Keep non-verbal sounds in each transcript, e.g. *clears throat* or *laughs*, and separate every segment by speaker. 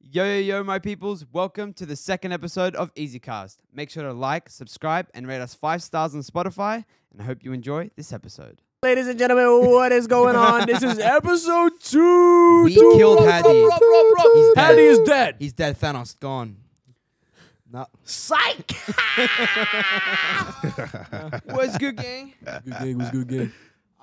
Speaker 1: Yo, yo, yo, my peoples. Welcome to the second episode of EasyCast. Make sure to like, subscribe, and rate us five stars on Spotify. And I hope you enjoy this episode.
Speaker 2: Ladies and gentlemen, what is going on? This is episode two.
Speaker 1: We killed Hadi. He's dead.
Speaker 2: Hadi is dead.
Speaker 1: He's dead. Thanos gone. No.
Speaker 2: Psych.
Speaker 1: What's good, gang?
Speaker 2: Good game was good game.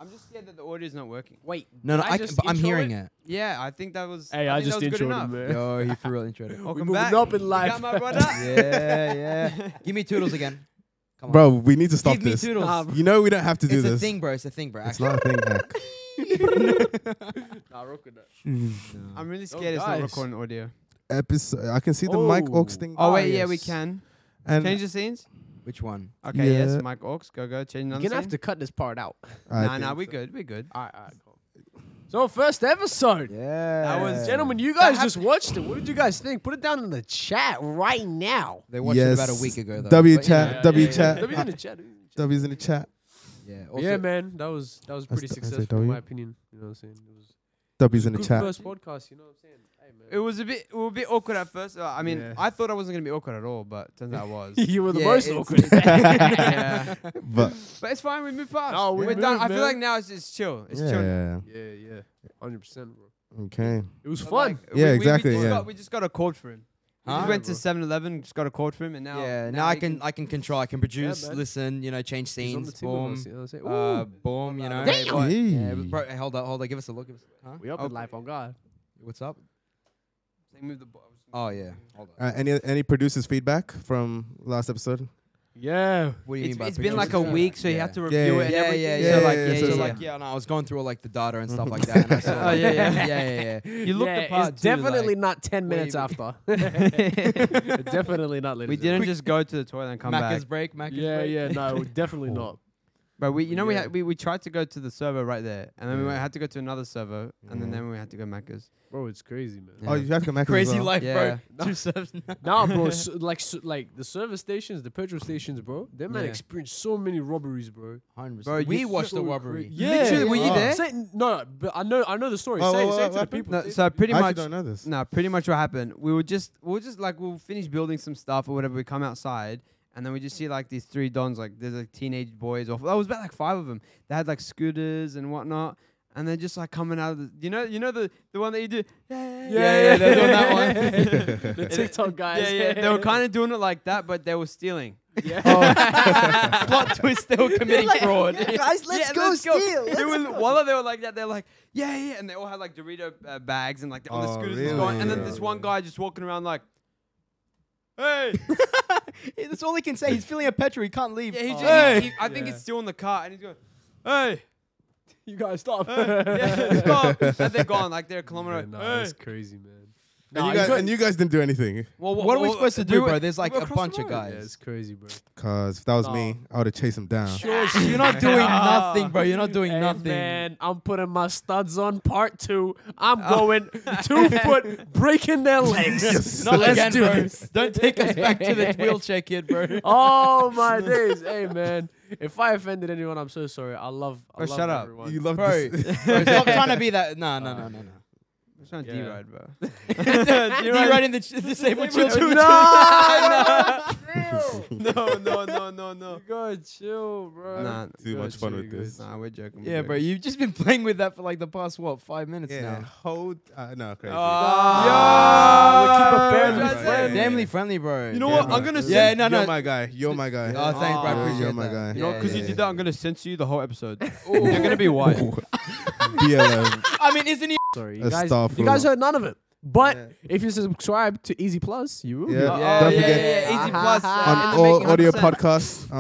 Speaker 1: I'm just scared that the audio's not working.
Speaker 3: Wait.
Speaker 4: No, no,
Speaker 3: did
Speaker 4: I can,
Speaker 3: just
Speaker 4: but I'm
Speaker 3: intro
Speaker 4: hearing
Speaker 3: it.
Speaker 4: it.
Speaker 1: Yeah, I think that was.
Speaker 2: *laughs* Hey, I,
Speaker 1: think
Speaker 2: just
Speaker 1: that was good
Speaker 2: introduced
Speaker 1: enough.
Speaker 2: him,
Speaker 5: *laughs*
Speaker 2: man.
Speaker 4: Yo, he for real
Speaker 1: *laughs*
Speaker 4: introed it.
Speaker 1: Welcome
Speaker 2: moving
Speaker 1: back.
Speaker 2: up in
Speaker 1: You
Speaker 2: life.
Speaker 1: Got my brother.
Speaker 4: Yeah, yeah. Give me toodles again. Come on.
Speaker 5: Bro, we need to stop
Speaker 4: Give
Speaker 5: this.
Speaker 4: me toodles.
Speaker 2: Nah, bro.
Speaker 5: You know we don't have to *laughs* do
Speaker 4: it's a
Speaker 5: this.
Speaker 4: thing, bro. It's a thing, bro.
Speaker 5: It's not a thing. Heck.
Speaker 4: *laughs*
Speaker 3: Nah, rock with that.
Speaker 1: *laughs* I'm really scared
Speaker 2: Oh,
Speaker 1: it's not
Speaker 2: guys.
Speaker 1: recording audio.
Speaker 5: Episode. I can see the mic
Speaker 2: Oh.
Speaker 5: aux thing.
Speaker 1: Oh,
Speaker 2: Oh,
Speaker 1: wait, yeah, we
Speaker 2: yes.
Speaker 1: can.
Speaker 5: and
Speaker 1: Change the scenes?
Speaker 4: Which one?
Speaker 1: Okay,
Speaker 5: Yeah.
Speaker 1: yes, Mike Orcs. Go, go. Change
Speaker 3: You're
Speaker 1: another
Speaker 3: gonna have
Speaker 1: scene.
Speaker 3: to cut this part out.
Speaker 5: I
Speaker 1: Nah, nah,
Speaker 5: think
Speaker 1: we
Speaker 5: so.
Speaker 1: good. We good.
Speaker 3: All right, all right, cool.
Speaker 2: So first episode.
Speaker 4: Yeah.
Speaker 1: That was-
Speaker 2: Gentlemen, you guys just watched it. What did you guys think? Put it down in the chat right now.
Speaker 4: They watched it
Speaker 5: Yes.
Speaker 4: about a week ago, though.
Speaker 5: W
Speaker 4: but, you
Speaker 5: chat.
Speaker 4: know,
Speaker 5: W
Speaker 4: yeah,
Speaker 5: chat.
Speaker 2: Let me in the chat.
Speaker 5: W's in the chat.
Speaker 4: Yeah. Also,
Speaker 2: Yeah, man, that was that was
Speaker 5: That's
Speaker 2: pretty
Speaker 5: the- I said
Speaker 2: successful in
Speaker 5: W.
Speaker 2: my opinion. You know what I'm saying? It was
Speaker 5: W's in the
Speaker 2: good
Speaker 5: chat.
Speaker 2: first podcast. You know what I'm saying? Hey, man.
Speaker 1: It was a bit, it was a bit awkward at first. Uh, I mean,
Speaker 5: Yeah.
Speaker 1: I thought I wasn't gonna be awkward at all, but turns out I
Speaker 2: *laughs*
Speaker 1: was.
Speaker 2: you were the
Speaker 4: Yeah,
Speaker 2: most
Speaker 4: it's-
Speaker 2: awkward.
Speaker 1: yeah.
Speaker 5: But
Speaker 1: But it's fine. We move past.
Speaker 2: No, we
Speaker 1: we are done.
Speaker 2: moved,
Speaker 1: I feel
Speaker 2: man.
Speaker 1: like now it's just chill. It's chill. now.
Speaker 5: yeah.
Speaker 2: yeah, yeah, hundred percent, bro.
Speaker 5: Okay.
Speaker 2: It was
Speaker 1: But,
Speaker 2: fun.
Speaker 1: like,
Speaker 5: Yeah, exactly,
Speaker 1: We just,
Speaker 5: yeah.
Speaker 1: got, we just got a call for him. We
Speaker 4: Huh?
Speaker 1: just went
Speaker 2: Yeah,
Speaker 1: to 7-Eleven, just got a call for him, and now
Speaker 4: yeah. Now, I
Speaker 1: he
Speaker 4: can, I can control. I can produce,
Speaker 2: man.
Speaker 4: listen, you know, change
Speaker 2: He's on
Speaker 4: scenes,
Speaker 2: the team with
Speaker 4: boom,
Speaker 2: us, you know what I'm saying?
Speaker 4: uh,
Speaker 2: Ooh.
Speaker 4: boom. You know.
Speaker 2: Damn.
Speaker 4: hey, what- Yeah,
Speaker 5: Hey.
Speaker 4: but bro, hey, hold on, hold on. Give us a look. Give us. Huh?
Speaker 2: We up
Speaker 1: Oh.
Speaker 2: in life on God.
Speaker 4: What's up?
Speaker 1: They moved the ball.
Speaker 4: Oh yeah. Hold on.
Speaker 5: Uh, any any producers feedback from last episode?
Speaker 2: Yeah.
Speaker 4: What do you
Speaker 1: It's,
Speaker 4: mean by
Speaker 1: it's been like a
Speaker 4: producers?
Speaker 1: week, so you
Speaker 4: Yeah.
Speaker 1: have to
Speaker 5: Yeah,
Speaker 1: review
Speaker 5: yeah,
Speaker 1: it. and
Speaker 4: yeah,
Speaker 1: everything.
Speaker 4: yeah,
Speaker 5: yeah,
Speaker 4: So like,
Speaker 5: yeah,
Speaker 4: yeah,
Speaker 5: yeah,
Speaker 4: so
Speaker 5: yeah.
Speaker 4: like, yeah. No, I was going through all like the data and stuff like that. And *laughs* I saw,
Speaker 1: Oh, yeah, yeah.
Speaker 4: yeah, yeah,
Speaker 1: *laughs*
Speaker 4: yeah.
Speaker 1: You looked
Speaker 2: yeah,
Speaker 1: apart.
Speaker 2: It's definitely not 10
Speaker 4: what do
Speaker 2: minutes
Speaker 4: you
Speaker 2: after. *laughs* definitely not, ladies.
Speaker 1: we didn't
Speaker 2: and gentlemen.
Speaker 1: just go to the toilet and come back.
Speaker 4: Macca's break, Macca's
Speaker 2: Yeah,
Speaker 4: break.
Speaker 2: yeah, no, definitely not.
Speaker 1: But we, you know, we,
Speaker 2: Yeah.
Speaker 1: had, we we tried to go to the server right there, and then we
Speaker 5: Yeah.
Speaker 1: went- had to go to another server, and then
Speaker 5: Yeah.
Speaker 1: then we had to go Macca's.
Speaker 2: Bro, it's crazy, man.
Speaker 4: Yeah.
Speaker 5: Oh, you have to make
Speaker 4: Crazy
Speaker 5: well.
Speaker 4: life,
Speaker 1: Yeah.
Speaker 4: bro. Two subs. now.
Speaker 2: *laughs* Nah, bro, s like s like the service stations, the petrol stations, bro. Them man
Speaker 4: Yeah.
Speaker 2: experienced so many robberies, bro.
Speaker 4: 100%.
Speaker 1: Bro,
Speaker 4: we
Speaker 1: you
Speaker 4: watched the
Speaker 2: So
Speaker 4: robbery.
Speaker 2: cra-
Speaker 4: Yeah.
Speaker 2: Yeah,
Speaker 1: Literally, were you
Speaker 2: yeah.
Speaker 1: there?
Speaker 2: Say, no, but I know I know the story.
Speaker 5: Oh,
Speaker 2: say,
Speaker 5: what-
Speaker 2: say it to the
Speaker 5: what
Speaker 2: people.
Speaker 1: No,
Speaker 2: say it to
Speaker 1: so
Speaker 2: the people.
Speaker 1: pretty
Speaker 5: I actually
Speaker 1: much,
Speaker 5: don't know this.
Speaker 1: No, pretty much what happened. We were just we were just like we'll finish building some stuff or whatever. We come outside and then we just see like these three dons, like there's like teenage boys or oh, it was about like five of them. They had like scooters and whatnot, and they're just like coming out of the you know you know the the one that you do yeah
Speaker 4: Yeah, yeah, they're doing that
Speaker 2: *laughs*
Speaker 4: one.
Speaker 2: the TikTok guys.
Speaker 1: *laughs* yeah yeah they were kind of doing it like that, but they were stealing.
Speaker 2: *laughs* Yeah.
Speaker 1: *laughs* Plot twist, they were committing fraud.
Speaker 3: Guys,
Speaker 1: Yeah, steal. They were, While they were like that, they're like, yeah, yeah, and they all had like Dorito uh, bags and like on the
Speaker 5: Oh,
Speaker 1: scooters
Speaker 5: really?
Speaker 1: was going, and then
Speaker 5: Yeah.
Speaker 1: this one guy just walking around like, hey,
Speaker 4: *laughs* That's all he can say. He's filling a petrol. He can't leave. Oh.
Speaker 1: yeah, he just,
Speaker 4: Hey.
Speaker 1: he- he- I think
Speaker 2: Yeah.
Speaker 1: it's still in the car, and he's going,
Speaker 2: *laughs*
Speaker 4: Oh.
Speaker 1: hey,
Speaker 2: you guys stop.
Speaker 1: hey,
Speaker 4: *laughs*
Speaker 1: yeah, stop, and they're gone like they're a kilometer.
Speaker 2: Yeah, nah,
Speaker 1: hey.
Speaker 2: that's crazy, man.
Speaker 5: And,
Speaker 2: Nah,
Speaker 5: you
Speaker 2: you
Speaker 5: guys,
Speaker 2: got-
Speaker 5: and you guys didn't do anything.
Speaker 1: Well,
Speaker 4: What are we supposed to do,
Speaker 1: were-
Speaker 4: bro? There's like
Speaker 1: we were
Speaker 4: a
Speaker 1: across the
Speaker 4: bunch of
Speaker 1: road.
Speaker 4: guys.
Speaker 2: Yeah, it's crazy, bro.
Speaker 5: Cause if that was
Speaker 2: Nah.
Speaker 5: me, I would have chased him down.
Speaker 4: George,
Speaker 2: *laughs*
Speaker 4: you're not doing nothing, bro. You're not doing
Speaker 2: Hey,
Speaker 4: nothing.
Speaker 2: man, I'm putting my studs on part two. I'm
Speaker 4: Oh.
Speaker 2: going
Speaker 4: *laughs*
Speaker 2: two foot, breaking their legs.
Speaker 5: Yes.
Speaker 4: Not
Speaker 2: Let's
Speaker 4: again,
Speaker 2: do
Speaker 4: bro.
Speaker 2: this.
Speaker 4: Don't take us *laughs* back to the
Speaker 2: *laughs*
Speaker 4: wheelchair kid, bro.
Speaker 2: oh my days, hey man! If I offended anyone, I'm so sorry. I love.
Speaker 1: Bro,
Speaker 2: I love
Speaker 1: shut up.
Speaker 2: everyone.
Speaker 5: You love
Speaker 4: Bro,
Speaker 5: this.
Speaker 4: bro, stop trying to be that. No, no, no, no, no.
Speaker 1: I'm trying to
Speaker 2: Yeah.
Speaker 1: deride, bro. *laughs*
Speaker 4: *laughs* you right in the ch- disabled *laughs* children?
Speaker 1: no, no, no, no, no.
Speaker 2: You gotta chill, bro.
Speaker 1: Nah,
Speaker 5: Too much fun with this.
Speaker 1: nah, we're joking. we're
Speaker 4: Yeah, bro.
Speaker 1: joking.
Speaker 4: You've just been playing with that for like the past what five minutes
Speaker 5: *laughs* Yeah.
Speaker 4: now.
Speaker 5: Hold. Uh, no, crazy.
Speaker 1: Ah,
Speaker 2: we keep a
Speaker 1: yeah,
Speaker 2: family
Speaker 1: yeah,
Speaker 2: friendly.
Speaker 1: yeah.
Speaker 4: Family friendly, bro.
Speaker 1: You know
Speaker 5: Yeah,
Speaker 1: what?
Speaker 5: bro.
Speaker 1: I'm gonna send.
Speaker 4: Yeah, no, no.
Speaker 5: You're my guy. You're my guy.
Speaker 4: Oh, thanks, bro. I
Speaker 2: Yeah,
Speaker 4: appreciate
Speaker 5: you're my
Speaker 4: that.
Speaker 5: guy.
Speaker 1: You know, because
Speaker 5: yeah,
Speaker 1: you
Speaker 5: yeah.
Speaker 1: did that, I'm gonna censor you the whole *laughs* episode.
Speaker 4: Ooh.
Speaker 1: You're gonna be
Speaker 5: *laughs*
Speaker 1: white.
Speaker 5: BLM.
Speaker 4: I mean, isn't he?
Speaker 2: Sorry, you
Speaker 5: A
Speaker 2: guys.
Speaker 5: star
Speaker 2: You guys
Speaker 5: fruit.
Speaker 2: heard none of it. But
Speaker 5: Yeah.
Speaker 2: if you subscribe to Easy Plus, you will.
Speaker 5: Yeah.
Speaker 2: get-
Speaker 1: Oh,
Speaker 5: Don't
Speaker 1: yeah,
Speaker 5: forget.
Speaker 1: yeah, yeah, Easy Plus uh,
Speaker 5: on
Speaker 1: in the
Speaker 5: all
Speaker 1: making,
Speaker 5: audio
Speaker 1: 100%.
Speaker 5: podcasts,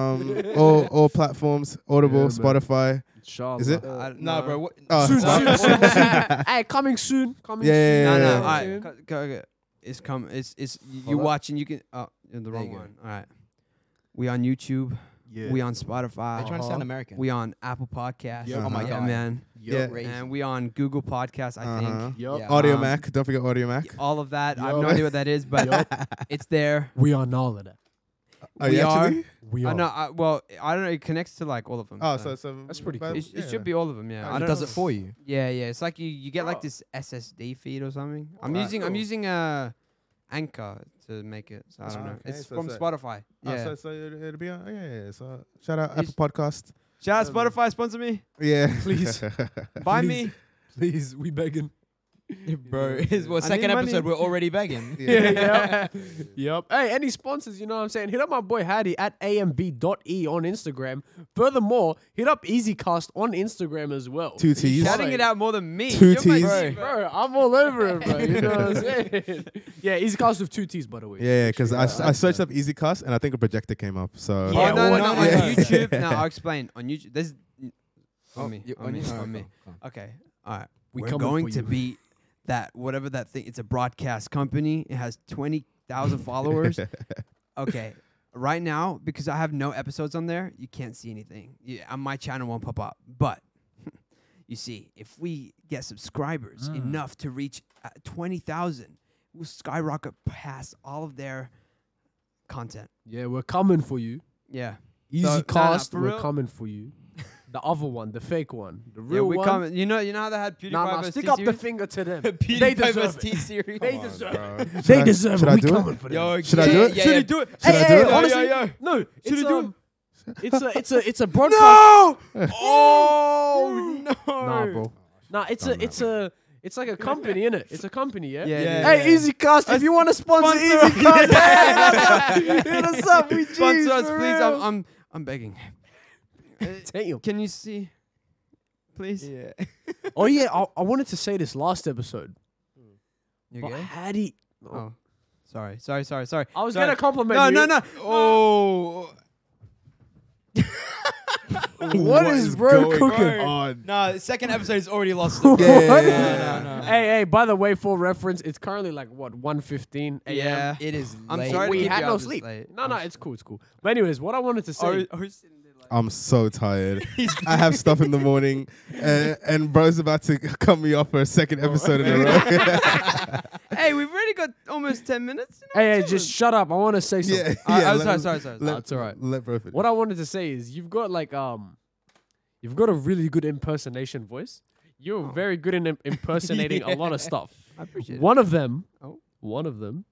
Speaker 5: um, all all platforms, Audible,
Speaker 2: Yeah, man.
Speaker 5: Spotify.
Speaker 2: Inshallah. Uh,
Speaker 5: Is it?
Speaker 1: I-
Speaker 4: Nah, bro. What?
Speaker 5: Oh, *laughs*
Speaker 2: Soon,
Speaker 5: fuck.
Speaker 2: soon, soon, soon. Hey, coming soon. Coming
Speaker 5: Yeah,
Speaker 2: soon.
Speaker 1: No,
Speaker 5: yeah, yeah,
Speaker 1: no.
Speaker 5: yeah.
Speaker 1: All right, go, go, go. it's come. It's it's you
Speaker 4: Hold up.
Speaker 1: watching. You can. Oh, you're the
Speaker 4: There
Speaker 1: wrong
Speaker 4: you go.
Speaker 1: one. All right. We on YouTube. We on Spotify.
Speaker 4: They're trying to sound American.
Speaker 1: We on Apple Podcasts.
Speaker 5: Yeah.
Speaker 4: Oh my
Speaker 1: yeah,
Speaker 4: God.
Speaker 1: man.
Speaker 5: Yeah.
Speaker 1: And we on Google Podcasts. I
Speaker 5: Uh-huh.
Speaker 1: think.
Speaker 2: Yup.
Speaker 4: Yeah.
Speaker 5: Audio
Speaker 1: Um,
Speaker 5: Mac. Don't forget Audio Mac.
Speaker 1: All of that. I have
Speaker 2: Yup.
Speaker 1: no idea what that is, *laughs* but it's there.
Speaker 2: We are all of that.
Speaker 5: Are
Speaker 1: we
Speaker 5: you
Speaker 1: are-
Speaker 5: Oh, actually?
Speaker 2: We
Speaker 1: I
Speaker 2: are.
Speaker 1: know. I, well, I don't know. It connects to like all of them.
Speaker 5: Oh, so, so
Speaker 2: That's pretty
Speaker 5: but-
Speaker 2: cool.
Speaker 1: It, it
Speaker 5: yeah.
Speaker 1: should be all of them, yeah.
Speaker 5: Oh,
Speaker 1: I
Speaker 5: it
Speaker 1: don't
Speaker 4: does
Speaker 1: know.
Speaker 4: it for
Speaker 1: *laughs*
Speaker 4: you.
Speaker 1: Yeah, yeah. It's like you, you get like
Speaker 2: Oh.
Speaker 5: Oh,
Speaker 1: this SSD feed or something. I'm
Speaker 2: Alright,
Speaker 1: using I'm
Speaker 2: cool.
Speaker 1: using uh Anchor to make it. So I
Speaker 5: Ah,
Speaker 1: don't know.
Speaker 5: okay,
Speaker 1: It's
Speaker 5: so
Speaker 1: from
Speaker 5: it's
Speaker 1: Spotify.
Speaker 5: Oh,
Speaker 1: Yeah.
Speaker 5: so, so it, it'll be on. Yeah, yeah, yeah. So shout out
Speaker 1: It's-
Speaker 5: Apple Podcast.
Speaker 1: Shout out Spotify, sponsor
Speaker 5: *laughs*
Speaker 1: me.
Speaker 5: Yeah.
Speaker 2: *laughs*
Speaker 5: *laughs*
Speaker 2: Please.
Speaker 1: Buy
Speaker 2: Please.
Speaker 1: me.
Speaker 2: Please, we begging.
Speaker 4: Bro, it's well,
Speaker 1: I need
Speaker 4: second
Speaker 1: money.
Speaker 4: episode, we're already begging.
Speaker 5: *laughs*
Speaker 2: Yeah, *laughs* Yep. Hey, any sponsors, you know what I'm saying? Hit up my boy Hattie at amb.e E on Instagram. Furthermore, hit up EasyCast on Instagram as well.
Speaker 5: Two T's.
Speaker 2: Shout
Speaker 1: Shouting it out more than me.
Speaker 5: Two
Speaker 1: You're my
Speaker 5: Ts.
Speaker 1: bro.
Speaker 2: Bro, I'm all over it, bro. You know what I'm saying? yeah, EasyCast with two T's, by the way.
Speaker 5: Yeah, because I, s- I searched up EasyCast and I think a projector came up. So
Speaker 1: Oh,
Speaker 2: Yeah,
Speaker 1: no, no,
Speaker 2: what-
Speaker 1: no,
Speaker 4: yeah.
Speaker 1: On YouTube.
Speaker 5: *laughs*
Speaker 1: No, I'll explain. On YouTube, there's
Speaker 4: Oh,
Speaker 1: on me,
Speaker 4: you-
Speaker 1: on me,
Speaker 4: you-
Speaker 1: on me.
Speaker 4: oh, oh.
Speaker 1: Okay. All right.
Speaker 2: We
Speaker 1: We are
Speaker 2: coming
Speaker 1: going
Speaker 2: for
Speaker 1: to
Speaker 2: you.
Speaker 1: beat that whatever that thing. It's a broadcast company. It has twenty
Speaker 2: *laughs*
Speaker 1: thousand
Speaker 5: *laughs*
Speaker 1: followers. Okay. Right now, because I have no episodes on there, you can't see anything. Yeah, uh, my channel won't pop up. But *laughs* you see, if we get
Speaker 2: Hmm.
Speaker 1: subscribers enough to reach uh, twenty thousand, we'll skyrocket past all of their content.
Speaker 2: Yeah, we're coming for you.
Speaker 1: Yeah. So, no, no,
Speaker 2: EasyCast,
Speaker 1: for
Speaker 2: we're
Speaker 1: real.
Speaker 2: coming for you. The other one, the fake one, the
Speaker 1: Yeah,
Speaker 2: real
Speaker 1: we
Speaker 2: one.
Speaker 1: coming. You know, you know how they had PewDiePie
Speaker 2: Nah, nah,
Speaker 1: versus
Speaker 2: stick up the
Speaker 1: T-Series?
Speaker 2: finger to them. they
Speaker 1: *laughs*
Speaker 4: PewDiePie
Speaker 2: deserve
Speaker 4: versus
Speaker 2: it.
Speaker 4: T-Series.
Speaker 2: They deserve it.
Speaker 5: Should
Speaker 2: They
Speaker 5: I-
Speaker 2: deserve
Speaker 5: should
Speaker 2: it.
Speaker 5: I
Speaker 2: We
Speaker 5: do
Speaker 2: coming
Speaker 5: it?
Speaker 2: for them.
Speaker 4: Yo,
Speaker 5: Should I
Speaker 4: yeah,
Speaker 5: do it?
Speaker 4: yeah,
Speaker 1: Should
Speaker 4: yeah.
Speaker 1: he do it?
Speaker 2: hey,
Speaker 5: Should I
Speaker 2: hey,
Speaker 5: do it?
Speaker 2: Honestly,
Speaker 1: Yeah, yeah.
Speaker 2: no. It's
Speaker 1: he do
Speaker 2: um, it's a it's a it's a broadcast.
Speaker 1: No! oh no!
Speaker 2: Nah, bro. Nah, it's
Speaker 5: Done
Speaker 2: a
Speaker 5: that,
Speaker 2: it's a it's like a company, innit? It's a company, yeah.
Speaker 1: Yeah,
Speaker 4: Yeah.
Speaker 1: yeah.
Speaker 2: Hey, EasyCast, if you want to sponsor
Speaker 1: Sponsor-
Speaker 2: EasyCast,
Speaker 1: *laughs*
Speaker 2: *laughs* hey, hit us up. hit us up. *laughs* We
Speaker 1: Sponsor us,
Speaker 2: G's, for
Speaker 1: please.
Speaker 2: real.
Speaker 1: I'm, I'm, I'm begging.
Speaker 2: Damn.
Speaker 1: Can you see, please?
Speaker 4: Yeah.
Speaker 2: Oh yeah, I, I wanted to say this last episode,
Speaker 1: You
Speaker 2: but
Speaker 1: gay?
Speaker 2: Hattie.
Speaker 1: Oh, sorry, sorry, sorry, sorry.
Speaker 2: I was
Speaker 1: Sorry.
Speaker 2: gonna compliment
Speaker 1: No,
Speaker 2: you.
Speaker 1: no, no. Oh,
Speaker 2: What is bro cooking?
Speaker 5: on?
Speaker 4: No, the second episode is already lost.
Speaker 2: *laughs* What?
Speaker 5: Yeah, yeah,
Speaker 4: yeah, yeah.
Speaker 2: Hey, hey, by the way, for reference, it's currently like what, 1.15 a.m.
Speaker 1: yeah.
Speaker 4: It is late.
Speaker 1: I'm sorry. to
Speaker 2: We
Speaker 1: keep
Speaker 2: had
Speaker 1: you
Speaker 2: no
Speaker 1: up this
Speaker 2: sleep.
Speaker 1: late.
Speaker 2: No,
Speaker 1: I'm
Speaker 2: no,
Speaker 1: s-
Speaker 2: it's cool, it's cool. But anyways, what I wanted to say
Speaker 1: Or, or sitting there like,
Speaker 5: I'm so tired. I have stuff in the morning, and, and bro's about to *laughs* cut me off for a second episode in a row.
Speaker 1: *laughs* hey, we've already got almost ten minutes. you know,
Speaker 2: Hey, hey,
Speaker 1: chilling.
Speaker 2: just shut up. I wanna say something.
Speaker 5: *laughs* yeah,
Speaker 1: I-
Speaker 5: yeah.
Speaker 1: I'm
Speaker 5: let-
Speaker 1: sorry, sorry, sorry.
Speaker 5: Let,
Speaker 2: Oh, it's all right.
Speaker 5: Let bro finish.
Speaker 2: What I wanted to say is you've got like um you've got a really good impersonation voice. You're very good in im- impersonating a lot of stuff.
Speaker 1: I appreciate it.
Speaker 2: One of them,
Speaker 1: Oh.
Speaker 2: one of them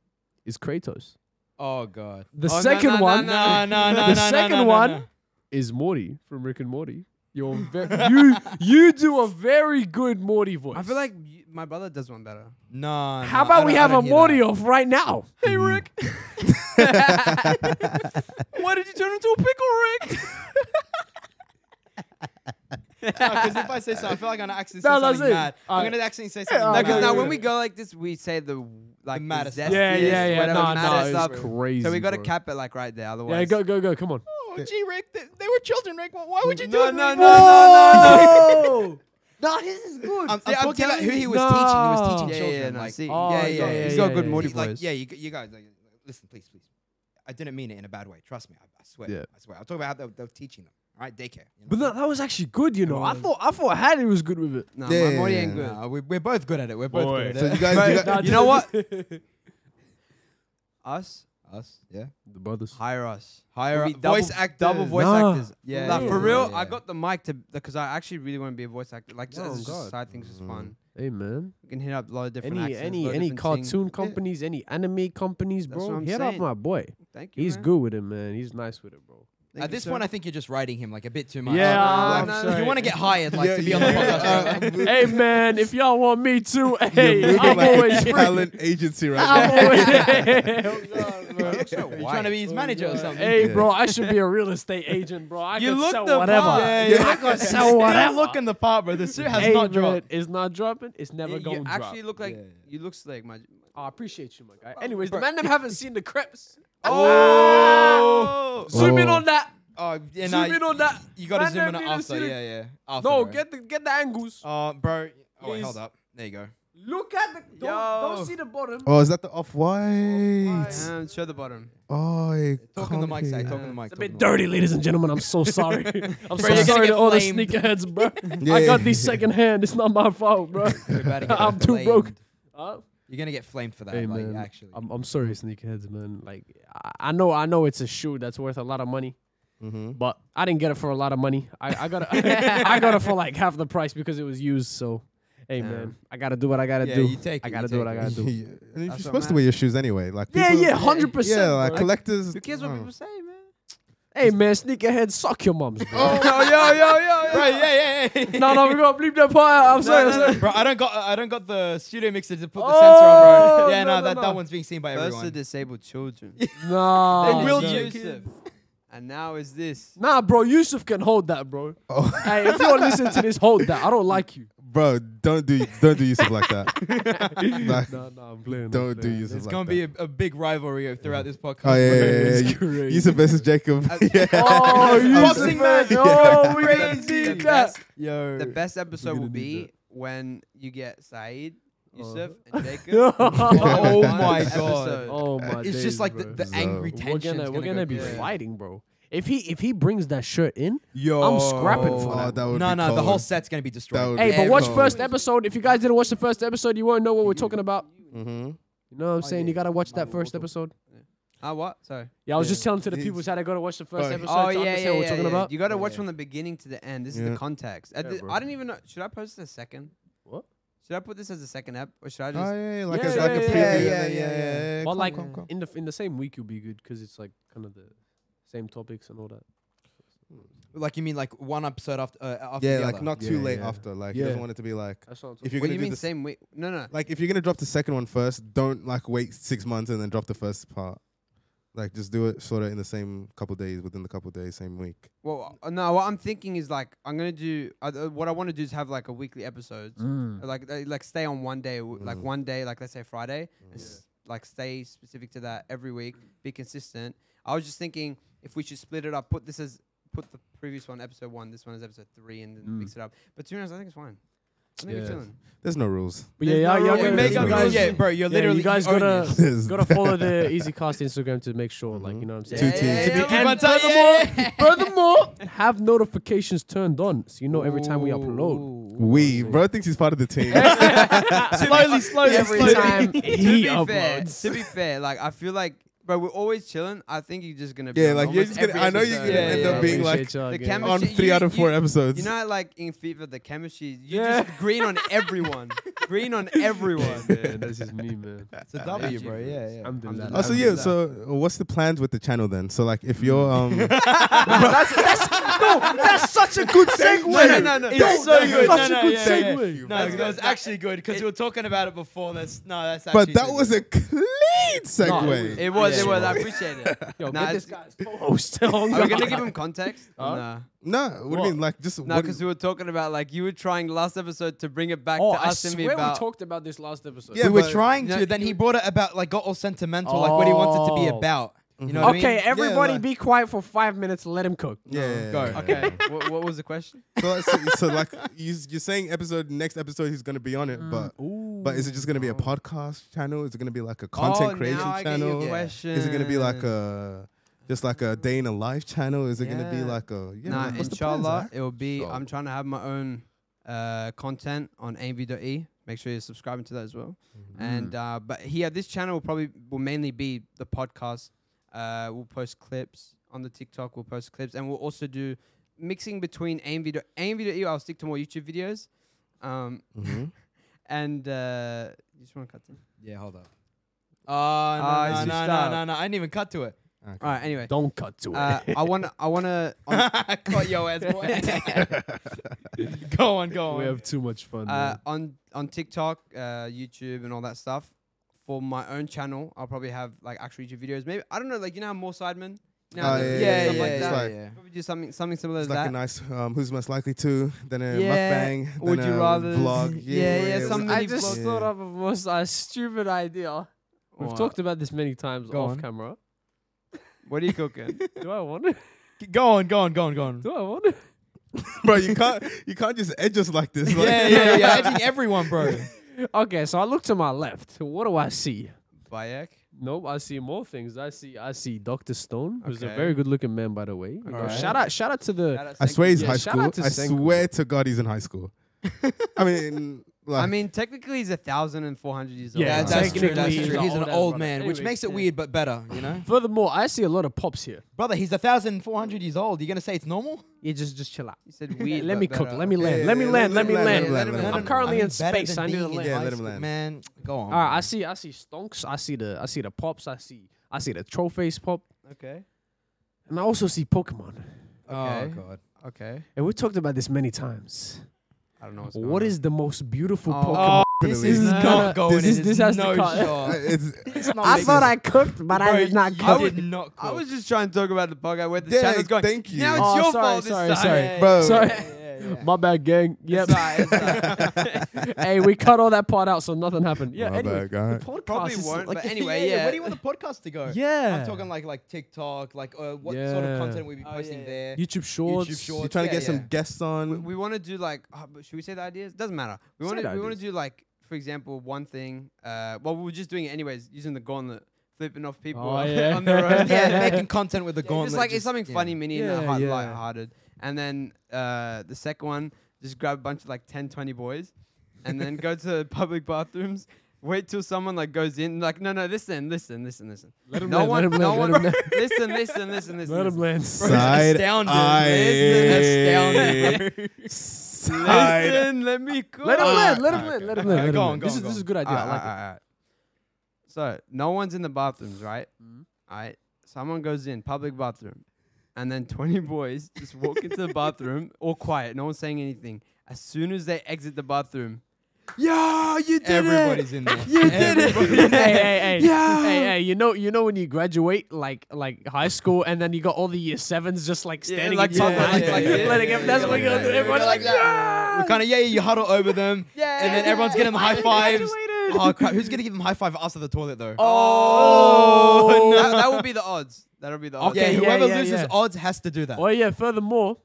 Speaker 2: is Kratos.
Speaker 4: Oh god.
Speaker 2: The
Speaker 1: Oh, no,
Speaker 2: second
Speaker 1: no, no,
Speaker 2: one *laughs*
Speaker 4: No, no, no,
Speaker 2: the
Speaker 4: no, no,
Speaker 2: second
Speaker 4: no, no,
Speaker 2: one
Speaker 4: no.
Speaker 2: is Morty from Rick and Morty.
Speaker 1: *laughs*
Speaker 2: You're ve- you you do a very good Morty voice.
Speaker 1: I feel like y- my brother does one
Speaker 2: *laughs*
Speaker 1: better. *laughs*
Speaker 4: No.
Speaker 2: how
Speaker 4: no, I
Speaker 2: about we
Speaker 4: don't- I
Speaker 2: have a
Speaker 4: *laughs* don't hear
Speaker 2: Morty
Speaker 4: that.
Speaker 2: off right now?
Speaker 1: Hey, Rick. Why did you turn into a pickle, Rick?
Speaker 4: Because if I say so, I feel like I'm gonna
Speaker 2: No,
Speaker 4: accidentally say
Speaker 2: that's
Speaker 4: something
Speaker 2: it.
Speaker 4: mad.
Speaker 2: Uh,
Speaker 4: I'm gonna accidentally say something
Speaker 2: uh,
Speaker 1: No,
Speaker 4: mad.
Speaker 1: because
Speaker 2: no,
Speaker 1: now
Speaker 2: yeah.
Speaker 1: when we go like this, we say the like the
Speaker 4: maddest stuff.
Speaker 1: zestiest,
Speaker 2: Yeah, yeah, yeah.
Speaker 1: whatever
Speaker 2: Nah, nah,
Speaker 1: maddest
Speaker 2: it's
Speaker 1: stuff.
Speaker 2: crazy.
Speaker 1: So we got to
Speaker 2: bro.
Speaker 1: cap it like right there, otherwise.
Speaker 2: Yeah, go go go! Come on.
Speaker 4: Oh, gee, Rick, they, they were children, Rick. Why, why would you do
Speaker 1: No,
Speaker 4: it?
Speaker 1: no,
Speaker 4: Rick?
Speaker 1: no, no,
Speaker 2: *laughs*
Speaker 1: no, no.
Speaker 4: No, this is good. I'm,
Speaker 1: See, I'm
Speaker 4: talking about
Speaker 1: telling
Speaker 4: who
Speaker 1: you-
Speaker 4: he was
Speaker 2: No.
Speaker 4: teaching. He was teaching
Speaker 1: Yeah, yeah,
Speaker 4: children.
Speaker 1: yeah, no,
Speaker 4: like,
Speaker 1: see,
Speaker 2: Oh,
Speaker 1: yeah,
Speaker 4: yeah,
Speaker 1: yeah,
Speaker 4: yeah,
Speaker 1: he's
Speaker 2: yeah,
Speaker 1: got
Speaker 2: yeah,
Speaker 1: good
Speaker 2: yeah.
Speaker 1: Morty
Speaker 4: he- like,
Speaker 1: voice.
Speaker 4: yeah, you, you guys, like, listen, please, please. I didn't mean it in a bad way. Trust me, I, I swear.
Speaker 5: Yeah.
Speaker 4: I swear. I'm talking about how they, were- they were teaching them. All right, daycare. You know?
Speaker 2: But that, that was actually good, you know. I thought I thought Hattie was good with it.
Speaker 1: no,
Speaker 5: Yeah,
Speaker 1: my Morty
Speaker 5: yeah,
Speaker 1: ain't good.
Speaker 4: Nah, we, we're both good at it. We're both
Speaker 2: Boy.
Speaker 4: good
Speaker 5: so
Speaker 4: at
Speaker 5: you
Speaker 4: it.
Speaker 2: *laughs*
Speaker 5: guys, you guys
Speaker 1: you know what?
Speaker 2: the
Speaker 1: Us
Speaker 4: Us, yeah.
Speaker 2: brothers.
Speaker 1: hire us.
Speaker 4: Hire
Speaker 1: We'll
Speaker 4: up-
Speaker 1: be
Speaker 4: voice
Speaker 1: double-
Speaker 4: actors.
Speaker 1: double voice
Speaker 2: Nah.
Speaker 1: actors.
Speaker 4: Yeah,
Speaker 1: Like,
Speaker 2: yeah,
Speaker 1: for
Speaker 2: yeah,
Speaker 1: real,
Speaker 4: yeah.
Speaker 1: I got the mic to because I actually really want to be a voice actor. Like,
Speaker 2: Oh,
Speaker 1: just, it's
Speaker 2: God.
Speaker 1: just side things is fun.
Speaker 2: Hey man,
Speaker 1: We can hit up a lot of different
Speaker 2: any
Speaker 1: accents, lot
Speaker 2: any
Speaker 1: of
Speaker 2: any
Speaker 1: different
Speaker 2: cartoon
Speaker 1: things. Eh,
Speaker 2: companies, any anime companies,
Speaker 1: That's
Speaker 2: bro.
Speaker 1: what I'm
Speaker 2: Hit up
Speaker 1: saying.
Speaker 2: my boy.
Speaker 1: Thank you.
Speaker 2: He's
Speaker 1: man.
Speaker 2: good with it, man. He's nice with it,
Speaker 1: *laughs*
Speaker 2: bro.
Speaker 1: Thank
Speaker 4: At
Speaker 1: you,
Speaker 4: this
Speaker 1: sir.
Speaker 4: point, I think you're just writing him like a bit too much.
Speaker 2: Yeah,
Speaker 4: Like,
Speaker 1: I'm
Speaker 4: like,
Speaker 1: sorry.
Speaker 4: You want to get hired, like,
Speaker 5: Yeah,
Speaker 4: to be on the
Speaker 5: yeah,
Speaker 4: podcast.
Speaker 5: yeah,
Speaker 4: right?
Speaker 5: *laughs* uh,
Speaker 2: hey man, if y'all want me to,
Speaker 5: you're
Speaker 2: hey,
Speaker 5: moving
Speaker 2: I'm
Speaker 5: like
Speaker 2: always
Speaker 5: a
Speaker 2: free.
Speaker 5: talent agency right
Speaker 2: *laughs*
Speaker 5: now.
Speaker 2: I'm always
Speaker 1: *laughs*
Speaker 2: *laughs*
Speaker 4: You're trying to be his manager or something.
Speaker 2: Hey
Speaker 5: Yeah.
Speaker 2: bro, I should be a real estate agent, bro. I
Speaker 1: You
Speaker 2: can
Speaker 1: look
Speaker 2: sell
Speaker 1: the
Speaker 2: whatever.
Speaker 1: part.
Speaker 4: Yeah,
Speaker 2: Yeah,
Speaker 4: yeah.
Speaker 2: I *laughs* can
Speaker 4: *laughs*
Speaker 2: sell whatever.
Speaker 4: looking the part, bro. The suit has
Speaker 2: hey,
Speaker 4: not
Speaker 2: man,
Speaker 4: dropped.
Speaker 2: It's not dropping. It's never
Speaker 1: You-
Speaker 2: going
Speaker 1: You
Speaker 2: to drop.
Speaker 1: actually look like
Speaker 4: Yeah.
Speaker 1: you look like
Speaker 2: *laughs*
Speaker 1: my.
Speaker 2: Oh, I appreciate you, my guy. Anyways,
Speaker 4: bro.
Speaker 2: the man them haven't seen the creps.
Speaker 1: Oh.
Speaker 2: Zoom in
Speaker 5: Oh.
Speaker 2: on that.
Speaker 4: Oh, yeah,
Speaker 2: zoom
Speaker 4: nah,
Speaker 2: in on that.
Speaker 4: you gotta
Speaker 2: Man,
Speaker 4: zoom
Speaker 2: I
Speaker 4: in
Speaker 2: didn't
Speaker 4: after.
Speaker 2: see it.
Speaker 4: Yeah, yeah. After,
Speaker 2: No,
Speaker 4: bro.
Speaker 2: get the get the angles.
Speaker 4: Uh, bro. Oh, wait, hold
Speaker 2: Please.
Speaker 4: up. There you go.
Speaker 2: Look at the. Don't,
Speaker 1: Yo.
Speaker 2: don't see the bottom.
Speaker 5: Oh, is that the off white?
Speaker 1: And um, show the bottom.
Speaker 5: Oh,
Speaker 4: Talking the mic, say.
Speaker 5: compi.
Speaker 4: Talking the mic.
Speaker 2: It's a bit
Speaker 4: talking the mic.
Speaker 2: dirty, ladies and gentlemen. I'm *laughs* so sorry. I'm
Speaker 4: you're
Speaker 2: so
Speaker 4: gonna
Speaker 2: sorry
Speaker 4: get
Speaker 2: to all the
Speaker 4: flamed.
Speaker 2: sneakerheads, *laughs* bro. I
Speaker 5: Yeah.
Speaker 2: got these secondhand. It's not my fault, *laughs* bro.
Speaker 4: You're about to get
Speaker 2: I'm too broke.
Speaker 4: flamed.
Speaker 2: Huh?
Speaker 4: You're gonna get flamed for that.
Speaker 2: Hey,
Speaker 4: like,
Speaker 2: man,
Speaker 4: actually. *laughs*
Speaker 2: I'm, I'm sorry, sneakerheads, man. Like, I, I know, I know, it's a shoe that's worth a lot of money,
Speaker 4: Mm-hmm.
Speaker 5: Mhm.
Speaker 2: but *laughs* I didn't get it for a lot of money. I, I got, it, I got it for like half the price because it was used. So, Hey
Speaker 1: Yeah.
Speaker 2: man, I gotta do what I gotta
Speaker 4: Yeah,
Speaker 2: do.
Speaker 4: you take
Speaker 2: I
Speaker 4: it, you
Speaker 2: gotta do
Speaker 4: take
Speaker 2: what I
Speaker 4: it.
Speaker 2: gotta
Speaker 4: *laughs*
Speaker 2: do.
Speaker 5: Yeah, and if you're
Speaker 1: what
Speaker 5: supposed to wear your shoes anyway. Like
Speaker 2: Yeah,
Speaker 5: people-
Speaker 2: yeah, hundred percent.
Speaker 5: *laughs* yeah. Like
Speaker 2: bro.
Speaker 5: collectors.
Speaker 1: Who cares what
Speaker 5: oh.
Speaker 2: Mm.
Speaker 1: people say, man? *laughs*
Speaker 2: hey man, sneakerhead, suck your mums,
Speaker 4: Oh.
Speaker 2: bro.
Speaker 1: yo, yo, yo, yo,
Speaker 2: *laughs*
Speaker 4: Bro, yeah, yeah, *laughs* yeah.
Speaker 2: no, no, we gotta bleep that part *laughs* out. I'm sorry, I'm
Speaker 1: no,
Speaker 2: sorry.
Speaker 4: bro, I don't got I don't got the studio mixer to put the sensor on,
Speaker 2: Oh,
Speaker 4: bro. Yeah,
Speaker 2: no,
Speaker 4: no,
Speaker 2: no,
Speaker 4: that,
Speaker 2: no.
Speaker 4: that one's being seen by
Speaker 1: First the
Speaker 4: everyone.
Speaker 1: disabled
Speaker 2: *laughs*
Speaker 1: children.
Speaker 2: Nah,
Speaker 1: Then
Speaker 4: will
Speaker 2: nah.
Speaker 4: you-
Speaker 1: Yusuf. And now is this.
Speaker 2: Nah, bro, Yusuf can hold that, bro.
Speaker 5: Oh,
Speaker 2: hey, if you're listening to this, hold that. I don't like you.
Speaker 5: *laughs* bro, don't do don't do Yusuf like that. Like,
Speaker 2: Nah, nah, I'm playing.
Speaker 5: Don't do Yusuf
Speaker 4: It's
Speaker 5: like
Speaker 4: gonna
Speaker 5: that.
Speaker 4: be a, a big rivalry throughout this podcast.
Speaker 5: oh yeah, yeah, yeah,
Speaker 2: It's
Speaker 5: yeah.
Speaker 2: crazy.
Speaker 5: Yusuf versus Jacob. *laughs* yeah.
Speaker 2: *laughs* Oh, Yusuf.
Speaker 4: Boxing
Speaker 2: man.
Speaker 4: match.
Speaker 2: Oh, we
Speaker 1: Crazy.
Speaker 2: gonna see
Speaker 1: The
Speaker 2: that.
Speaker 1: best-
Speaker 2: Yo.
Speaker 1: The best episode
Speaker 2: gonna
Speaker 1: will
Speaker 2: need
Speaker 1: be
Speaker 2: that.
Speaker 1: when you get Saeed, Yusuf,
Speaker 2: Uh-huh. *laughs*
Speaker 1: and Jacob.
Speaker 2: Oh
Speaker 1: One
Speaker 4: my
Speaker 1: episode.
Speaker 4: God.
Speaker 2: *laughs* Oh my
Speaker 4: It's just
Speaker 2: days,
Speaker 4: like
Speaker 2: bro.
Speaker 4: the, the
Speaker 5: So-
Speaker 4: angry tension.
Speaker 2: we're gonna, we're gonna be
Speaker 1: crazy.
Speaker 2: fighting, bro. If he if he brings that shirt in,
Speaker 4: Yo,
Speaker 2: I'm scrapping for
Speaker 5: Oh,
Speaker 2: that.
Speaker 5: that
Speaker 4: No,
Speaker 5: would
Speaker 4: no,
Speaker 5: be cold.
Speaker 4: the whole set's gonna be destroyed.
Speaker 5: would
Speaker 2: hey, but watch
Speaker 5: Everyone.
Speaker 2: first episode. If you guys didn't watch the first episode, you won't know what we're talking about.
Speaker 5: Mm-hmm.
Speaker 2: You know what I'm saying?
Speaker 1: yeah.
Speaker 2: You gotta watch
Speaker 1: Might
Speaker 2: that
Speaker 1: be
Speaker 2: first
Speaker 1: water.
Speaker 2: episode.
Speaker 1: Ah, what? Sorry.
Speaker 2: Yeah, I was
Speaker 5: Yeah.
Speaker 2: just telling to the
Speaker 5: It's-
Speaker 2: people how they gotta watch the first
Speaker 5: Bro,
Speaker 2: episode
Speaker 1: Oh
Speaker 2: to
Speaker 1: yeah,
Speaker 2: understand
Speaker 1: yeah,
Speaker 2: what we're
Speaker 1: yeah,
Speaker 2: talking
Speaker 1: yeah.
Speaker 2: about.
Speaker 1: You got to watch
Speaker 5: Yeah.
Speaker 1: from the beginning to the end. This is
Speaker 5: Yeah.
Speaker 1: the context. I,
Speaker 2: Yeah,
Speaker 1: did-
Speaker 2: bro.
Speaker 1: I don't even know. Should I post this as second?
Speaker 2: What?
Speaker 1: Should I put this as a second app, or should I just?
Speaker 5: Oh yeah, yeah, like
Speaker 2: Yeah,
Speaker 5: a, like a
Speaker 2: yeah,
Speaker 5: preview.
Speaker 2: yeah,
Speaker 5: and
Speaker 1: yeah,
Speaker 5: then,
Speaker 1: yeah, yeah.
Speaker 5: yeah.
Speaker 2: But
Speaker 5: Come,
Speaker 2: like
Speaker 5: come, come.
Speaker 2: in the in the same week, you'll be good because it's like kind of the same topics and all that.
Speaker 4: Like you mean like one episode after uh, after
Speaker 5: yeah,
Speaker 4: the
Speaker 5: like
Speaker 4: other.
Speaker 5: not too
Speaker 2: Yeah,
Speaker 5: late
Speaker 2: yeah.
Speaker 5: after. Like,
Speaker 2: Yeah.
Speaker 5: he doesn't want it to be like
Speaker 2: That's what I'm
Speaker 5: if
Speaker 2: talking.
Speaker 5: you're
Speaker 1: What do
Speaker 5: gonna
Speaker 1: you
Speaker 5: do
Speaker 1: mean
Speaker 5: this-
Speaker 1: same week? No, no.
Speaker 5: like if you're gonna drop the second one first, don't like wait six months and then drop the first part. Like just do it sort of in the same couple days, within the couple days, same week.
Speaker 1: Well, uh, no. What I'm thinking is like I'm gonna do. Uh, uh, what I want to do is have like a weekly episode,
Speaker 2: Mm.
Speaker 1: like uh, like stay on one day, w- like
Speaker 5: Mm.
Speaker 1: one day, like let's say Friday, and s- like stay specific to that every week, be consistent. I was just thinking if we should split it up, put this as put the previous one episode one, this one is episode three, and then mix it up. But to be honest, I think it's fine. I think
Speaker 2: Mm. Yeah.
Speaker 1: we're chilling.
Speaker 5: There's no rules. *laughs*
Speaker 2: But yeah,
Speaker 1: There's
Speaker 2: yeah,
Speaker 1: no
Speaker 2: yeah,
Speaker 1: rule.
Speaker 2: yeah,
Speaker 4: we
Speaker 5: gonna
Speaker 4: make
Speaker 5: do
Speaker 4: up,
Speaker 5: it.
Speaker 4: yeah,
Speaker 5: guys-
Speaker 4: yeah, bro. You're
Speaker 2: Yeah,
Speaker 4: literally
Speaker 2: you guys
Speaker 4: own
Speaker 2: gotta
Speaker 5: *laughs*
Speaker 4: this.
Speaker 5: There's-
Speaker 2: gotta follow the EasyCast Instagram to make sure, like you know what I'm
Speaker 5: Two
Speaker 2: saying.
Speaker 1: Yeah,
Speaker 5: teams.
Speaker 1: yeah, yeah,
Speaker 4: Keep
Speaker 1: man.
Speaker 4: on top, yeah,
Speaker 2: Furthermore,
Speaker 4: yeah.
Speaker 2: furthermore, have notifications turned on so you know every time we upload.
Speaker 1: Ooh.
Speaker 5: We bro thinks he's part of
Speaker 1: *laughs*
Speaker 5: the team.
Speaker 4: slowly, slowly,
Speaker 2: Every
Speaker 4: slowly.
Speaker 2: time
Speaker 1: to
Speaker 2: he
Speaker 1: be fair,
Speaker 2: uploads.
Speaker 1: to be fair, like I feel like, bro, we're always chilling. I think you're just gonna be
Speaker 5: Yeah,
Speaker 1: on
Speaker 5: like, you're
Speaker 1: almost
Speaker 5: just gonna-
Speaker 1: every
Speaker 5: I know you're
Speaker 1: episode.
Speaker 5: gonna end
Speaker 1: yeah,
Speaker 5: up being
Speaker 1: yeah.
Speaker 5: like,
Speaker 2: appreciate y'all
Speaker 1: the
Speaker 2: again.
Speaker 1: camera-
Speaker 5: *laughs* on *laughs*
Speaker 1: You-
Speaker 5: three out of
Speaker 1: you-
Speaker 5: four episodes.
Speaker 1: You know, how, like in FIFA, the chemistry, you
Speaker 2: Yeah.
Speaker 1: just green on everyone, green
Speaker 5: *laughs*
Speaker 1: on everyone.
Speaker 2: Yeah, that's just me, man.
Speaker 4: It's a W, bro.
Speaker 2: *laughs*
Speaker 4: Yeah, yeah.
Speaker 2: I'm doing
Speaker 1: I'm
Speaker 2: that.
Speaker 5: oh, so
Speaker 1: I'm
Speaker 5: yeah.
Speaker 1: that.
Speaker 5: So what's the plans with the channel then? So like, if you're um,
Speaker 4: *laughs*
Speaker 2: that's such a good segue.
Speaker 1: No, no, no, no.
Speaker 4: It's so
Speaker 2: that's
Speaker 4: good.
Speaker 2: such
Speaker 4: no,
Speaker 2: a
Speaker 4: no,
Speaker 2: good
Speaker 4: yeah, yeah.
Speaker 2: segue.
Speaker 4: No, that was actually good because we were talking about it before. That's no, that's actually.
Speaker 5: but that
Speaker 4: so
Speaker 5: was
Speaker 4: good.
Speaker 5: a clean segue.
Speaker 1: It was,
Speaker 4: Yeah.
Speaker 1: it was. I appreciate it.
Speaker 2: Yo,
Speaker 1: Nah,
Speaker 2: get this
Speaker 1: it's- *laughs*
Speaker 2: guy's co-host on.
Speaker 1: Are we gonna give him context?
Speaker 2: *laughs* Huh?
Speaker 1: Nah,
Speaker 5: no, what, do
Speaker 2: What?
Speaker 5: you mean? Like just
Speaker 1: no,
Speaker 5: what-
Speaker 1: because we were talking about like you were trying last episode to bring it back
Speaker 2: Oh,
Speaker 1: to
Speaker 2: I
Speaker 1: us and me
Speaker 2: swear we
Speaker 1: about.
Speaker 2: talked about this last episode.
Speaker 5: Yeah,
Speaker 4: we were
Speaker 5: but-
Speaker 4: trying
Speaker 1: No,
Speaker 4: to. Then
Speaker 1: you-
Speaker 4: he brought it about like got all sentimental, like what he wants it to
Speaker 2: Oh.
Speaker 4: be about. You know what I
Speaker 2: Okay,
Speaker 4: mean?
Speaker 2: everybody,
Speaker 5: like-
Speaker 2: be quiet for five minutes. Let him cook.
Speaker 5: yeah, yeah, yeah,
Speaker 4: Go.
Speaker 5: yeah.
Speaker 1: okay, what, what was the question?
Speaker 5: *laughs* So, so, so like you, you're saying episode next episode he's gonna be on it, but
Speaker 2: Mm.
Speaker 5: but is it just gonna be a podcast channel? Is it gonna be like a content
Speaker 1: oh,
Speaker 5: creation
Speaker 1: now I get your
Speaker 5: channel?
Speaker 1: question.
Speaker 5: Is it gonna be like a just like a day in a life channel? Is it gonna be
Speaker 1: Yeah.
Speaker 5: like a yeah,
Speaker 1: nah,
Speaker 5: what's the plans,
Speaker 1: inshallah,
Speaker 5: Zach?
Speaker 1: it will be.
Speaker 5: Inshallah.
Speaker 1: I'm trying to have my own uh, content on AV.E. Make sure you're subscribing to that as well.
Speaker 5: Mm-hmm.
Speaker 1: And uh, but here, this channel will probably will mainly be the podcast. Uh, we'll post clips on the TikTok. We'll post clips, and we'll also do mixing between AMV. AMV.E. I'll stick to more YouTube videos. Um, *laughs*
Speaker 5: Mhm.
Speaker 1: and uh, you just want to cut them.
Speaker 4: Yeah, hold up.
Speaker 2: Ah,
Speaker 4: Oh,
Speaker 1: it's
Speaker 4: no, no,
Speaker 1: just
Speaker 4: no,
Speaker 1: out.
Speaker 4: no, no, I didn't even cut
Speaker 5: *laughs*
Speaker 4: to it.
Speaker 5: Okay.
Speaker 1: All right. Anyway,
Speaker 2: Don't cut to
Speaker 1: uh,
Speaker 2: it.
Speaker 1: I want to. I want to.
Speaker 4: *laughs*
Speaker 5: *laughs*
Speaker 4: Caught your ass, boy. *laughs* go on, go
Speaker 2: *laughs*
Speaker 4: on.
Speaker 2: we have too much fun.
Speaker 1: uh, on on TikTok, uh, YouTube, and all that stuff. For my own channel, I'll probably have like actual YouTube videos. Maybe I don't know, like you know, how more Sidemen. You know,
Speaker 5: Oh,
Speaker 1: they do
Speaker 5: yeah,
Speaker 1: stuff
Speaker 5: yeah,
Speaker 1: like
Speaker 5: yeah,
Speaker 1: that.
Speaker 5: it's like-
Speaker 1: Probably do something something similar
Speaker 5: It's
Speaker 1: to
Speaker 5: like
Speaker 1: that.
Speaker 5: a nice um, who's most likely to then a
Speaker 1: Yeah,
Speaker 5: mukbang. then
Speaker 1: would you
Speaker 5: a
Speaker 1: rather-
Speaker 5: vlog?
Speaker 1: *laughs* yeah, yeah,
Speaker 5: it's-
Speaker 1: some-
Speaker 2: I
Speaker 1: mini
Speaker 2: just
Speaker 5: vlogs.
Speaker 2: thought
Speaker 5: Yeah.
Speaker 2: of a most uh, stupid idea. We've
Speaker 1: What?
Speaker 2: talked about this many times
Speaker 4: Go
Speaker 2: off
Speaker 4: on.
Speaker 2: camera.
Speaker 1: What are you cooking? *laughs*
Speaker 2: Do I want it? *laughs*
Speaker 4: Go on, go on, go on, go on.
Speaker 2: Do I want it?
Speaker 5: bro. You can't you can't just edge us
Speaker 1: *laughs*
Speaker 5: like this.
Speaker 4: *laughs*
Speaker 5: Like,
Speaker 4: Yeah, yeah, yeah. Edging
Speaker 2: *laughs*
Speaker 4: everyone, bro.
Speaker 2: Okay, so I look to my left. What do I see?
Speaker 5: *laughs*
Speaker 1: Bayek.
Speaker 2: Nope, I see more things. I see, I see Doctor Stone, who's a
Speaker 1: Okay.
Speaker 2: very good-looking man, by the way. You know,
Speaker 1: Alright.
Speaker 2: Shout out, shout out to the
Speaker 1: Shout out
Speaker 5: I
Speaker 1: Senku.
Speaker 5: swear he's
Speaker 2: Yeah,
Speaker 5: high
Speaker 2: shout
Speaker 5: school.
Speaker 2: out to
Speaker 5: I
Speaker 2: Senku.
Speaker 5: *laughs* swear to God he's in high school. I mean, Like,
Speaker 1: I mean, technically, he's a thousand and four hundred years old.
Speaker 2: Yeah,
Speaker 4: Yeah,
Speaker 1: right?
Speaker 4: that's true. That's
Speaker 2: Technically, he's
Speaker 4: true.
Speaker 2: an
Speaker 4: He's an
Speaker 2: old-ass
Speaker 4: old
Speaker 2: brother.
Speaker 4: man, which
Speaker 2: Anyways,
Speaker 4: makes it
Speaker 2: yeah.
Speaker 4: weird but better, you know?
Speaker 2: Furthermore, I see a lot of pops here.
Speaker 4: Brother, he's 1,400 years old. You going to say it's normal?
Speaker 2: Yeah, just just chill out.
Speaker 1: He said
Speaker 2: Yeah,
Speaker 1: weird.
Speaker 2: let
Speaker 1: but
Speaker 2: me cook.
Speaker 1: better.
Speaker 2: Let me
Speaker 5: Yeah,
Speaker 2: land.
Speaker 5: yeah,
Speaker 2: let me
Speaker 5: yeah,
Speaker 2: land.
Speaker 5: let
Speaker 2: Let
Speaker 5: him
Speaker 2: me
Speaker 5: land,
Speaker 2: land.
Speaker 5: let him
Speaker 1: land.
Speaker 2: I'm currently in space. I need to
Speaker 4: a
Speaker 5: Yeah,
Speaker 2: land.
Speaker 5: let him land.
Speaker 4: Man, go on.
Speaker 2: All right, I
Speaker 4: man.
Speaker 2: see. I see stonks. I see the. I see the pops. I see. I see the trophies pop,
Speaker 1: Okay.
Speaker 2: and I also see Pokemon.
Speaker 1: Okay.
Speaker 4: Oh, God.
Speaker 1: Okay.
Speaker 2: And we talked about this many times.
Speaker 1: I don't know what's going
Speaker 2: What
Speaker 1: on.
Speaker 2: is the most beautiful
Speaker 1: Oh.
Speaker 2: Pokemon?
Speaker 5: This
Speaker 2: This is
Speaker 5: is
Speaker 4: not
Speaker 2: gonna-
Speaker 4: going
Speaker 2: this
Speaker 4: in.
Speaker 2: is- this has
Speaker 4: There's
Speaker 2: to
Speaker 4: no
Speaker 2: cut.
Speaker 5: uh,
Speaker 4: shot.
Speaker 5: it's
Speaker 4: *laughs* It's not
Speaker 2: I
Speaker 4: making
Speaker 2: thought
Speaker 4: sense.
Speaker 2: I cooked, but I
Speaker 4: Bro,
Speaker 2: did not
Speaker 4: you
Speaker 2: cook.
Speaker 4: *laughs* did not
Speaker 1: I
Speaker 4: cook.
Speaker 2: *laughs*
Speaker 1: was just trying to talk about the podcast where the
Speaker 5: Yeah,
Speaker 1: channel's going.
Speaker 5: thank you.
Speaker 1: Now it's
Speaker 2: Oh,
Speaker 1: your
Speaker 2: sorry,
Speaker 1: fault this
Speaker 2: sorry,
Speaker 1: time.
Speaker 2: sorry.
Speaker 1: Yeah,
Speaker 5: Bro. *laughs*
Speaker 2: Sorry.
Speaker 4: Yeah, yeah, yeah.
Speaker 2: My bad, gang. Yep.
Speaker 1: It's alright, it's alright.
Speaker 2: hey, we cut all that part out, so nothing happened. Yeah.
Speaker 5: My
Speaker 2: anyway,
Speaker 5: bad, guy.
Speaker 2: the podcast
Speaker 1: Probably
Speaker 2: is
Speaker 1: won't,
Speaker 2: like-
Speaker 1: *laughs* but anyway, yeah.
Speaker 4: Where do you want the podcast to go?
Speaker 2: yeah.
Speaker 4: I'm talking like like TikTok, like uh, what sort
Speaker 2: Yeah.
Speaker 4: of content we be
Speaker 1: Oh,
Speaker 4: posting
Speaker 1: yeah, yeah.
Speaker 4: there.
Speaker 2: YouTube Shorts.
Speaker 4: Shorts.
Speaker 5: You're trying to
Speaker 4: Yeah,
Speaker 5: get some
Speaker 4: yeah.
Speaker 5: guests
Speaker 1: we,
Speaker 5: on.
Speaker 1: we want to do like uh, but should we say the ideas doesn't matter we
Speaker 2: Say
Speaker 1: want
Speaker 2: the
Speaker 1: to we want to
Speaker 2: ideas.
Speaker 1: do like for example one thing uh well we were just doing it anyways using the gauntlet flipping off people *laughs*
Speaker 2: Oh,
Speaker 1: on-
Speaker 2: *laughs* yeah.
Speaker 1: on their own
Speaker 4: yeah, making content with the
Speaker 1: Yeah,
Speaker 4: gauntlet.
Speaker 1: *laughs* just like it's something
Speaker 4: yeah.
Speaker 1: funny mini and
Speaker 2: Yeah,
Speaker 1: heart,
Speaker 2: yeah.
Speaker 1: light-hearted and then uh the second one just grab a bunch of like 10 20 boys and then go to *laughs* public bathrooms Wait till someone like goes in, like no, no, listen, listen, listen, listen.
Speaker 2: Let him
Speaker 1: no
Speaker 2: land,
Speaker 1: one,
Speaker 2: let him
Speaker 1: no
Speaker 2: land, let
Speaker 1: *laughs* one,
Speaker 2: him
Speaker 1: listen, listen, listen, listen.
Speaker 2: Let him
Speaker 1: listen.
Speaker 2: land.
Speaker 5: Side
Speaker 4: astounded.
Speaker 5: eye.
Speaker 4: Listen, astounded.
Speaker 5: *laughs* Side.
Speaker 1: Listen, *laughs* let me go.
Speaker 2: Let him land.
Speaker 5: Alright,
Speaker 2: Let him
Speaker 5: alright,
Speaker 2: land. Let him land. let
Speaker 4: Go
Speaker 5: okay.
Speaker 2: him
Speaker 4: on,
Speaker 2: land.
Speaker 4: go
Speaker 2: This
Speaker 4: on,
Speaker 2: is
Speaker 4: go
Speaker 2: this is a
Speaker 4: on.
Speaker 2: good idea. I
Speaker 1: Alright,
Speaker 2: like it.
Speaker 1: alright, alright. So no one's in the bathrooms, right? All right. Someone goes in public bathroom, and then twenty boys just walk into the
Speaker 2: *laughs*
Speaker 1: bathroom, all quiet, no one's saying anything. As soon as they exit the bathroom, yo, you did
Speaker 4: Everybody's in there.
Speaker 1: it, you did
Speaker 2: *laughs* hey,
Speaker 1: it.
Speaker 2: hey, hey,
Speaker 1: Yeah.
Speaker 2: hey, hey! You know, you know when you graduate, like like high school, and then you got all the year sevens just like
Speaker 1: Yeah,
Speaker 2: standing
Speaker 1: like
Speaker 2: in your
Speaker 1: yeah,
Speaker 2: line,
Speaker 1: yeah,
Speaker 2: like
Speaker 1: yeah,
Speaker 2: letting
Speaker 1: yeah,
Speaker 2: him. That's
Speaker 1: yeah,
Speaker 2: what you're gonna
Speaker 1: yeah,
Speaker 2: do.
Speaker 1: yeah,
Speaker 2: Everybody's
Speaker 1: yeah,
Speaker 2: like,
Speaker 1: yeah.
Speaker 2: yeah.
Speaker 4: We kind of yeah, yeah, you huddle over them,
Speaker 1: Yeah,
Speaker 4: and then
Speaker 1: yeah,
Speaker 4: everyone's
Speaker 1: yeah.
Speaker 4: giving them high
Speaker 2: I
Speaker 4: fives.
Speaker 2: graduated.
Speaker 4: Oh crap! Who's gonna give them high five us at the toilet though?
Speaker 2: Oh,
Speaker 1: *laughs* that, that would be the odds. That'll be the odds.
Speaker 4: yeah,
Speaker 2: okay, yeah,
Speaker 4: whoever
Speaker 2: yeah,
Speaker 4: loses
Speaker 2: yeah.
Speaker 4: odds has to do that.
Speaker 2: Oh yeah. Furthermore,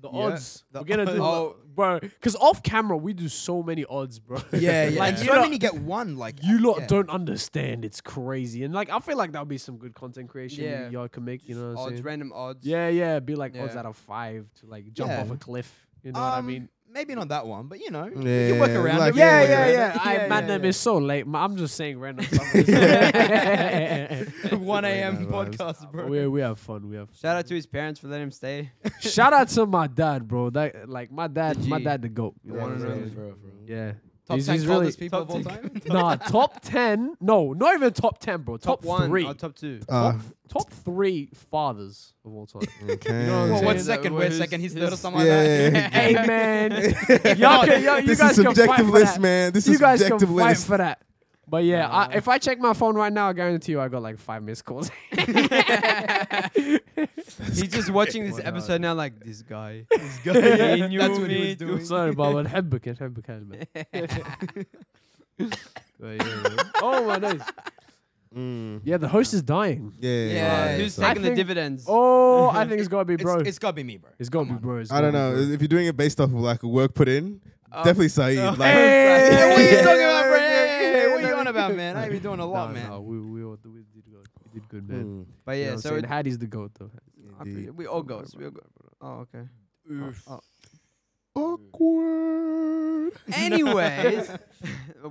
Speaker 2: the Oh.
Speaker 4: Yeah,
Speaker 2: odds.
Speaker 4: the
Speaker 2: We're *laughs* gonna do,
Speaker 1: odds.
Speaker 2: bro. Because off camera, we do so many odds, *laughs* bro.
Speaker 4: Yeah, yeah.
Speaker 2: Like,
Speaker 4: *laughs* Like
Speaker 2: you
Speaker 4: you don't
Speaker 2: lot-
Speaker 4: only get one. Like
Speaker 2: You lot
Speaker 4: yeah.
Speaker 2: don't understand. It's crazy, and like I feel like that would be some good content creation
Speaker 1: Yeah.
Speaker 2: y'all can make. You know what I'm
Speaker 1: odds,
Speaker 2: saying?
Speaker 1: random odds.
Speaker 2: Yeah, yeah. Be like oh, odds
Speaker 1: Yeah.
Speaker 2: out of five to like jump
Speaker 4: Yeah.
Speaker 2: off a cliff. You know what I
Speaker 4: Um,
Speaker 2: mean?
Speaker 4: Maybe not that one, but you know,
Speaker 5: Yeah,
Speaker 4: you can work around
Speaker 5: like-
Speaker 4: it.
Speaker 5: Yeah,
Speaker 4: You can work
Speaker 5: yeah,
Speaker 4: around
Speaker 5: yeah.
Speaker 4: it.
Speaker 2: I, man, them
Speaker 4: yeah.
Speaker 2: is so late. ma- I'm just saying random stuff. *laughs*
Speaker 4: *laughs* 1 a.m.
Speaker 5: Right, vibes.
Speaker 4: podcast, bro.
Speaker 2: we we have fun. We have fun.
Speaker 1: Shout out to his parents for letting him stay.
Speaker 2: shout out to my dad, bro. That like my dad,
Speaker 1: The
Speaker 2: my
Speaker 1: G.
Speaker 2: dad the goat. you
Speaker 1: Yeah,
Speaker 2: know what
Speaker 1: yeah,
Speaker 2: I mean?
Speaker 1: yeah.
Speaker 2: Yeah.
Speaker 4: Top
Speaker 2: He's-
Speaker 4: 10
Speaker 2: he's
Speaker 4: coldest
Speaker 2: really-
Speaker 4: people
Speaker 1: Top
Speaker 4: of all time.
Speaker 2: nah, top ten. No, not even top ten, bro. Top,
Speaker 1: one
Speaker 2: three.
Speaker 1: or top
Speaker 2: *laughs*
Speaker 1: two.
Speaker 5: Uh,
Speaker 2: top, top three fathers of all time.
Speaker 5: okay.
Speaker 1: know
Speaker 4: Well,
Speaker 1: I'm
Speaker 4: what's
Speaker 1: saying?
Speaker 4: second?
Speaker 1: That
Speaker 4: We're
Speaker 1: was
Speaker 4: second. He's
Speaker 1: his-
Speaker 4: third or something
Speaker 5: Yeah,
Speaker 4: like
Speaker 5: yeah,
Speaker 4: that.
Speaker 5: yeah.
Speaker 2: hey man, y'all, can- y'all, you
Speaker 5: this
Speaker 2: guys
Speaker 5: is
Speaker 2: can fight
Speaker 5: subjective
Speaker 2: for
Speaker 5: list,
Speaker 2: that.
Speaker 5: man. This
Speaker 2: you
Speaker 5: is
Speaker 2: guys can
Speaker 5: subjective
Speaker 2: fight
Speaker 5: list.
Speaker 2: for that. But yeah, I, if I check my phone right now, I guarantee you I got like five missed calls.
Speaker 1: He's just watching this
Speaker 2: What
Speaker 1: episode now, like this
Speaker 2: *laughs*
Speaker 1: guy.
Speaker 4: Yeah,
Speaker 1: He knew
Speaker 4: That's what
Speaker 1: me
Speaker 4: he was
Speaker 1: too.
Speaker 4: doing.
Speaker 2: Sorry, *laughs* Baba. أحبك أحبك *laughs* هالمن. Oh my days.
Speaker 5: Mm.
Speaker 2: Yeah, the host is dying.
Speaker 5: Yeah, yeah,
Speaker 4: Yeah,
Speaker 5: yeah.
Speaker 1: Who's
Speaker 5: So-
Speaker 2: I
Speaker 1: taking the
Speaker 2: think-
Speaker 1: dividends?
Speaker 2: *laughs* Oh, I think it's gotta be
Speaker 4: It's-
Speaker 2: bro.
Speaker 4: it's gotta be me, bro.
Speaker 2: it's gotta be
Speaker 4: Come on.
Speaker 2: bro. It's
Speaker 5: I don't
Speaker 2: gotta
Speaker 5: know.
Speaker 2: be bro.
Speaker 5: If you're doing it based off of like work put in,
Speaker 1: Uh,
Speaker 5: definitely Saeed.
Speaker 1: no.
Speaker 5: like,
Speaker 2: Hey!
Speaker 4: Yeah, what are you
Speaker 5: Yeah,
Speaker 4: talking
Speaker 5: yeah,
Speaker 4: about, bro?
Speaker 5: yeah,
Speaker 4: Hey,
Speaker 5: yeah,
Speaker 4: hey,
Speaker 5: yeah,
Speaker 4: what are you
Speaker 5: yeah.
Speaker 4: on about, man? I be doing a *laughs* lot,
Speaker 2: Nah,
Speaker 4: man.
Speaker 2: nah, we, we, all- we did good. We did good, man.
Speaker 5: Mm,
Speaker 1: But
Speaker 2: You know
Speaker 1: yeah,
Speaker 2: what I'm
Speaker 1: so
Speaker 2: saying?
Speaker 1: it,
Speaker 2: Hattie's the goat though.
Speaker 1: I pre-
Speaker 5: indeed.
Speaker 1: we all go. We all go. Oh, okay.
Speaker 4: Oof.
Speaker 1: Oh.
Speaker 5: Awkward.
Speaker 1: *laughs*
Speaker 4: *laughs*
Speaker 1: Anyways,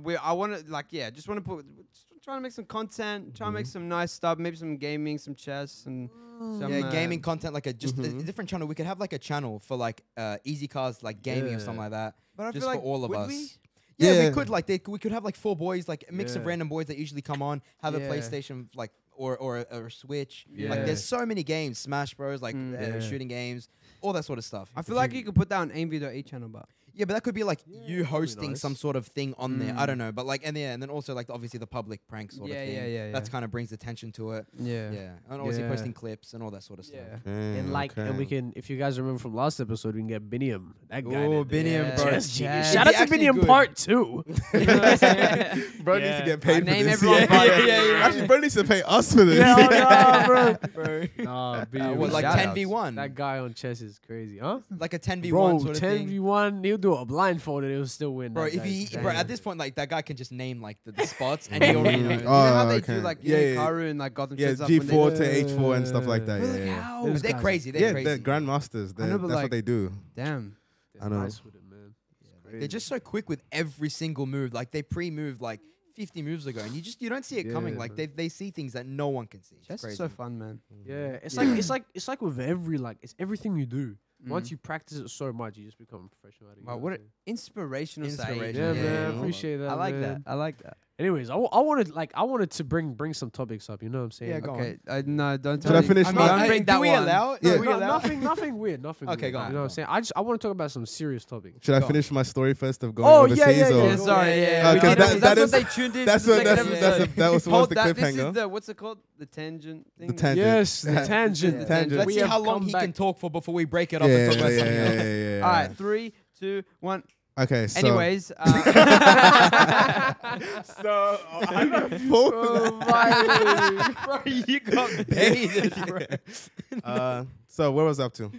Speaker 1: we I want to like yeah, just want to put just trying to make some content, trying to
Speaker 4: Mm-hmm.
Speaker 1: make some nice stuff, maybe some gaming, some chess, and some,
Speaker 4: Mm. Yeah,
Speaker 1: uh,
Speaker 4: gaming content, like a just a- a
Speaker 5: Mhm.
Speaker 4: different channel. We could have like a channel for like uh, easy cars, like gaming or something
Speaker 2: Yeah.
Speaker 4: like that.
Speaker 1: But I
Speaker 4: just
Speaker 1: feel
Speaker 4: for
Speaker 1: like
Speaker 4: all of
Speaker 1: would
Speaker 4: us.
Speaker 1: we?
Speaker 4: Yeah,
Speaker 5: Yeah.
Speaker 4: we could like they, we could have like four boys, like a mix of
Speaker 2: Yeah.
Speaker 4: random boys that usually come on. Have
Speaker 1: Yeah.
Speaker 4: a PlayStation, like or or a, or a Switch. Like
Speaker 2: Yeah.
Speaker 4: there's so many games, Smash Bros, like
Speaker 1: Mm.
Speaker 4: uh,
Speaker 2: Yeah.
Speaker 4: shooting games, all that sort of stuff.
Speaker 1: I feel like you could put down aim video eight channel, but
Speaker 4: yeah, but that could be like you
Speaker 2: that'd be
Speaker 4: hosting some
Speaker 2: nice.
Speaker 4: sort of thing on there.
Speaker 1: Mm.
Speaker 4: I don't know, but like and yeah, and then also like obviously the public prank sort
Speaker 1: Yeah,
Speaker 4: of thing.
Speaker 1: yeah, yeah,
Speaker 4: That's
Speaker 1: yeah.
Speaker 4: kind of brings attention to it.
Speaker 1: yeah,
Speaker 4: Yeah, *laughs* and obviously
Speaker 2: Yeah.
Speaker 4: posting clips and all that sort of stuff.
Speaker 5: Mm,
Speaker 2: And like, and we
Speaker 5: okay.
Speaker 2: can, if you guys remember from last episode, we can get Binium. That guy. there.
Speaker 4: Oh, Binium,
Speaker 1: Yeah.
Speaker 4: bro.
Speaker 1: Yes,
Speaker 2: That's
Speaker 1: yeah.
Speaker 2: genius.
Speaker 1: It'd
Speaker 2: Shout out
Speaker 4: be
Speaker 2: to
Speaker 4: actually
Speaker 2: Binium
Speaker 4: good.
Speaker 2: Part Two.
Speaker 4: *laughs*
Speaker 5: Bro needs
Speaker 2: Yeah.
Speaker 5: to get paid
Speaker 1: Name
Speaker 5: for this.
Speaker 1: everyone by-
Speaker 4: Yeah, yeah, yeah.
Speaker 5: Actually, bro needs to pay us for this. *laughs*
Speaker 2: Hell no,
Speaker 4: oh, bro.
Speaker 2: bro. Nah,
Speaker 4: Uh,
Speaker 2: Binium.
Speaker 1: was
Speaker 4: what, like
Speaker 1: shout-outs.
Speaker 4: 10v1.
Speaker 2: That guy on chess is crazy, huh?
Speaker 4: like a 10v1
Speaker 2: Mm. Bro,
Speaker 4: sort of
Speaker 2: ten
Speaker 4: thing.
Speaker 2: v one, he'll do a blindfolded, he'll still win.
Speaker 4: Bro,
Speaker 2: that
Speaker 4: if
Speaker 2: guy.
Speaker 4: he,
Speaker 2: Damn.
Speaker 4: bro, at this point, like that guy can just name like the, the spots, and he already
Speaker 5: Mm.
Speaker 4: knows.
Speaker 1: You know how
Speaker 5: Oh,
Speaker 1: they do
Speaker 5: okay.
Speaker 1: like
Speaker 5: Yeah, yeah,
Speaker 1: yeah,
Speaker 5: yeah.
Speaker 1: Hikaru and like Gotham
Speaker 5: Yeah,
Speaker 1: Chess up when they
Speaker 5: G4
Speaker 1: do-
Speaker 5: to H4 and stuff like that.
Speaker 1: We're
Speaker 5: Yeah,
Speaker 1: like,
Speaker 5: yeah.
Speaker 1: how?
Speaker 2: Those
Speaker 4: But they're
Speaker 2: guys-
Speaker 4: crazy. They're
Speaker 5: yeah
Speaker 4: crazy.
Speaker 5: they're grandmasters. They're,
Speaker 1: know, but
Speaker 5: that's
Speaker 1: like-
Speaker 5: what they do.
Speaker 1: Damn.
Speaker 5: I know.
Speaker 2: Nice with it, man.
Speaker 4: Yeah, They're just so quick with every single move. Like they pre-moved like 50 moves ago, and you just you don't see it coming.
Speaker 2: Yeah,
Speaker 4: Like
Speaker 2: man.
Speaker 4: they, they see things that no one can see. It's
Speaker 1: Chess
Speaker 4: crazy.
Speaker 1: is so fun, man.
Speaker 2: Yeah, it's like it's like it's like with every like it's everything you do. Once you practice it so much, you just become a professional at it. you
Speaker 1: Wow,
Speaker 2: know
Speaker 1: what
Speaker 2: I'm
Speaker 1: a- Inspirational,
Speaker 4: Inspirational,
Speaker 1: Saeed.
Speaker 2: saying? yeah,
Speaker 5: yeah,
Speaker 2: man,
Speaker 5: yeah.
Speaker 2: appreciate that.
Speaker 1: I like
Speaker 2: man.
Speaker 1: that. I like that.
Speaker 2: Anyways, I, w- I wanted like I wanted to bring bring some topics up. You know what I'm saying?
Speaker 4: Yeah, go
Speaker 1: Okay, I, no, don't
Speaker 5: Should
Speaker 1: tell
Speaker 5: I
Speaker 1: me-
Speaker 5: finish
Speaker 1: I
Speaker 5: I'm
Speaker 1: mean,
Speaker 5: mine?
Speaker 1: don't
Speaker 4: I-
Speaker 1: bring
Speaker 4: do
Speaker 1: that
Speaker 4: we
Speaker 1: one.
Speaker 4: allow it?
Speaker 5: Yeah.
Speaker 4: Are we
Speaker 2: No,
Speaker 4: allow it?
Speaker 2: nothing, nothing weird. Nothing.
Speaker 4: Okay,
Speaker 2: weird,
Speaker 4: go on,
Speaker 2: You know what
Speaker 4: go
Speaker 2: I'm
Speaker 4: on.
Speaker 2: saying? I just I want to talk about some serious topics.
Speaker 5: Should I
Speaker 4: Go on.
Speaker 5: finish my story first of going
Speaker 2: Oh,
Speaker 5: overseas?
Speaker 2: yeah, yeah,
Speaker 5: or?
Speaker 1: Yeah, sorry, yeah, yeah.
Speaker 5: Okay,
Speaker 1: we did
Speaker 5: that-
Speaker 1: it.
Speaker 5: that
Speaker 1: that's
Speaker 5: is-
Speaker 1: what they tuned in.
Speaker 5: that's
Speaker 1: to the
Speaker 5: what-
Speaker 1: second
Speaker 5: that's- that's
Speaker 1: episode.
Speaker 5: a-
Speaker 1: *laughs*
Speaker 5: that was
Speaker 1: He
Speaker 5: supposed
Speaker 1: pulled
Speaker 5: to
Speaker 1: that- This is
Speaker 5: cliffhanger.
Speaker 1: the what's it called? The tangent thing.
Speaker 5: The tangent.
Speaker 2: Yes, the tangent.
Speaker 1: Yeah.
Speaker 5: Tangent.
Speaker 4: Let's
Speaker 2: We
Speaker 4: see
Speaker 2: have
Speaker 4: how long
Speaker 2: come
Speaker 4: he
Speaker 2: back-
Speaker 4: can talk for before we break it
Speaker 5: Yeah,
Speaker 4: up and
Speaker 5: yeah,
Speaker 4: talk
Speaker 5: yeah,
Speaker 4: about something
Speaker 5: yeah,
Speaker 4: else.
Speaker 5: yeah, yeah.
Speaker 1: All right, three, two, one.
Speaker 5: Okay. So,
Speaker 1: Anyways, uh,
Speaker 5: so I *laughs* got full. *laughs*
Speaker 1: bro, you got
Speaker 4: *laughs*
Speaker 1: baited, bro.
Speaker 5: uh, so where was I up to?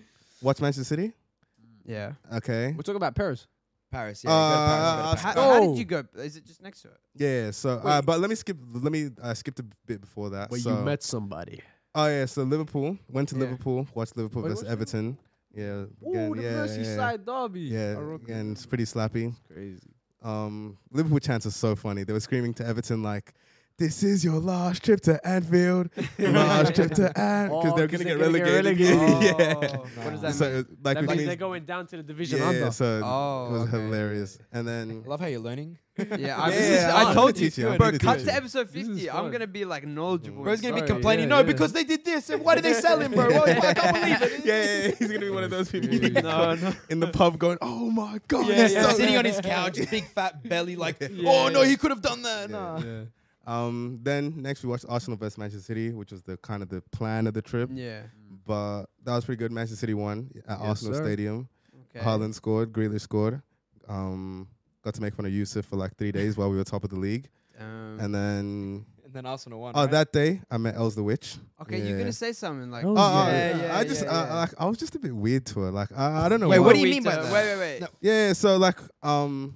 Speaker 5: Watch Manchester City.
Speaker 1: *laughs* Yeah.
Speaker 5: Okay.
Speaker 2: We're talking about Paris.
Speaker 4: Paris, yeah. you go to Paris, you go to
Speaker 5: Uh,
Speaker 1: How,
Speaker 4: Paris.
Speaker 1: how
Speaker 2: Oh.
Speaker 1: did you go? Is it just next to it?
Speaker 5: Yeah. So, uh, but let me skip. Let me. I skipped a bit before that.
Speaker 2: Where
Speaker 5: so-
Speaker 2: you met somebody.
Speaker 5: Oh yeah. So Liverpool went to
Speaker 1: Yeah.
Speaker 5: Liverpool. Watched Liverpool
Speaker 2: Wait,
Speaker 5: versus
Speaker 2: what's
Speaker 5: Everton. Yeah.
Speaker 2: Ooh,
Speaker 5: again,
Speaker 2: the
Speaker 5: yeah, yeah,
Speaker 2: Merseyside derby.
Speaker 5: yeah. and it's pretty slappy.
Speaker 2: crazy.
Speaker 5: Um, Liverpool chants are so funny. They were screaming to Everton like, "This is your last trip to
Speaker 2: *laughs*
Speaker 5: Anfield. Your last trip to Anfield." Because
Speaker 2: Oh,
Speaker 5: they're
Speaker 2: 'cause
Speaker 5: gonna
Speaker 2: they're
Speaker 5: get
Speaker 2: gonna get
Speaker 5: relegated.
Speaker 2: relegated.
Speaker 5: yeah.
Speaker 1: Oh, What does that
Speaker 5: *laughs* so,
Speaker 1: mean?
Speaker 5: like,
Speaker 2: That
Speaker 5: which
Speaker 2: means they're
Speaker 5: means,
Speaker 2: going down to the division
Speaker 5: yeah,
Speaker 2: under. *laughs*
Speaker 5: so
Speaker 1: Oh,
Speaker 5: it was
Speaker 1: okay.
Speaker 5: hilarious. And *laughs* then
Speaker 4: I love how you're learning.
Speaker 1: Yeah, I,
Speaker 5: Yeah,
Speaker 1: this is-
Speaker 5: yeah,
Speaker 1: I
Speaker 5: I'm
Speaker 1: told
Speaker 5: gonna
Speaker 1: you,
Speaker 5: teach you, I'm
Speaker 1: bro.
Speaker 5: gonna
Speaker 1: Cut
Speaker 5: teach
Speaker 1: to
Speaker 5: you.
Speaker 1: episode
Speaker 2: This is
Speaker 1: fifty. I'm
Speaker 2: fun.
Speaker 1: gonna be like knowledgeable.
Speaker 4: Bro's gonna be
Speaker 2: Sorry,
Speaker 4: complaining.
Speaker 2: yeah,
Speaker 4: no,
Speaker 2: yeah.
Speaker 4: because they did this, and why did they sell
Speaker 1: *laughs*
Speaker 4: him, bro? Why, I can't believe it.
Speaker 5: yeah, yeah, he's gonna be one of those people
Speaker 2: Really?
Speaker 1: No, no.
Speaker 5: *laughs* in the pub going, "Oh my god!"
Speaker 2: Yeah,
Speaker 5: that's
Speaker 2: yeah.
Speaker 5: so-"
Speaker 4: Sitting on his couch, big fat belly, like,
Speaker 2: Yeah.
Speaker 4: oh no, he could have done that.
Speaker 5: Yeah,
Speaker 4: Nah.
Speaker 5: yeah. Um, then next we watched Arsenal versus Manchester City, which was the kind of the plan of the trip.
Speaker 1: Yeah.
Speaker 5: But that was pretty good. Manchester City won at
Speaker 2: Yes,
Speaker 5: Arsenal
Speaker 2: sir.
Speaker 5: Stadium.
Speaker 1: Okay.
Speaker 5: Haaland scored. Grealish scored. Um, got to make fun of Yusuf for like three days while we were top of the league.
Speaker 1: Um,
Speaker 5: And then,
Speaker 4: And then Arsenal won.
Speaker 5: oh,
Speaker 4: right? *laughs*
Speaker 5: that day I met Els the witch.
Speaker 1: okay, you're
Speaker 5: Yeah.
Speaker 1: gonna say something like.
Speaker 2: Oh,
Speaker 5: Oh, oh,
Speaker 2: Yeah,
Speaker 5: yeah,
Speaker 1: yeah,
Speaker 5: I just uh,
Speaker 1: yeah,
Speaker 5: I,
Speaker 1: yeah.
Speaker 5: like I was just a bit weird to her. Like I, I don't know.
Speaker 4: Wait,
Speaker 5: why.
Speaker 4: what do you mean by
Speaker 1: Wait, uh,
Speaker 4: that?
Speaker 1: Wait, wait, wait.
Speaker 4: No.
Speaker 5: Yeah, so like
Speaker 4: *laughs*
Speaker 5: um,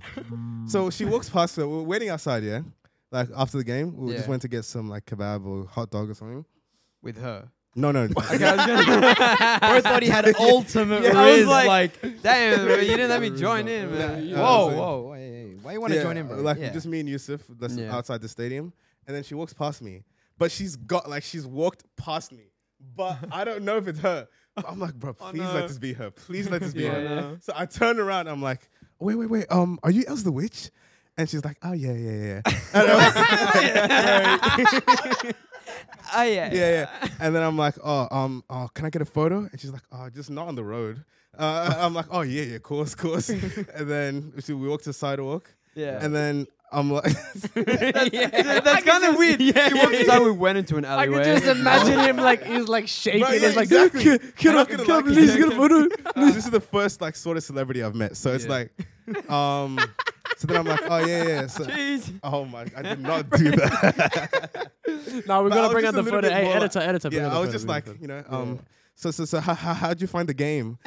Speaker 5: so she walks past. So we're waiting outside. Yeah, like after the game, we just
Speaker 1: Yeah.
Speaker 5: went to get some like kebab or hot dog or something.
Speaker 1: With
Speaker 5: *laughs*
Speaker 1: her.
Speaker 4: *laughs*
Speaker 5: No,
Speaker 1: *laughs*
Speaker 5: no.
Speaker 4: Bro thought *laughs* he had an
Speaker 5: *laughs*
Speaker 4: ultimate
Speaker 1: Yeah, I was
Speaker 4: riz,
Speaker 1: like-
Speaker 4: like
Speaker 1: Damn, bro, you didn't let me join in,
Speaker 5: Nah,
Speaker 1: man.
Speaker 5: yeah.
Speaker 4: Whoa,
Speaker 5: so-
Speaker 4: whoa, hey, hey, why you want to
Speaker 5: Yeah,
Speaker 4: join in, bro?
Speaker 5: Like
Speaker 4: Yeah.
Speaker 5: just me and Yusuf. That's
Speaker 1: Yeah.
Speaker 5: outside the stadium, and then she walks past me. But she's got like she's walked past me, but I don't know if it's her. But I'm like, bro,
Speaker 4: *laughs* Oh,
Speaker 5: please let this be her. Please let this be
Speaker 1: Yeah,
Speaker 5: her.
Speaker 1: yeah.
Speaker 5: So I turn around. I'm like, wait, wait, wait. Um, are you Els the witch? And she's like, oh
Speaker 4: *laughs*
Speaker 5: yeah, yeah, yeah. And I'm like,
Speaker 1: Oh yeah.
Speaker 5: yeah, yeah. And then I'm like, oh, um, oh, can I get a photo? And she's like, oh, just not on the road. Uh, *laughs* I'm like, oh yeah, yeah, of course,
Speaker 2: *laughs*
Speaker 5: of course. and then so we walk to the sidewalk,
Speaker 1: Yeah.
Speaker 5: and then
Speaker 2: *laughs*
Speaker 5: I'm like,
Speaker 1: *laughs* That's, that's kind of weird. Yeah, you walked inside, we went *laughs* into an
Speaker 2: I
Speaker 1: alleyway.
Speaker 2: can just imagine
Speaker 1: *laughs*
Speaker 2: him like he's like shaking.
Speaker 5: *laughs* Right, yeah,
Speaker 2: it's like
Speaker 5: exactly.
Speaker 2: "Can- Can
Speaker 5: I'm
Speaker 2: I
Speaker 5: not gonna
Speaker 2: can I
Speaker 5: like it.
Speaker 2: please get a photo?
Speaker 5: *laughs* this is the first like sort of celebrity I've met, so it's like, um, so then I'm like, oh yeah, yeah. So,
Speaker 1: Jeez.
Speaker 5: oh my, I
Speaker 2: *laughs*
Speaker 5: did not do that.
Speaker 2: No, we're
Speaker 5: But
Speaker 2: gonna
Speaker 5: I was
Speaker 2: bring
Speaker 5: just
Speaker 2: out the
Speaker 5: a little
Speaker 2: photo.
Speaker 5: bit
Speaker 2: Hey,
Speaker 5: more
Speaker 2: editor, editor. bring out
Speaker 5: yeah,
Speaker 2: the
Speaker 5: I was
Speaker 2: photo,
Speaker 5: just
Speaker 2: bring out
Speaker 5: like,
Speaker 2: the photo.
Speaker 5: you know, um, so so so, how how how'd you find
Speaker 2: *laughs*
Speaker 5: the game?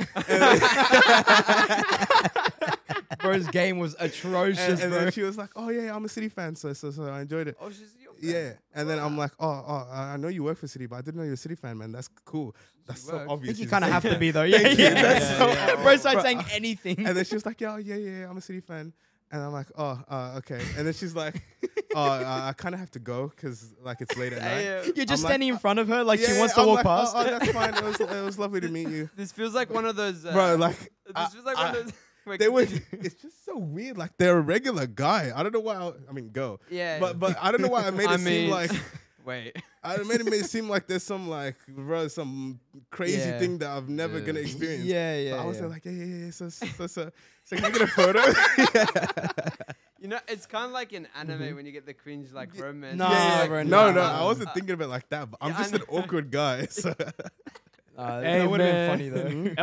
Speaker 4: bro's game was atrocious,
Speaker 5: And, and
Speaker 4: bro.
Speaker 5: then she was like, oh yeah, yeah, I'm a City fan, so so so I enjoyed it.
Speaker 1: Oh, she's your friend.
Speaker 5: Yeah, and then I'm like, oh, oh, I I know you work for City, but I didn't know you're a City fan, man. That's cool. That's so
Speaker 1: works.
Speaker 5: obvious.
Speaker 4: I think you
Speaker 5: She's
Speaker 4: kind of
Speaker 5: like-
Speaker 4: have to be though. Yeah,
Speaker 5: Thank you.
Speaker 4: yeah.
Speaker 5: That's so-
Speaker 4: Bro started saying anything.
Speaker 5: And then she was like, yeah, yeah, yeah, yeah, I'm a City fan. And I'm like, oh, uh, okay. And then she's like, oh, uh, I kind of have to go because like it's late at night.
Speaker 1: Damn.
Speaker 4: You're just
Speaker 5: I'm like,
Speaker 4: standing in front of her like she
Speaker 5: Yeah,
Speaker 4: wants to
Speaker 5: yeah, I'm
Speaker 4: walk
Speaker 5: like,
Speaker 4: past.
Speaker 5: Oh, oh, that's fine. It was, it was lovely to meet you,
Speaker 1: *laughs* This feels like one of those. Uh,
Speaker 5: bro. Like,
Speaker 1: This
Speaker 5: I-
Speaker 1: feels like
Speaker 5: I-
Speaker 1: one of those. *laughs* where
Speaker 5: *laughs* they were.
Speaker 1: kids-
Speaker 5: It's just so weird. Like they're a regular guy. I don't know why. I, I mean, go.
Speaker 1: Yeah.
Speaker 5: *laughs* But but I don't know why
Speaker 4: *laughs*
Speaker 5: I made it
Speaker 1: I
Speaker 5: seem
Speaker 1: mean-
Speaker 5: like
Speaker 1: Wait.
Speaker 5: I made it made it seem like there's some like bro some crazy
Speaker 1: Yeah.
Speaker 5: thing that I'm never
Speaker 2: Yeah.
Speaker 5: gonna experience.
Speaker 4: yeah, yeah.
Speaker 5: But I was
Speaker 4: yeah.
Speaker 5: there like yeah yeah yeah. yeah, So so so so, so can I get a photo? *laughs*
Speaker 1: You know, it's kind of like in anime when you get the cringe like romance.
Speaker 4: Nah,
Speaker 5: Mm-hmm. Yeah, yeah.
Speaker 4: bro, nah.
Speaker 5: no, no, I wasn't
Speaker 1: Uh,
Speaker 5: thinking of it like that. But I'm
Speaker 1: yeah, I
Speaker 5: just an
Speaker 1: know.
Speaker 5: awkward guy. So. *laughs*
Speaker 4: Uh,
Speaker 2: Hey,
Speaker 4: that would have been
Speaker 2: man.
Speaker 4: funny though.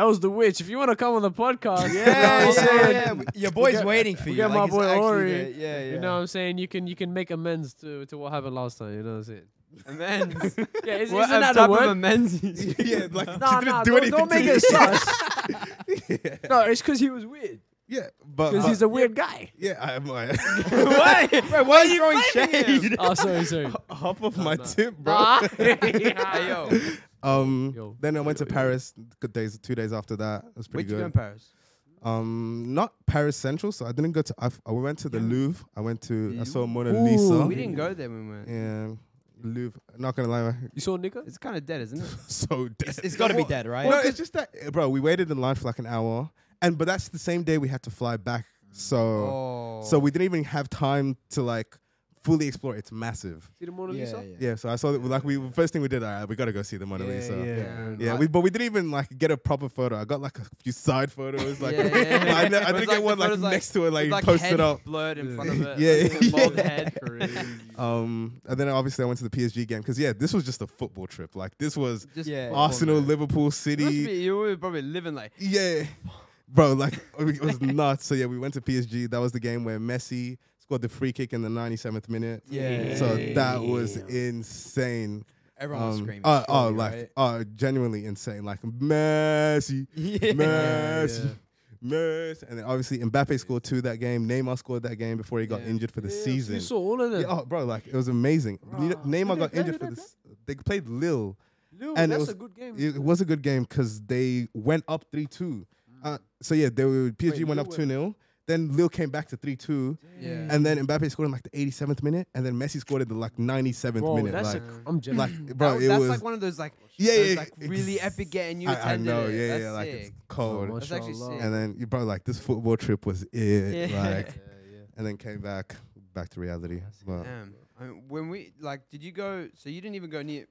Speaker 2: *laughs* Els the witch. If you want to come on the podcast, you know what
Speaker 4: yeah,
Speaker 2: I'm
Speaker 4: yeah, yeah,
Speaker 2: saying?
Speaker 4: yeah. Your boy's waiting for you.
Speaker 2: got
Speaker 4: like,
Speaker 2: my
Speaker 4: he's
Speaker 2: boy
Speaker 4: actually
Speaker 2: Ori.
Speaker 4: there. Yeah, yeah.
Speaker 2: You know what I'm saying? You can you can make amends to, to what happened last time. You know what I'm saying?
Speaker 1: Amends. *laughs*
Speaker 2: Yeah, is,
Speaker 1: What
Speaker 2: isn't
Speaker 1: a
Speaker 2: that
Speaker 1: type
Speaker 2: a
Speaker 1: of
Speaker 2: word?
Speaker 1: amends. *laughs*
Speaker 5: yeah, like she
Speaker 2: Nah,
Speaker 5: didn't
Speaker 2: nah,
Speaker 5: do
Speaker 2: don't,
Speaker 5: anything.
Speaker 2: don't
Speaker 5: to
Speaker 2: make
Speaker 5: me.
Speaker 2: it sus. *laughs* no, it's because he was weird.
Speaker 5: Yeah, but
Speaker 2: Because
Speaker 5: uh,
Speaker 2: he's a weird guy.
Speaker 5: yeah, I am. *laughs* I
Speaker 4: Wait, wait, why are you throwing shade?
Speaker 2: *laughs* Oh, sorry, sorry.
Speaker 5: hop off my
Speaker 2: nah.
Speaker 5: tip, bro.
Speaker 2: Ah.
Speaker 1: Hey, yo.
Speaker 5: *laughs* Um,
Speaker 2: Yo,
Speaker 5: then I went
Speaker 2: yo,
Speaker 5: to
Speaker 2: yo.
Speaker 5: Paris. Good days, two days after that. It was pretty
Speaker 1: Where'd you go in
Speaker 5: good.
Speaker 1: Paris?
Speaker 5: Um, not Paris Central, so I didn't go to. I, I went to the Louvre. I went to. I saw Mona
Speaker 2: Ooh.
Speaker 5: Lisa.
Speaker 1: We didn't go there when we went.
Speaker 5: Oh, Yeah, Louvre. Not gonna lie, man.
Speaker 2: You saw Nicker?
Speaker 1: It's kind of dead, isn't it?
Speaker 5: *laughs* so dead.
Speaker 4: it's got to be dead, right?
Speaker 5: No, it's just that, eh, bro. We waited in line for like an hour, and but that's the same day we had to fly back. So,
Speaker 1: Oh.
Speaker 5: so we didn't even have time to like fully explore. It's massive.
Speaker 2: See the Mona
Speaker 4: yeah,
Speaker 2: Lisa?
Speaker 5: Yeah. so I saw that. Like we first thing we did, all right, we got to go see the Mona Lisa.
Speaker 1: yeah.
Speaker 5: Yeah, we, but we didn't even like get a proper photo. I got like a few side photos. Like
Speaker 1: Yeah, yeah, yeah.
Speaker 5: *laughs* I, know- I
Speaker 1: It was like
Speaker 5: didn't get one
Speaker 1: the
Speaker 5: like
Speaker 1: photos, like-
Speaker 5: next to it, like,
Speaker 1: With,
Speaker 5: like
Speaker 1: head
Speaker 5: posted up.
Speaker 1: blurred in front of it.
Speaker 5: *laughs* Yeah, yeah.
Speaker 1: Bald head.
Speaker 5: Um, and then obviously I went to the PSG game because yeah, this was just a football trip. Like this was
Speaker 1: Just
Speaker 4: Yeah.
Speaker 1: football,
Speaker 5: Arsenal,
Speaker 1: Oh, man.
Speaker 5: Liverpool,
Speaker 1: You must
Speaker 5: City.
Speaker 1: be- You were probably living like
Speaker 5: Yeah, bro, like *laughs* it was nuts. So yeah, we went to PSG. That was the game where Messi scored the free kick in the 97th minute.
Speaker 4: Yeah.
Speaker 5: So that was
Speaker 4: Damn.
Speaker 5: insane.
Speaker 4: Everyone was
Speaker 5: Um,
Speaker 4: screaming.
Speaker 5: Oh, oh,
Speaker 4: surely,
Speaker 5: like, *laughs*
Speaker 4: right?
Speaker 5: oh, genuinely insane. Like Messi,
Speaker 4: Yeah.
Speaker 5: Messi, Messi, and then obviously Mbappe scored two that game. Neymar scored that game before he got
Speaker 1: Yeah.
Speaker 5: injured for the
Speaker 2: Yeah, so
Speaker 5: season.
Speaker 2: You saw all of them.
Speaker 5: Yeah, oh, bro, like it was amazing. You know,
Speaker 2: Bruh. Who
Speaker 5: Neymar
Speaker 2: they
Speaker 5: got
Speaker 2: play?
Speaker 5: injured
Speaker 2: Who
Speaker 5: for
Speaker 2: they
Speaker 5: this. They played Lille.
Speaker 2: Lil,
Speaker 5: and it
Speaker 2: that's
Speaker 5: was-
Speaker 2: a good game.
Speaker 5: It was a good game because they went up three two. Uh, so yeah, they were
Speaker 2: Mm. Wait,
Speaker 5: PSG went
Speaker 2: Lille
Speaker 5: up
Speaker 2: went-
Speaker 5: two 0 Then Lille came back to three two,
Speaker 1: yeah.
Speaker 5: and then Mbappe scored in like the 87th minute, and then Messi scored in the like 97th
Speaker 2: Bro,
Speaker 5: minute.
Speaker 2: that's
Speaker 5: Like,
Speaker 2: a, I'm
Speaker 1: *laughs*
Speaker 2: jealous.
Speaker 5: like, bro,
Speaker 1: That-
Speaker 5: it
Speaker 1: that's
Speaker 5: was
Speaker 1: like one of those like
Speaker 5: yeah,
Speaker 1: those,
Speaker 5: yeah,
Speaker 1: like
Speaker 5: *laughs*
Speaker 1: really
Speaker 5: ex-
Speaker 1: epic get and you
Speaker 5: I, I
Speaker 1: attended
Speaker 5: know,
Speaker 1: it.
Speaker 5: yeah,
Speaker 1: That's
Speaker 5: yeah, like
Speaker 1: sick.
Speaker 5: it's
Speaker 2: Oh,
Speaker 5: cold.
Speaker 1: That's actually sick.
Speaker 5: and then you bro, like this football trip was it,
Speaker 1: Yeah.
Speaker 5: like,
Speaker 1: *laughs*
Speaker 5: and then came back back to reality. But
Speaker 1: Damn. I mean, when we like, did you go? So you didn't even go near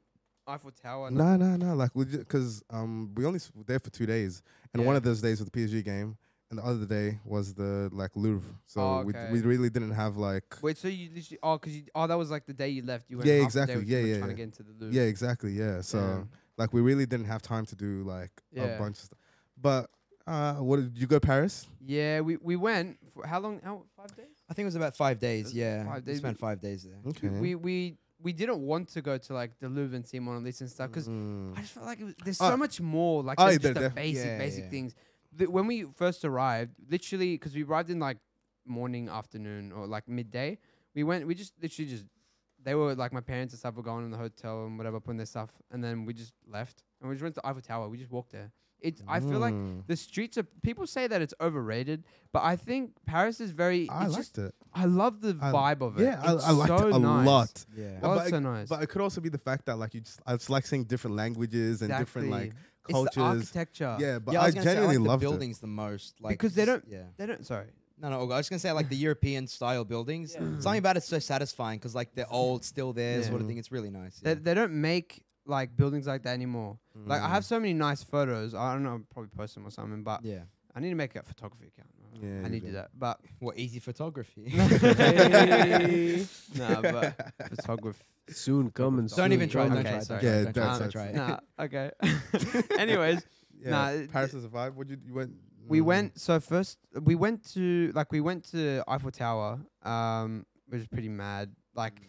Speaker 1: Eiffel Tower. like-
Speaker 5: No, no, no. Like we, because um, we only s- were there for two days, and one
Speaker 1: Yeah.
Speaker 5: of those days was the PSG game, and the other day was the like Louvre. So
Speaker 1: Oh,
Speaker 5: we d-
Speaker 1: okay.
Speaker 5: we really didn't have like
Speaker 1: Wait, so you literally? Oh, cause you, oh, that was like the day you left. You went
Speaker 5: Yeah,
Speaker 1: half the
Speaker 5: exactly.
Speaker 1: Day, with-
Speaker 5: Yeah,
Speaker 1: you were
Speaker 5: yeah,
Speaker 1: Trying to
Speaker 5: yeah.
Speaker 1: get into the Louvre.
Speaker 5: yeah, exactly, yeah. So
Speaker 1: Damn.
Speaker 5: like we really didn't have time to do like
Speaker 1: Yeah.
Speaker 5: a bunch of stuff. But uh, what did you go Paris?
Speaker 1: Yeah, we we went for how long? How five days?
Speaker 4: I think it was about five days. Yeah,
Speaker 1: five
Speaker 4: we
Speaker 1: days.
Speaker 4: spent five days there.
Speaker 5: Okay.
Speaker 1: We we we didn't want to go to like the Louvre and see Mona Lisa and stuff because
Speaker 5: Mm.
Speaker 1: I just felt like it was, there's
Speaker 5: Uh,
Speaker 1: so much more like
Speaker 5: oh,
Speaker 1: than
Speaker 5: yeah,
Speaker 1: just
Speaker 5: there-
Speaker 1: the
Speaker 5: there-
Speaker 1: basic
Speaker 4: yeah,
Speaker 1: basic
Speaker 4: yeah.
Speaker 1: things. The, when we first arrived, literally because we arrived in like morning, afternoon, or like midday, we went. We just literally just they were like my parents and stuff were going in the hotel and whatever, putting their stuff, and then we just left and we just went to Eiffel Tower. We just walked there. It's I feel like
Speaker 5: Mm.
Speaker 1: the streets are. People say that it's overrated, but I think Paris is very.
Speaker 5: I
Speaker 1: it's
Speaker 5: liked
Speaker 1: just-
Speaker 5: it.
Speaker 1: I love the
Speaker 5: I-
Speaker 1: vibe of it.
Speaker 5: Yeah, I,
Speaker 1: It's
Speaker 5: I liked
Speaker 1: so
Speaker 5: it a
Speaker 1: nice.
Speaker 5: lot.
Speaker 4: Yeah.
Speaker 1: Oh,
Speaker 5: But
Speaker 1: it's
Speaker 5: it-
Speaker 1: so nice.
Speaker 5: But it could also be the fact that like you just I just like seeing different languages and different like
Speaker 1: Exactly. It's the
Speaker 5: cultures.
Speaker 1: architecture.
Speaker 5: Yeah, but
Speaker 4: yeah, I,
Speaker 5: I,
Speaker 4: was gonna say,
Speaker 5: genuinely
Speaker 4: I like
Speaker 5: loved
Speaker 4: the
Speaker 5: it.
Speaker 4: buildings the most, like
Speaker 1: Because they
Speaker 4: just- Yeah,
Speaker 1: They don't. Sorry.
Speaker 4: no, no. I was gonna say
Speaker 1: *laughs*
Speaker 4: I like the European style buildings. Something about it's so satisfying because like they're old, still there,
Speaker 1: Yeah.
Speaker 4: sort of thing. It's really nice.
Speaker 1: They,
Speaker 4: Yeah.
Speaker 1: they don't make like buildings like that anymore. Like I have
Speaker 5: Mm.
Speaker 1: so many nice photos. I don't know, I'll probably post them or something. But
Speaker 4: yeah.
Speaker 1: I need to make a photography account.
Speaker 5: Yeah,
Speaker 1: I
Speaker 5: you
Speaker 1: need to do
Speaker 5: do.
Speaker 1: that.
Speaker 5: *laughs*
Speaker 1: But
Speaker 4: What easy *laughs* photography.
Speaker 2: *laughs*
Speaker 1: nah,
Speaker 5: *laughs*
Speaker 1: but photography.
Speaker 2: Soon coming.
Speaker 1: Don't
Speaker 4: don't even try.
Speaker 1: Okay,
Speaker 4: it, Don't try. it,
Speaker 1: sorry.
Speaker 4: Don't try.
Speaker 5: Yeah,
Speaker 4: it, Don't try. it, Don't
Speaker 5: don't
Speaker 4: try. it.
Speaker 1: Nah,
Speaker 5: *laughs*
Speaker 1: okay. *laughs* Anyways,
Speaker 5: Yeah,
Speaker 1: Nah, it-
Speaker 5: Paris is a vibe. What you, you went?
Speaker 1: we
Speaker 5: Mm.
Speaker 1: went. So first, we went to like we went to Eiffel Tower, um, which is pretty mad. Like,
Speaker 5: Mm.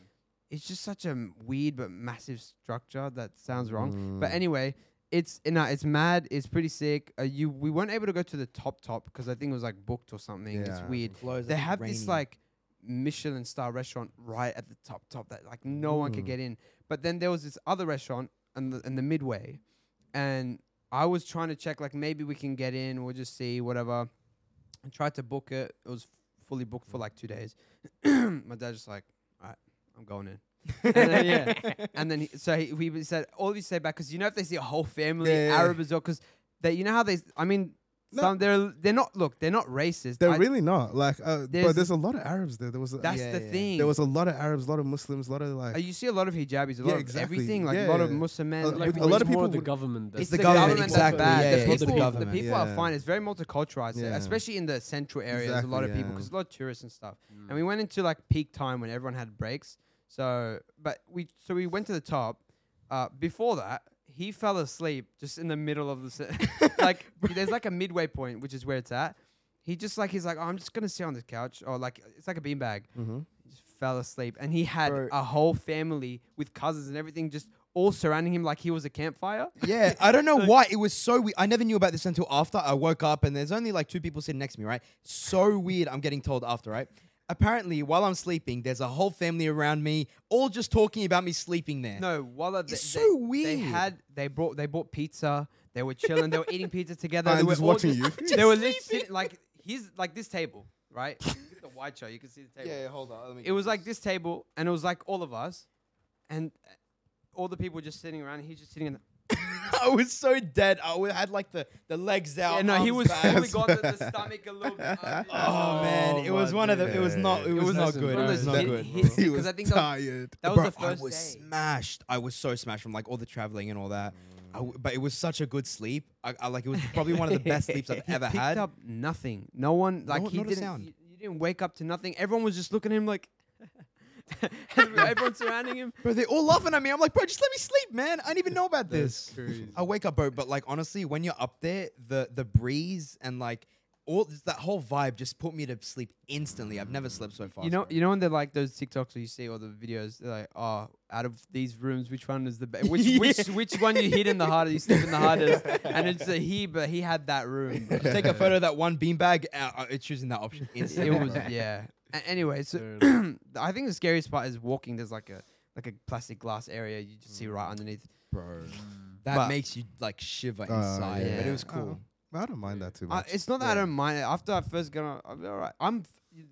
Speaker 1: it's just such a m- weird but massive structure that sounds wrong. But
Speaker 5: Mm.
Speaker 1: anyway, it's no, it's mad. It's pretty sick. Uh, you we weren't able to go to the top top because I think it was like booked or something. It's
Speaker 5: Yeah.
Speaker 1: weird.
Speaker 4: Closed,
Speaker 1: They
Speaker 4: I think,
Speaker 1: have
Speaker 4: rainy.
Speaker 1: this like Michelin star restaurant right at the top top that like no one could
Speaker 5: Mm.
Speaker 1: get in. But then there was this other restaurant in the in the midway, and I was trying to check like maybe we can get in. We'll just see whatever. I tried to book it. It was fully booked for like two days. *clears throat* My dad's just like, all right, I'm going in. and then, yeah,
Speaker 5: *laughs*
Speaker 1: and then he, so he, he was- said all these say back because you know if they see a whole family
Speaker 5: Yeah, yeah,
Speaker 1: Arab as well because they you know how they I mean
Speaker 5: No.
Speaker 1: some they're they're not look they're not racist
Speaker 5: They're
Speaker 1: I-
Speaker 5: really not like, uh,
Speaker 1: There's-
Speaker 5: but there's a lot of Arabs there. There was a,
Speaker 1: that's
Speaker 4: Yeah,
Speaker 1: the
Speaker 4: yeah.
Speaker 1: thing
Speaker 5: there was a lot of Arabs, a lot of Muslims, a lot of
Speaker 1: Uh,
Speaker 5: like.
Speaker 1: you see a lot of hijabis a lot
Speaker 5: Yeah,
Speaker 1: of
Speaker 5: exactly.
Speaker 1: everything like a
Speaker 5: Yeah,
Speaker 1: lot
Speaker 5: yeah,
Speaker 1: of
Speaker 5: yeah.
Speaker 1: Muslim men
Speaker 5: Uh,
Speaker 1: like
Speaker 5: with
Speaker 1: we-
Speaker 5: a lot of
Speaker 2: more
Speaker 5: people
Speaker 2: the
Speaker 5: would-
Speaker 2: government.
Speaker 1: it's
Speaker 2: that's
Speaker 4: the
Speaker 1: the
Speaker 4: government,
Speaker 1: government, that's
Speaker 4: exactly.
Speaker 1: bad.
Speaker 4: Yeah,
Speaker 1: the
Speaker 4: yeah, it's the
Speaker 1: people,
Speaker 4: government.
Speaker 1: people are
Speaker 5: Yeah.
Speaker 1: fine. It's very multicultural, I'd say,
Speaker 5: Yeah.
Speaker 1: especially in the central area. There's a lot of
Speaker 5: Exactly,
Speaker 1: people
Speaker 5: yeah.
Speaker 1: because a lot of tourists and stuff. And
Speaker 4: Mm.
Speaker 1: we went into like peak time when everyone had breaks. So, but we so we went to the top. Uh, before that, he fell asleep just in the middle of the set. *laughs* like there's like a midway point, which is where it's at. He just like he's like, oh, I'm just gonna sit on this couch or like it's like a beanbag.
Speaker 5: Mhm.
Speaker 1: He Just fell asleep, and he had
Speaker 4: Mm-hmm. Bro.
Speaker 1: a whole family with cousins and everything just all surrounding him like he was a campfire.
Speaker 4: Yeah, I don't know
Speaker 1: *laughs*
Speaker 4: why it was so weird. I never knew about this until after I woke up, and there's only like two people sitting next to me, right? So weird. I'm getting told after, right? Apparently, while I'm sleeping, there's a whole family around me, all just talking about me sleeping there.
Speaker 1: No, Walla. They,
Speaker 4: It's
Speaker 1: they-
Speaker 4: so
Speaker 1: They
Speaker 4: weird.
Speaker 1: had they brought they bought pizza. They were chilling. they were eating pizza together.
Speaker 5: I'm
Speaker 1: they were
Speaker 5: just
Speaker 1: all
Speaker 5: watching
Speaker 1: *laughs*
Speaker 5: you. *laughs*
Speaker 1: They were literally sitting, like his like this table,
Speaker 4: *laughs*
Speaker 1: right? Look at the wide shot. You can see the table.
Speaker 4: hold on. Let me
Speaker 1: It was like this table, and it was like all of us, and uh, all the people just sitting around. He's just sitting in. The,
Speaker 4: *laughs* I was so dead. I wa- had like the, the legs out.
Speaker 1: yeah, no, he
Speaker 4: arms
Speaker 1: was
Speaker 4: back.
Speaker 1: fully got the, the
Speaker 4: *laughs*
Speaker 1: stomach a little. bit. uh,
Speaker 4: Oh, man, it was
Speaker 2: my
Speaker 4: one of the. It was
Speaker 5: dude.
Speaker 4: not. It
Speaker 5: It
Speaker 4: was,
Speaker 1: was
Speaker 4: not
Speaker 1: just
Speaker 4: good.
Speaker 1: one
Speaker 4: It
Speaker 1: of
Speaker 4: was
Speaker 1: those
Speaker 4: not
Speaker 1: hit-
Speaker 4: good.
Speaker 1: hit-
Speaker 4: bro.
Speaker 1: He
Speaker 5: He
Speaker 1: was
Speaker 5: was
Speaker 1: I think that was-
Speaker 5: tired.
Speaker 1: that was
Speaker 4: Bro,
Speaker 1: the first
Speaker 4: I was
Speaker 1: day.
Speaker 4: smashed. I was so smashed from like all the traveling and all that. I w- but it was such a good sleep. I, I like it was probably one of the best sleeps
Speaker 1: *laughs*
Speaker 4: I've
Speaker 1: he
Speaker 4: ever
Speaker 1: picked
Speaker 4: had.
Speaker 1: up nothing. No one like
Speaker 4: No-
Speaker 1: he
Speaker 4: not a
Speaker 1: didn't.
Speaker 4: sound.
Speaker 1: You, you didn't wake up to nothing. Everyone was just looking at him like. *laughs* Everyone surrounding him.
Speaker 4: Bro, they're all laughing at me. I'm like, bro, just let me sleep, man. I didn't even know about
Speaker 5: *laughs*
Speaker 4: this. I wake up, bro, but like honestly, when you're up there, the the breeze and like all that whole vibe just put me to sleep instantly. I've never slept so fast.
Speaker 1: You know,
Speaker 4: bro.
Speaker 1: you know when they're like those TikToks where you see all the videos, they're like, oh, out of these rooms, which one is the
Speaker 4: *laughs*
Speaker 1: best? Which
Speaker 4: Yeah.
Speaker 1: which which one you hit in the hardest? You sleep in the hardest, and it's a he, but he had that room.
Speaker 4: *laughs*
Speaker 1: bro.
Speaker 4: *laughs* take a photo of that one beanbag. Uh, uh, it's choosing that *laughs* option instantly.
Speaker 1: it was
Speaker 4: bro.
Speaker 1: yeah. A- anyway, so *clears throat* I think the scariest part is walking. There's like a like a plastic glass area you just see right underneath.
Speaker 4: bro. That
Speaker 1: But-
Speaker 4: makes you like shiver
Speaker 5: Oh,
Speaker 4: inside. But
Speaker 1: yeah.
Speaker 4: it was cool.
Speaker 5: I don't mind that too
Speaker 1: I,
Speaker 5: much.
Speaker 1: it's not that I
Speaker 4: Yeah.
Speaker 1: don't mind it. After I first got on, I'm all right. I'm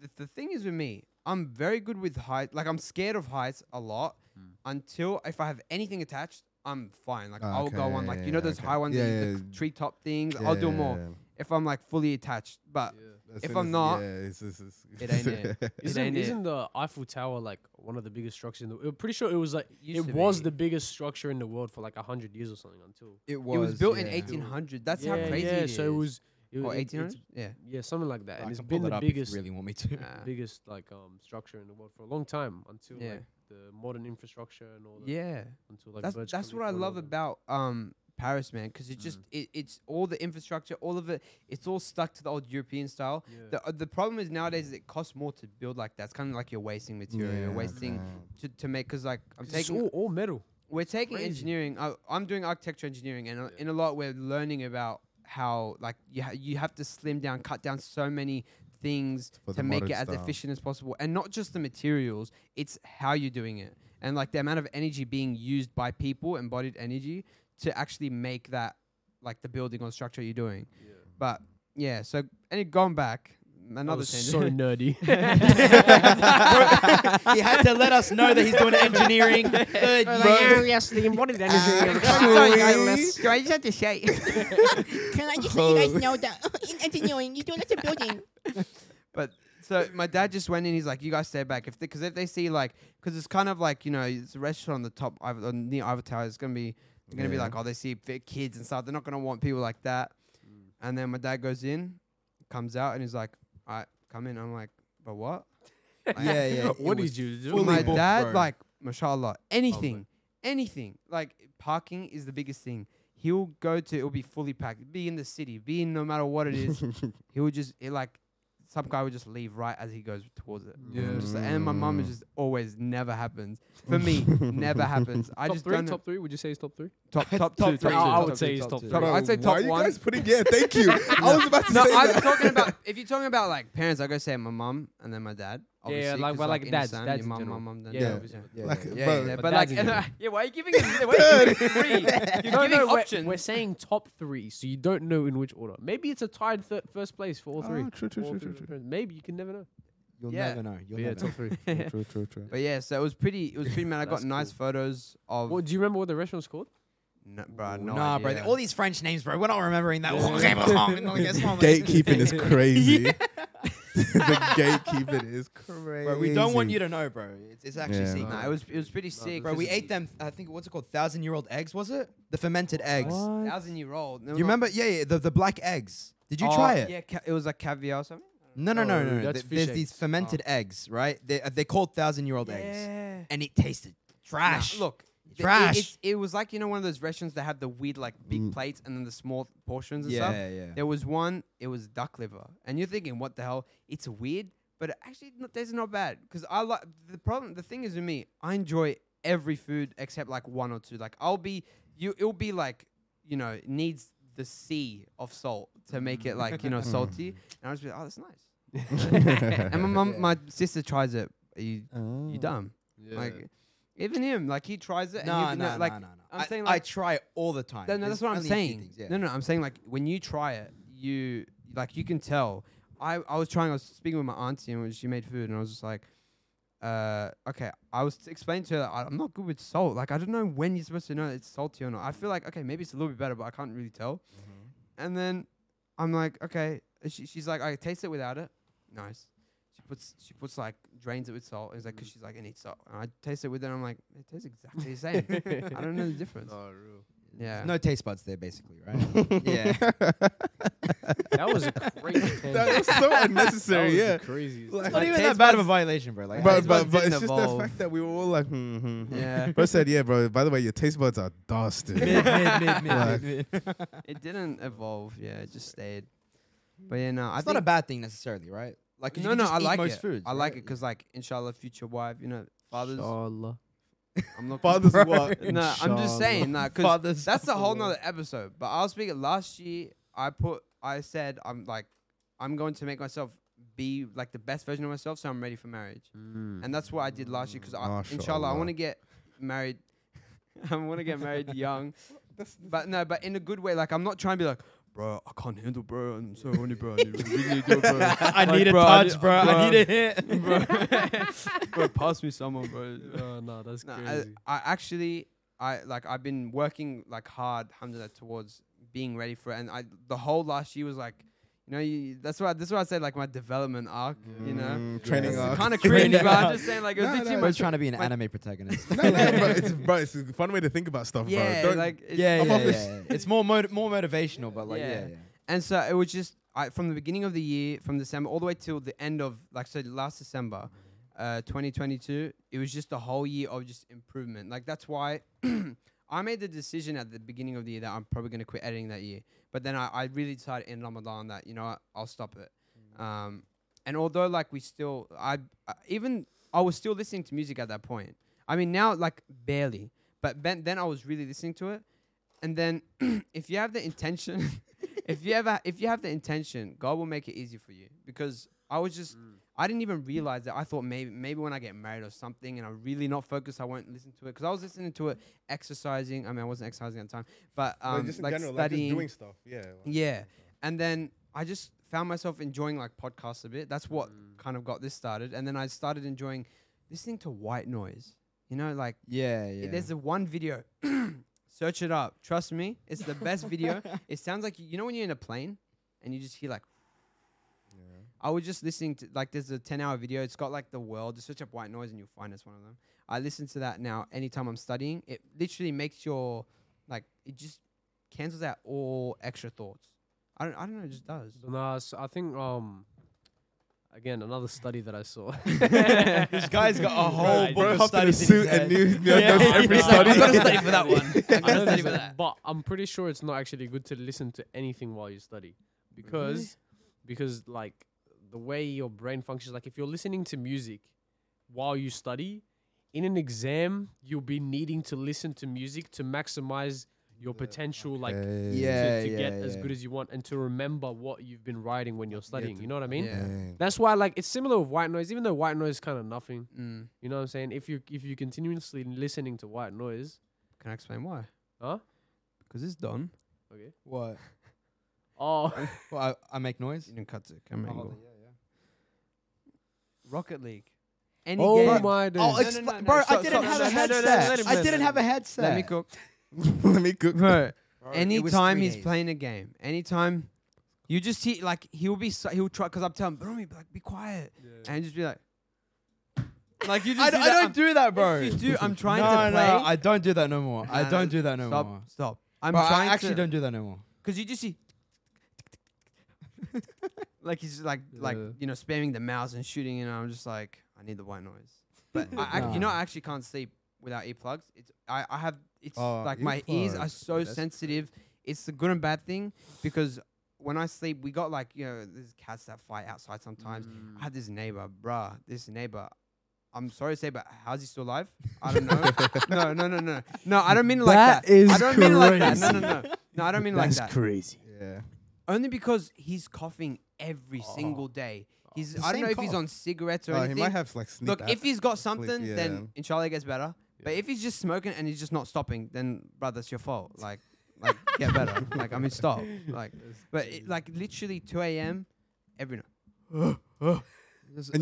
Speaker 1: the, the thing is with me, I'm very good with heights. Like I'm scared of heights a lot.
Speaker 5: Hmm.
Speaker 1: Until if I have anything attached, I'm fine. Like I'll go on like you know
Speaker 5: Okay,
Speaker 1: those
Speaker 5: okay.
Speaker 1: high ones,
Speaker 5: Yeah,
Speaker 1: that you- the
Speaker 5: yeah.
Speaker 1: treetop things. I'll do more if I'm like fully attached. But
Speaker 5: As
Speaker 1: If
Speaker 5: soon
Speaker 1: I'm
Speaker 5: as-
Speaker 1: not,
Speaker 5: yeah, it's, it's, it's,
Speaker 1: it ain't
Speaker 5: *laughs*
Speaker 1: it. it
Speaker 2: Isn't,
Speaker 1: ain't
Speaker 2: isn't
Speaker 1: it.
Speaker 2: the Eiffel Tower like one of the biggest structures in the world? Pretty sure it was like
Speaker 1: Used
Speaker 2: it
Speaker 1: to
Speaker 2: was
Speaker 1: be.
Speaker 2: the biggest structure in the world for like hundred years or something until.
Speaker 4: It
Speaker 1: It was built in
Speaker 4: yeah.
Speaker 1: 1800. That's how
Speaker 2: Yeah,
Speaker 1: crazy
Speaker 2: Yeah,
Speaker 1: it is.
Speaker 2: so it was. It,
Speaker 1: or
Speaker 2: it- it's-
Speaker 1: 1800. Yeah.
Speaker 2: Yeah, something like that.
Speaker 4: I
Speaker 2: and it's
Speaker 4: can pull
Speaker 2: been
Speaker 4: that
Speaker 2: the
Speaker 4: up if you
Speaker 2: biggest,
Speaker 4: really want me to.
Speaker 1: Nah.
Speaker 2: biggest like um structure in the world for a long time until
Speaker 1: Yeah.
Speaker 2: like the modern infrastructure and all. That,
Speaker 1: Yeah.
Speaker 2: Until like
Speaker 1: that's
Speaker 2: Burj
Speaker 1: that's what
Speaker 2: Khalifa
Speaker 1: I
Speaker 2: and all
Speaker 1: love
Speaker 2: that.
Speaker 1: about um Paris, man, because
Speaker 5: Hmm.
Speaker 1: it just it, it's all the infrastructure, all of it. It's all stuck to the old European style.
Speaker 2: Yeah.
Speaker 1: The uh, the problem is nowadays is it costs more to build like that. It's kind of like you're wasting material, you're wasting to, to make because like I'm
Speaker 2: It's
Speaker 1: taking
Speaker 2: all, all metal.
Speaker 1: we're taking
Speaker 2: crazy.
Speaker 1: engineering. I, I'm doing architecture engineering, and uh, in a lot we're learning about how like you ha- you have to slim down, cut down so many things
Speaker 5: For
Speaker 1: to
Speaker 5: the
Speaker 1: make it
Speaker 5: modern
Speaker 1: as
Speaker 5: style.
Speaker 1: efficient as possible, and not just the materials. It's how you're doing it, and like the amount of energy being used by people, embodied energy, to actually make that like the building or structure you're doing. But yeah, so and going back,
Speaker 2: That
Speaker 1: another
Speaker 2: was
Speaker 1: tangent. *laughs*
Speaker 2: so nerdy.
Speaker 4: *laughs*
Speaker 2: *laughs*
Speaker 4: he had to let us know that he's *laughs* doing engineering. third year.
Speaker 2: yes, the
Speaker 1: *laughs*
Speaker 2: embodied energy.
Speaker 1: Sorry, *laughs* guys. So I just had to say.
Speaker 3: Can I just let you guys know that *laughs* in engineering, you do lots of building.
Speaker 1: *laughs* But so my dad just went in. He's like, "You guys stay back if because if they see like because it's kind of like you know it's a restaurant on the top Iv- on near Ivor Tower. It's gonna be they're gonna be
Speaker 5: Yeah.
Speaker 1: like, oh, they see fit kids and stuff. They're not gonna want people like that. And then my dad goes in, comes out, and he's like, "All right, come in." I'm like, "But what?" Like,
Speaker 4: *laughs* Yeah, yeah. it
Speaker 2: what
Speaker 4: was
Speaker 2: did you do?
Speaker 4: fully
Speaker 1: my
Speaker 4: booked,
Speaker 1: dad
Speaker 4: bro.
Speaker 1: like mashallah anything anything like parking is the biggest thing he'll go to it'll be fully packed be in the city be in no matter what it
Speaker 5: *laughs*
Speaker 1: is he'll just it like some guy would just leave right as he goes towards it
Speaker 2: Yeah.
Speaker 1: Just like- and my mum is just always never happens for me
Speaker 5: *laughs*
Speaker 1: never happens i
Speaker 2: top
Speaker 1: just
Speaker 2: three,
Speaker 1: don't know-
Speaker 2: top three. Would you say it's top three? *laughs*
Speaker 1: top top
Speaker 2: Top
Speaker 1: two,
Speaker 2: three.
Speaker 1: top
Speaker 2: I-
Speaker 1: two,
Speaker 2: I would
Speaker 1: top
Speaker 2: say
Speaker 1: two,
Speaker 2: it's
Speaker 1: top
Speaker 2: top
Speaker 1: two.
Speaker 2: three.
Speaker 1: i'd say
Speaker 5: Why
Speaker 1: top
Speaker 5: are you
Speaker 1: one
Speaker 5: guys putting? Yeah,
Speaker 1: *laughs*
Speaker 5: thank you. I was about to
Speaker 1: no,
Speaker 5: say
Speaker 1: I was
Speaker 5: that.
Speaker 1: talking about if you're talking about like parents, I go say my mum and then my dad. Obviously,
Speaker 2: like-
Speaker 1: 'cause,
Speaker 2: well, like
Speaker 1: in
Speaker 2: dads,
Speaker 1: Islam,
Speaker 2: dads
Speaker 1: your
Speaker 2: in
Speaker 1: mum,
Speaker 2: general.
Speaker 1: mum, mum, dad.
Speaker 2: Yeah, obviously.
Speaker 4: Yeah,
Speaker 5: *laughs* Like,
Speaker 4: yeah,
Speaker 5: bro,
Speaker 1: Yeah,
Speaker 4: yeah.
Speaker 1: but, like,
Speaker 2: But that's in general.
Speaker 1: *laughs* yeah, why are you giving it? Why are
Speaker 4: *laughs*
Speaker 1: you giving it three? You're
Speaker 2: No,
Speaker 1: giving
Speaker 2: no, we're,
Speaker 1: options.
Speaker 2: we're saying top three, so you don't know in which order. Maybe it's a tied thir- first place for all three.
Speaker 5: Oh, true, true,
Speaker 2: All
Speaker 5: true,
Speaker 2: three
Speaker 5: true,
Speaker 2: returns. Maybe you can never know.
Speaker 4: You'll
Speaker 1: Yeah.
Speaker 4: never know. You'll
Speaker 2: yeah,
Speaker 4: never know.
Speaker 2: top three.
Speaker 5: true, true, true, true.
Speaker 1: *laughs* But yeah, so it was pretty. It was pretty mad. I got
Speaker 2: That's
Speaker 1: nice
Speaker 2: cool.
Speaker 1: photos of.
Speaker 2: What do you remember what the restaurant's called?
Speaker 1: no, bro, no
Speaker 4: nah, bro.
Speaker 1: idea.
Speaker 4: All these French names, bro. We're not remembering that one.
Speaker 5: Gatekeeping is crazy. the gatekeeping is
Speaker 4: *laughs*
Speaker 5: crazy.
Speaker 4: bro, we don't want you to know, bro. It's, it's actually
Speaker 5: Yeah.
Speaker 4: secret.
Speaker 1: Nah, it was it was pretty sick.
Speaker 4: Bro, we
Speaker 1: Just
Speaker 4: ate them. I think what's it called? Thousand year old eggs, was it? The fermented eggs.
Speaker 1: a thousand year old.
Speaker 4: You remember? Yeah, yeah. The, the black eggs. Did you
Speaker 1: oh,
Speaker 4: try it?
Speaker 1: Yeah, ca- it was like caviar or something.
Speaker 4: No, no, no,
Speaker 2: Oh,
Speaker 4: no. no.
Speaker 2: that's
Speaker 4: Th-
Speaker 2: fish
Speaker 4: There's these
Speaker 2: eggs.
Speaker 4: fermented eggs, right? They, uh, they're called thousand year old eggs,
Speaker 1: Oh. Yeah.
Speaker 4: and it tasted trash.
Speaker 1: Nah, look. th- it-
Speaker 4: Trash.
Speaker 1: it's- It, was like you know one of those restaurants that have the weird like big
Speaker 2: Mm.
Speaker 1: plates and then the small portions and
Speaker 4: yeah,
Speaker 1: stuff.
Speaker 4: yeah, yeah.
Speaker 1: There was one, it was duck liver. And you're thinking, what the hell? It's weird, but it actually, not, that's not bad. Because I like the problem, the thing is with me, I enjoy every food except like one or two. Like, I'll be, you, it'll be like, you know, it needs the sea of salt to make it like,
Speaker 4: *laughs*
Speaker 1: you know,
Speaker 4: Hmm.
Speaker 1: salty. And I'll just be like, oh, that's nice. *laughs*
Speaker 5: Oh.
Speaker 4: Mm.
Speaker 1: and my mum, my sister tries it. Are you, you dumb? Like, Even him, like he tries it.
Speaker 4: No,
Speaker 1: and you,
Speaker 4: no,
Speaker 1: like,
Speaker 4: no, no, no.
Speaker 1: I'm
Speaker 4: I,
Speaker 1: saying
Speaker 4: I
Speaker 1: like
Speaker 4: try it all the time.
Speaker 1: No, no,
Speaker 4: There's
Speaker 1: that's what I'm
Speaker 4: only a few
Speaker 1: saying.
Speaker 4: things, yeah.
Speaker 1: No, no, I'm saying like when you try it, you like you can tell. I, I was trying. I was speaking with my auntie and she made food, and I was just like, uh, okay. I was explaining to her that I, I'm not good with salt. Like I don't know when you're supposed to know it's salty or not. I feel like okay, maybe it's a little bit better, but I can't really tell.
Speaker 4: Mm-hmm.
Speaker 1: And then I'm like, okay. and She, she's like, I taste it without it. Nice. She puts she puts like drains it with salt. It's like
Speaker 4: Mm.
Speaker 1: because she's like it needs salt. And I taste it with it. And I'm like, it tastes exactly the same. *laughs* I don't
Speaker 4: *laughs*
Speaker 1: know the difference. Yeah.
Speaker 4: Oh, No taste buds there, basically,
Speaker 1: *laughs*
Speaker 4: right? *laughs* yeah.
Speaker 2: That was a crazy thing.
Speaker 1: *laughs*
Speaker 5: That was so unnecessary. yeah.
Speaker 2: crazy.
Speaker 5: Like-
Speaker 4: Not
Speaker 5: Like,
Speaker 4: even that bad of a violation, bro. Like,
Speaker 5: But
Speaker 1: taste
Speaker 5: but,
Speaker 4: *laughs*
Speaker 1: buds
Speaker 5: but
Speaker 1: didn't
Speaker 5: it's just
Speaker 1: evolve.
Speaker 5: the fact that we were all like, hmm, hmm, hmm.
Speaker 1: Yeah.
Speaker 5: Bro said, yeah, bro. By the way, your taste buds are dusted. Like,
Speaker 1: it didn't evolve. Yeah, it just stayed. But yeah, no, I
Speaker 4: it's
Speaker 1: think
Speaker 4: not a bad thing necessarily, right? Like, 'cause you
Speaker 1: no,
Speaker 4: can
Speaker 1: no,
Speaker 4: just
Speaker 1: I
Speaker 4: eat
Speaker 1: like
Speaker 4: most
Speaker 1: it.
Speaker 4: foods,
Speaker 1: I like
Speaker 4: right?
Speaker 1: it
Speaker 4: *laughs*
Speaker 1: because, like, inshallah, future wife, you know, fathers.
Speaker 2: Inshallah.
Speaker 1: I'm not
Speaker 5: Fathers
Speaker 1: *laughs*
Speaker 5: what?
Speaker 1: No, I'm just saying, nah, because *laughs*
Speaker 4: Fathers
Speaker 1: that's a whole
Speaker 4: what?
Speaker 1: nother episode. But I was speaking last year. I put, I said, I'm like, I'm going to make myself be like the best version of myself, so I'm ready for marriage.
Speaker 4: Mm.
Speaker 1: And that's what I did last year because, inshallah, I
Speaker 5: Mashallah.
Speaker 1: want to get married. *laughs* I want to get married young, but no, but in a good way. Like I'm not trying to be like, bro, I can't handle bro, I'm so horny, bro. I need, really need to
Speaker 4: *laughs*
Speaker 1: do it, bro.
Speaker 4: I
Speaker 1: Like,
Speaker 4: need a
Speaker 1: bro,
Speaker 4: touch, bro. I need a *laughs*
Speaker 1: bro,
Speaker 4: hit.
Speaker 1: bro. bro, pass me someone, bro.
Speaker 2: Oh no, that's
Speaker 1: No, I,
Speaker 2: crazy.
Speaker 1: I actually, I like, I've been working like hard, alhamdulillah, towards being ready for it. And I, the whole last year was like, you know, you, that's why, that's why I said like my development arc, you know,
Speaker 5: Mm, training
Speaker 4: Yes.
Speaker 5: arc.
Speaker 1: kind of
Speaker 4: Training
Speaker 1: cringe, but I'm
Speaker 4: arc.
Speaker 1: just saying like it was
Speaker 5: *laughs* No,
Speaker 1: literally *laughs*
Speaker 5: no,
Speaker 1: my
Speaker 4: We're
Speaker 5: it's-
Speaker 1: tra-
Speaker 4: trying to be an anime protagonist.
Speaker 5: *laughs* no, no, bro,
Speaker 1: *laughs*
Speaker 5: it's, bro, it's a fun way to think about stuff,
Speaker 1: yeah,
Speaker 5: bro. Don't,
Speaker 1: like it's-
Speaker 4: *laughs* yeah,
Speaker 5: I'm
Speaker 4: yeah,
Speaker 5: off this-
Speaker 4: yeah. It's more moti- more motivational, but like,
Speaker 1: Yeah.
Speaker 4: yeah,
Speaker 1: And so it was just I, from the beginning of the year, from December all the way till the end of like so last December, uh, 2022. It was just a whole year of just improvement. Like that's why *clears throat* I made the decision at the beginning of the year that I'm probably going to quit editing that year. But then I, I really decided in Ramadan that you know what, I'll stop it.
Speaker 5: Mm.
Speaker 1: Um, and although like we still, I uh, even I was still listening to music at that point. I mean now like barely, but ben, then I was really listening to it. And then *clears throat* if you have the intention, *laughs* if you ever if you have the intention, God will make it easy for you. Because I was just
Speaker 5: Mm.
Speaker 1: I didn't even realize that. I thought maybe maybe when I get married or something, and I'm really not focused, I won't listen to it. Because I was listening to it exercising. I mean, I wasn't exercising at the time, but
Speaker 5: like,
Speaker 1: um,
Speaker 5: just in
Speaker 1: like
Speaker 5: general, like just
Speaker 1: studying.
Speaker 5: doing stuff. Yeah. like-
Speaker 1: Yeah. And then I just found myself enjoying like podcasts a bit. That's what kind of got this started. And then I started enjoying listening to white noise. You know, like
Speaker 4: yeah, yeah.
Speaker 1: i-
Speaker 4: yeah.
Speaker 1: there's a one video. *clears throat* Search it up. Trust me, it's the best video. It sounds like you know when you're in a plane and you just hear like. I was just listening to like there's a 10 hour video. It's got like the world. Just search up white noise and you'll find it's one of them. I listen to that now anytime I'm studying. It literally makes your like it just cancels out all extra thoughts. I don't I don't know. It just does.
Speaker 2: Nah, so I think um, again another study that I saw.
Speaker 4: this *laughs* guy's got
Speaker 2: *laughs*
Speaker 4: a
Speaker 5: Bro,
Speaker 4: whole
Speaker 5: bro
Speaker 4: book of
Speaker 5: hopped in a
Speaker 4: studies in
Speaker 5: suit
Speaker 4: his head.
Speaker 5: and
Speaker 4: *laughs*
Speaker 5: knew, knew
Speaker 2: Yeah.
Speaker 5: knows every
Speaker 2: He's like,
Speaker 5: study.
Speaker 2: "I've gotta study
Speaker 1: for that one.
Speaker 2: I know
Speaker 1: study
Speaker 2: *laughs* this-
Speaker 1: for that.
Speaker 2: But I'm pretty sure it's not actually good to listen to anything while you study, because because like the way your brain functions. Like if you're listening to music while you study, in an exam you'll be needing to listen to music to maximize your potential, like to,
Speaker 4: Yeah,
Speaker 2: to
Speaker 4: yeah,
Speaker 2: get as
Speaker 4: yeah.
Speaker 2: good as you want and to remember what you've been writing when you're studying.
Speaker 1: to-
Speaker 2: You know what I mean?
Speaker 1: yeah.
Speaker 2: That's why like it's similar with white noise, even though white noise is kind of nothing.
Speaker 1: Mm.
Speaker 2: You know what I'm saying? If you if you continuously listening to white noise,
Speaker 1: Can I explain why?
Speaker 2: huh?
Speaker 1: Because it's done.
Speaker 2: Okay.
Speaker 4: What?
Speaker 2: Oh,
Speaker 4: Well, I, I make noise.
Speaker 1: You didn't cut the
Speaker 5: Oh,
Speaker 1: camera angle. Rocket League. Any
Speaker 2: oh
Speaker 1: game.
Speaker 2: my days.
Speaker 4: Oh,
Speaker 1: no,
Speaker 4: expl-
Speaker 1: no, no,
Speaker 4: bro,
Speaker 1: so-
Speaker 4: I
Speaker 1: so-
Speaker 4: didn't have
Speaker 1: no,
Speaker 4: a
Speaker 1: no, no, no, no,
Speaker 4: headset.
Speaker 2: let him
Speaker 4: I
Speaker 2: finish.
Speaker 4: didn't have a headset.
Speaker 1: Let me
Speaker 2: *laughs*
Speaker 1: cook.
Speaker 5: Let me
Speaker 4: *laughs*
Speaker 5: cook.
Speaker 1: Bro,
Speaker 4: Alright, it was
Speaker 1: anytime
Speaker 4: three
Speaker 1: he's
Speaker 4: days.
Speaker 1: playing a game, anytime you just see like he'll be so, he'll try because I'm telling him, bro, be like be quiet, and just be like, like you just. do
Speaker 4: I, don't- I
Speaker 1: that,
Speaker 4: don't
Speaker 1: I'm-
Speaker 4: do that, bro.
Speaker 1: If you do, I'm trying
Speaker 4: no,
Speaker 1: to
Speaker 4: no,
Speaker 1: play.
Speaker 4: I don't do that no more. I don't do that no
Speaker 1: stop,
Speaker 4: more.
Speaker 1: Stop. I'm
Speaker 4: Bro, I
Speaker 1: trying
Speaker 4: actually
Speaker 1: to,
Speaker 4: don't do that no more.
Speaker 1: because you just see. *laughs* like he's just like like
Speaker 2: Yeah.
Speaker 1: you know spamming the mouse and shooting and I'm just like I need the white noise.
Speaker 5: *laughs*
Speaker 1: But I, I you know I actually can't sleep without earplugs. It's I, I have it's
Speaker 5: Oh,
Speaker 1: like my ears are
Speaker 5: earplugs.
Speaker 1: so sensitive. It's the good and bad thing because when I sleep we got like you know there's cats that fight outside sometimes. I had
Speaker 5: Mm.
Speaker 1: this neighbor, bruh, this neighbor. I'm sorry to say, but how's he still alive? I don't know.
Speaker 5: *laughs*
Speaker 1: no, no, no, no, no. I don't mean it like that.
Speaker 2: That is
Speaker 1: I don't mean it like that. No, no, no. No, I don't mean it like that.
Speaker 2: crazy.
Speaker 5: Yeah.
Speaker 1: Only because he's coughing every single day. He's
Speaker 4: The
Speaker 1: I don't
Speaker 4: same
Speaker 1: know if he's
Speaker 4: cough.
Speaker 1: on cigarettes or
Speaker 5: Oh, he
Speaker 1: anything.
Speaker 5: might have like sneak
Speaker 1: Look, if he's got something,
Speaker 5: yeah.
Speaker 1: then inshallah it gets better. But if he's just smoking and he's just not stopping, then bro, that's your fault. Like, like get
Speaker 5: *laughs*
Speaker 1: better. like I mean, stop. Like, but it, like literally 2 a.m. every night.
Speaker 5: And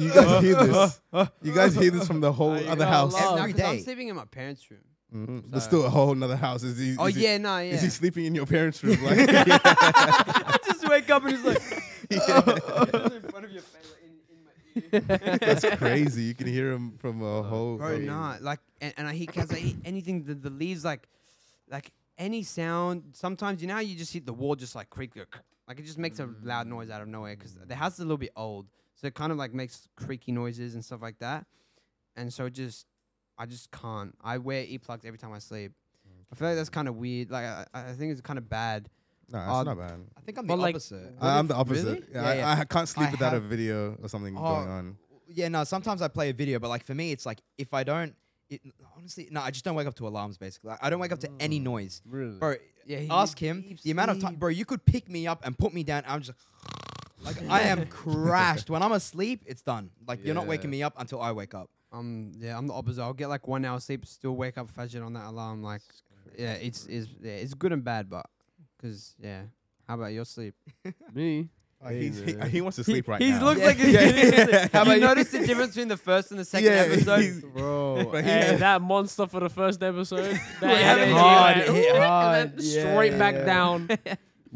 Speaker 5: you guys hear this. You guys hear this from the whole
Speaker 2: you
Speaker 5: other
Speaker 2: got a
Speaker 5: house.
Speaker 2: lot.
Speaker 1: No,
Speaker 4: Every
Speaker 1: 'cause I'm
Speaker 4: day.
Speaker 1: sleeping in my parents' room.
Speaker 5: Mhm. There's still a whole other house. Is he,
Speaker 1: Oh
Speaker 5: is he-
Speaker 1: yeah, no, yeah.
Speaker 5: Is he sleeping in your parents' room? Like, yeah.
Speaker 1: I just wake up and he's like, in front of your face, like, in, in my ear.
Speaker 5: That's crazy. You can hear him from a whole.
Speaker 1: Bro,
Speaker 5: whole-
Speaker 1: nah. Like, and, and I hear cats like eat anything. The, the leaves, like, like any sound. Sometimes you know how you just hit the wall, just like creak, like, like it just makes a loud noise out of nowhere because the house is a little bit old, so it kind of like makes creaky noises and stuff like that. And so just, I just can't. I wear earplugs every time I sleep. I feel like that's kind of weird. Like, I, I I think it's kind of bad.
Speaker 5: Nah, that's
Speaker 1: Um,
Speaker 5: not bad.
Speaker 4: I think I'm
Speaker 2: But,
Speaker 4: the
Speaker 2: like,
Speaker 4: opposite.
Speaker 2: what
Speaker 5: I, I'm
Speaker 2: if-
Speaker 5: the opposite.
Speaker 2: really?
Speaker 5: Yeah,
Speaker 4: Yeah,
Speaker 5: I-
Speaker 4: yeah.
Speaker 5: I, can't sleep
Speaker 4: I
Speaker 5: without
Speaker 4: have-
Speaker 5: a video or something
Speaker 4: Oh,
Speaker 5: going on.
Speaker 4: yeah, no, sometimes I play a video, but like for me, it's like if I don't, it, honestly, no, I just don't wake up to alarms basically. Like, I don't wake up to any noise.
Speaker 2: Really?
Speaker 4: Bro,
Speaker 1: Yeah, he
Speaker 4: ask him
Speaker 1: sleeps
Speaker 4: the amount of time, bro, you could pick me up and put me down. I'm just like, like I
Speaker 2: *laughs*
Speaker 4: am crashed. When I'm asleep, it's done. Like you're not waking
Speaker 2: Yeah.
Speaker 4: me up until I wake up.
Speaker 1: Um, yeah, I'm the opposite. I'll get like one hour sleep, still wake up fajr on that alarm. Like, yeah, it's is yeah, it's good and bad, but because yeah, how about your sleep?
Speaker 2: Me?
Speaker 5: Uh, he's- he,
Speaker 2: Yeah.
Speaker 5: he wants to sleep right
Speaker 1: he
Speaker 5: now.
Speaker 1: looks
Speaker 4: Yeah.
Speaker 1: like *laughs* he's
Speaker 5: Yeah.
Speaker 1: getting sleep.
Speaker 5: How
Speaker 1: Have
Speaker 5: about
Speaker 1: you
Speaker 5: you?
Speaker 1: noticed the difference between the first and the second
Speaker 5: Yeah,
Speaker 1: episode?
Speaker 5: he's-
Speaker 2: Bro,
Speaker 5: *laughs* But he
Speaker 2: hey,
Speaker 5: had-
Speaker 2: that monster for the first episode.
Speaker 1: It
Speaker 2: That
Speaker 1: hit
Speaker 2: energy,
Speaker 1: hard,
Speaker 2: like,
Speaker 1: it hit
Speaker 2: and
Speaker 4: hard,
Speaker 2: then straight
Speaker 4: yeah.
Speaker 2: back *laughs* down.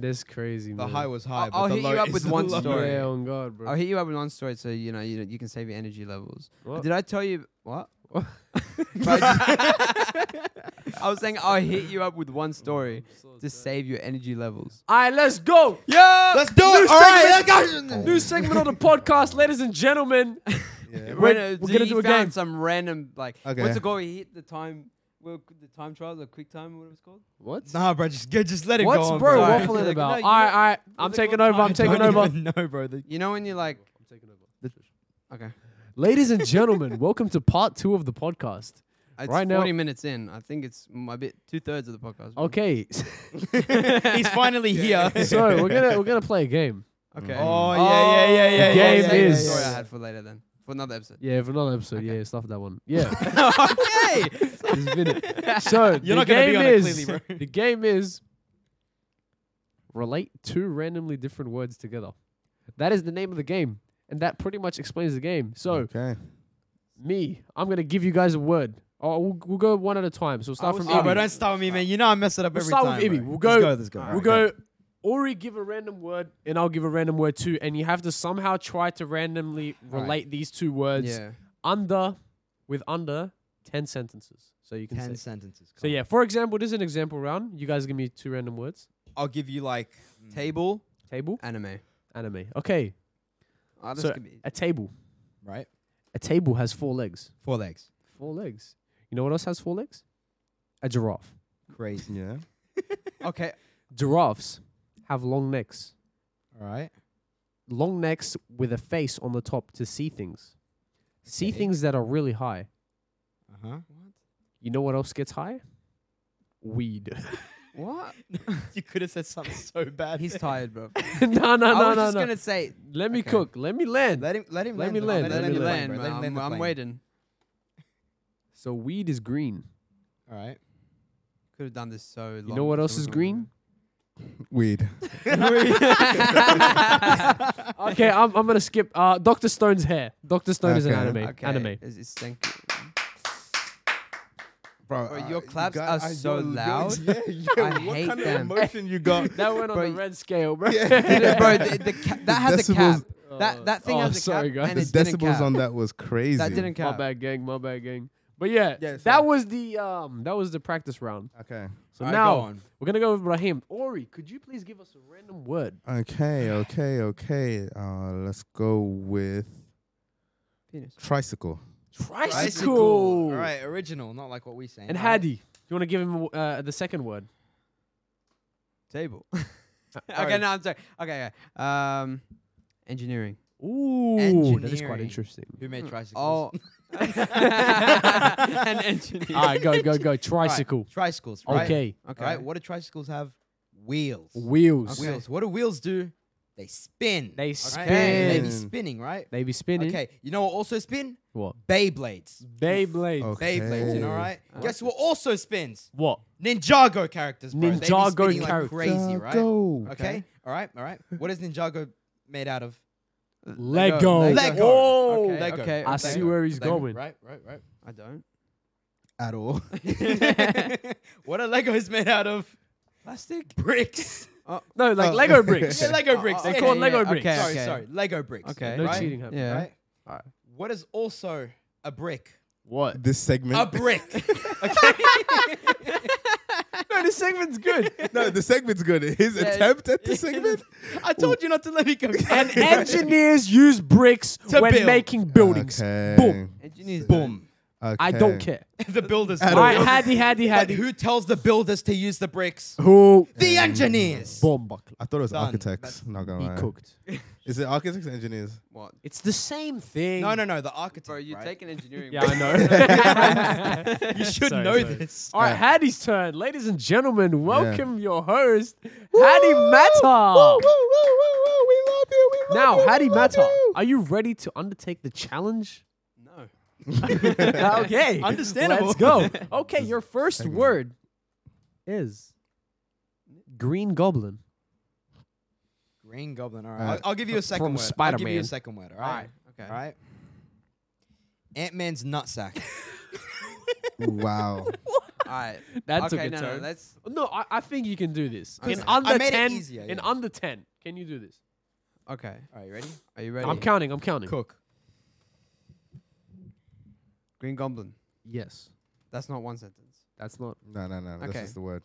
Speaker 2: That's crazy,
Speaker 4: The
Speaker 2: man.
Speaker 4: high was high.
Speaker 1: I'll-
Speaker 4: but
Speaker 1: I'll
Speaker 4: the
Speaker 1: hit
Speaker 4: low
Speaker 1: you up
Speaker 4: is
Speaker 1: with
Speaker 4: the
Speaker 1: one
Speaker 4: low.
Speaker 1: story.
Speaker 2: Yeah, on God, bro.
Speaker 1: I'll hit you up with one story, so you know you you can save your energy levels.
Speaker 2: What?
Speaker 1: Did I tell you what?
Speaker 2: What?
Speaker 1: *laughs* I was saying I'll hit you up with one
Speaker 5: *laughs*
Speaker 1: story to save your energy levels.
Speaker 2: All right, let's go.
Speaker 1: Yeah,
Speaker 4: *laughs* Let's do it. All right, let's go.
Speaker 2: New segment on the podcast, ladies and gentlemen.
Speaker 5: Yeah.
Speaker 2: We're-
Speaker 1: We're,
Speaker 2: we're
Speaker 1: gonna
Speaker 2: gonna
Speaker 1: do
Speaker 2: do a
Speaker 1: uh, found
Speaker 2: game.
Speaker 1: Some random like what's
Speaker 5: Okay.
Speaker 1: it called? He hit the time, well, the time trial, the quick time, or whatever it's called.
Speaker 2: What?
Speaker 4: Nah, bro, just get, just let it
Speaker 2: What's
Speaker 4: go. on,
Speaker 2: bro
Speaker 1: sorry.
Speaker 2: waffling
Speaker 1: No,
Speaker 2: about?
Speaker 1: you
Speaker 2: all right,
Speaker 1: know-
Speaker 2: all right. I'm
Speaker 1: they
Speaker 2: taking
Speaker 1: call
Speaker 2: over. I'm taking *laughs* over.
Speaker 4: No, bro. the-
Speaker 1: You know when you're like,
Speaker 2: I'm taking over.
Speaker 1: okay,
Speaker 2: Ladies and gentlemen, welcome to part two of the podcast.
Speaker 1: it's
Speaker 2: Right now-
Speaker 1: 40 minutes in. I think it's my bit two thirds of the
Speaker 2: *laughs*
Speaker 1: podcast. but-
Speaker 2: Okay,
Speaker 4: *laughs* He's finally here.
Speaker 2: *laughs* so we're gonna we're gonna play a game.
Speaker 1: *laughs* okay.
Speaker 4: *laughs* Oh yeah, yeah, yeah, yeah.
Speaker 2: The game
Speaker 1: Save the
Speaker 2: is-
Speaker 1: story I had for later then for another episode.
Speaker 2: Yeah, for another episode. Yeah, stuff that one.
Speaker 4: *laughs*
Speaker 2: Yeah.
Speaker 1: okay.
Speaker 2: It's been it. So the
Speaker 4: You're not gonna be
Speaker 2: game
Speaker 4: on it
Speaker 2: is
Speaker 4: clearly, bro.
Speaker 2: *laughs* the game is relate two randomly different words together. That is the name of the game, and that pretty much explains the game. So
Speaker 5: Okay.
Speaker 2: me, I'm gonna give you guys a word. Oh, we'll, we'll go one at a time. So we'll start
Speaker 1: will
Speaker 2: from
Speaker 1: start
Speaker 4: Oh, bro,
Speaker 2: Ibi.
Speaker 4: don't start with me, man. You know I mess it up
Speaker 2: We'll
Speaker 4: every
Speaker 2: start with
Speaker 4: time.
Speaker 2: Ibi.
Speaker 4: bro.
Speaker 2: We'll
Speaker 4: Let's
Speaker 2: go-
Speaker 4: Let's go.
Speaker 2: We'll go. Ori give a random word, and I'll give a random word too, and you have to somehow try to randomly
Speaker 1: right.
Speaker 2: relate these two words
Speaker 1: yeah.
Speaker 2: under with under ten sentences. So you can
Speaker 4: Ten
Speaker 2: say.
Speaker 4: sentences.
Speaker 2: So yeah, for example, this is an example round. You guys give me two random words.
Speaker 4: I'll give you like
Speaker 1: Mm. Table
Speaker 2: Table,
Speaker 1: anime.
Speaker 2: anime. Okay,
Speaker 1: Oh, this
Speaker 2: So-
Speaker 1: could be.
Speaker 2: a table.
Speaker 4: right
Speaker 2: A table has four legs.
Speaker 4: four legs.
Speaker 2: Four legs. You know what else has four legs? A giraffe. *laughs*
Speaker 4: Crazy.
Speaker 5: Yeah.
Speaker 1: Okay.
Speaker 2: Giraffes have long necks.
Speaker 4: All right.
Speaker 2: Long necks with a face on the top to see things. See
Speaker 4: Okay.
Speaker 2: things that are really high.
Speaker 4: Uh huh.
Speaker 2: You know what else gets high? Weed. *laughs*
Speaker 4: *laughs*
Speaker 1: What?
Speaker 4: you could have said something so bad. *laughs*
Speaker 1: He's tired, bro. I
Speaker 2: *laughs* no, no, no,
Speaker 1: was
Speaker 2: no,
Speaker 1: just
Speaker 2: no.
Speaker 1: gonna say.
Speaker 2: Let me
Speaker 1: Okay.
Speaker 2: cook. Let me land.
Speaker 4: Let him. Let him.
Speaker 2: Let me
Speaker 4: the-
Speaker 2: land,
Speaker 1: Let,
Speaker 2: let
Speaker 1: me
Speaker 2: him land,
Speaker 1: land,
Speaker 4: bro.
Speaker 1: man.
Speaker 4: him land
Speaker 1: I'm,
Speaker 4: the
Speaker 1: I'm
Speaker 4: plane.
Speaker 1: waiting.
Speaker 2: so weed is green.
Speaker 4: All right.
Speaker 1: Could have done this so long.
Speaker 2: You know what
Speaker 1: so
Speaker 2: else
Speaker 1: much
Speaker 2: is
Speaker 1: longer.
Speaker 2: green?
Speaker 5: Weed.
Speaker 1: *laughs*
Speaker 2: *laughs* okay, I'm, I'm gonna skip. Uh, Doctor Stone's hair. Doctor Stone is an
Speaker 5: Okay.
Speaker 1: *laughs*
Speaker 2: anime. Anime.
Speaker 1: Is it stink?
Speaker 5: Bro,
Speaker 1: Bro,
Speaker 5: uh,
Speaker 1: your claps
Speaker 5: guy-
Speaker 1: are
Speaker 5: I-
Speaker 1: so
Speaker 5: your- your-
Speaker 1: loud.
Speaker 5: *laughs* Yeah, yeah.
Speaker 1: I
Speaker 5: what
Speaker 1: hate
Speaker 5: kind
Speaker 1: them.
Speaker 5: of emotion you
Speaker 2: *laughs*
Speaker 5: got?
Speaker 2: That went on
Speaker 1: Bro,
Speaker 2: the
Speaker 1: y-
Speaker 2: red scale, bro. *laughs*
Speaker 1: bro, the, the ca- that has a cap.
Speaker 5: decibels-
Speaker 1: That that thing
Speaker 2: Oh,
Speaker 1: has a
Speaker 2: sorry,
Speaker 1: cap.
Speaker 2: guys.
Speaker 1: And
Speaker 5: The
Speaker 1: it didn't
Speaker 5: decibels
Speaker 1: cap.
Speaker 5: on that was crazy.
Speaker 1: That didn't
Speaker 2: My
Speaker 1: count.
Speaker 2: bad, gang. My bad, gang. But yeah,
Speaker 5: Yeah,
Speaker 2: that
Speaker 5: sorry.
Speaker 2: was the um, that was the practice round.
Speaker 5: Okay.
Speaker 2: So
Speaker 4: All right,
Speaker 2: now
Speaker 4: go on.
Speaker 2: we're gonna go with Raheem. Ori, could you please give us a random word?
Speaker 5: Okay. Okay. Okay. Uh, let's go with
Speaker 1: Penis.
Speaker 5: tricycle.
Speaker 2: Tricycle.
Speaker 4: All right. Original, not like what we saying.
Speaker 2: And
Speaker 4: All right.
Speaker 2: Hadi, you want to give him uh, the second word? *laughs*
Speaker 1: Table. *laughs* okay, no, I'm sorry. Okay, okay. Um,
Speaker 2: *laughs*
Speaker 1: engineering. *laughs*
Speaker 2: Ooh, that is quite
Speaker 4: Engineering.
Speaker 2: interesting.
Speaker 4: *laughs* Who made
Speaker 1: Oh,
Speaker 4: tricycles?
Speaker 1: an engineer.
Speaker 2: All right, go, go, go.
Speaker 4: All right,
Speaker 2: Tricycle.
Speaker 4: Tricycles. Right?
Speaker 2: Okay.
Speaker 1: Okay.
Speaker 4: All right. What do tricycles have? Wheels.
Speaker 2: Wheels.
Speaker 1: Okay.
Speaker 4: Wheels. What do wheels do? They spin.
Speaker 2: They
Speaker 4: all right? They be
Speaker 1: spin.
Speaker 4: spinning, right?
Speaker 2: They be spinning.
Speaker 4: Okay. You know what also spin?
Speaker 2: What?
Speaker 4: Beyblades.
Speaker 2: Beyblades.
Speaker 5: Okay.
Speaker 4: Beyblades, you know, right? Guess what also spins?
Speaker 2: What?
Speaker 4: Ninjago characters, bro. They be
Speaker 2: Ninjago
Speaker 4: spinning
Speaker 2: characters.
Speaker 4: Like crazy, right?
Speaker 5: Go.
Speaker 4: Okay. All right. All right. What is Ninjago made out of?
Speaker 2: Lego.
Speaker 1: Lego.
Speaker 4: Lego.
Speaker 2: Oh.
Speaker 1: Okay,
Speaker 4: Lego.
Speaker 1: okay,
Speaker 2: I
Speaker 1: okay.
Speaker 2: see where he's
Speaker 4: Lego,
Speaker 2: going.
Speaker 4: Right. Right. Right.
Speaker 1: I don't. *laughs*
Speaker 5: At all.
Speaker 4: *laughs* what are Legos made out of?
Speaker 1: Plastic.
Speaker 2: *laughs*
Speaker 4: Bricks.
Speaker 2: No, like
Speaker 5: Oh.
Speaker 2: Lego bricks.
Speaker 4: *laughs* Yeah, Lego bricks.
Speaker 2: Oh, They
Speaker 4: okay,
Speaker 2: call it
Speaker 4: yeah,
Speaker 2: Lego
Speaker 4: yeah.
Speaker 2: bricks.
Speaker 1: Okay,
Speaker 4: Sorry,
Speaker 1: okay.
Speaker 4: sorry. Lego bricks.
Speaker 1: Okay.
Speaker 2: No
Speaker 4: right?
Speaker 2: cheating happening.
Speaker 1: Yeah.
Speaker 4: Right?
Speaker 2: Alright.
Speaker 4: What is also a brick?
Speaker 2: What?
Speaker 5: This segment.
Speaker 4: A brick. *laughs*
Speaker 2: No, this segment's good.
Speaker 4: *laughs*
Speaker 5: *laughs* no, the segment's good. His attempt at the segment.
Speaker 4: I told you not to let me go. *laughs*
Speaker 2: and engineers use bricks
Speaker 4: To
Speaker 2: when
Speaker 4: build.
Speaker 2: making buildings.
Speaker 5: Okay.
Speaker 2: Boom.
Speaker 1: Engineers.
Speaker 4: boom.
Speaker 5: Okay.
Speaker 2: I don't care.
Speaker 4: the builders.
Speaker 5: At
Speaker 4: know.
Speaker 5: all.
Speaker 2: Alright, Haddy, Haddy,
Speaker 4: But
Speaker 2: Haddy.
Speaker 4: who tells the builders to use the bricks?
Speaker 2: Who?
Speaker 4: The engineers.
Speaker 2: Bomb buckler.
Speaker 5: I thought it was
Speaker 4: Done.
Speaker 5: architects.
Speaker 4: That's-
Speaker 5: Not gonna
Speaker 2: He
Speaker 5: lie.
Speaker 2: cooked.
Speaker 5: Is it architects and engineers?
Speaker 1: What?
Speaker 2: It's the same thing.
Speaker 4: No, no, no. The architect.
Speaker 1: Bro, you
Speaker 4: right?
Speaker 1: take an engineering.
Speaker 2: Yeah, I know.
Speaker 4: *laughs*
Speaker 2: *laughs*
Speaker 4: You should
Speaker 2: Sorry,
Speaker 4: know
Speaker 2: sorry.
Speaker 4: this.
Speaker 2: All right,
Speaker 5: Yeah.
Speaker 2: Hattie's turn. Ladies and gentlemen, welcome your host, Hattie Matter.
Speaker 5: We love you. We
Speaker 2: Now, Hattie Matter, are you ready to undertake the challenge?
Speaker 1: No.
Speaker 2: *laughs*
Speaker 5: *laughs*
Speaker 2: okay.
Speaker 4: Understandable.
Speaker 2: Let's *laughs* go. Okay, your first word is Green Goblin.
Speaker 4: Green Goblin. All right.
Speaker 5: Alright.
Speaker 4: I'll, I'll give you a second
Speaker 2: From
Speaker 4: word. I'll give
Speaker 2: Spider-Man.
Speaker 4: you a second word. All
Speaker 1: All
Speaker 4: right.
Speaker 1: right. Okay.
Speaker 4: All right. Ant Man's nutsack.
Speaker 1: *laughs*
Speaker 5: Wow.
Speaker 1: All
Speaker 2: *laughs*
Speaker 1: right.
Speaker 2: That's
Speaker 1: okay,
Speaker 2: a
Speaker 1: no,
Speaker 2: good turn.
Speaker 1: no, let's.
Speaker 2: No, I, I think you can do this. In
Speaker 1: Okay. I
Speaker 2: under
Speaker 4: made it
Speaker 2: 10,
Speaker 4: easier,
Speaker 2: in
Speaker 4: yeah.
Speaker 2: under 10, can you do this?
Speaker 1: Okay.
Speaker 4: All right. You ready?
Speaker 1: Are you ready?
Speaker 2: I'm counting, I'm counting.
Speaker 4: Cook.
Speaker 1: Green Goblin.
Speaker 2: Yes.
Speaker 1: That's not one sentence.
Speaker 2: That's not
Speaker 5: no, no, no. That's
Speaker 1: Okay.
Speaker 5: just the word.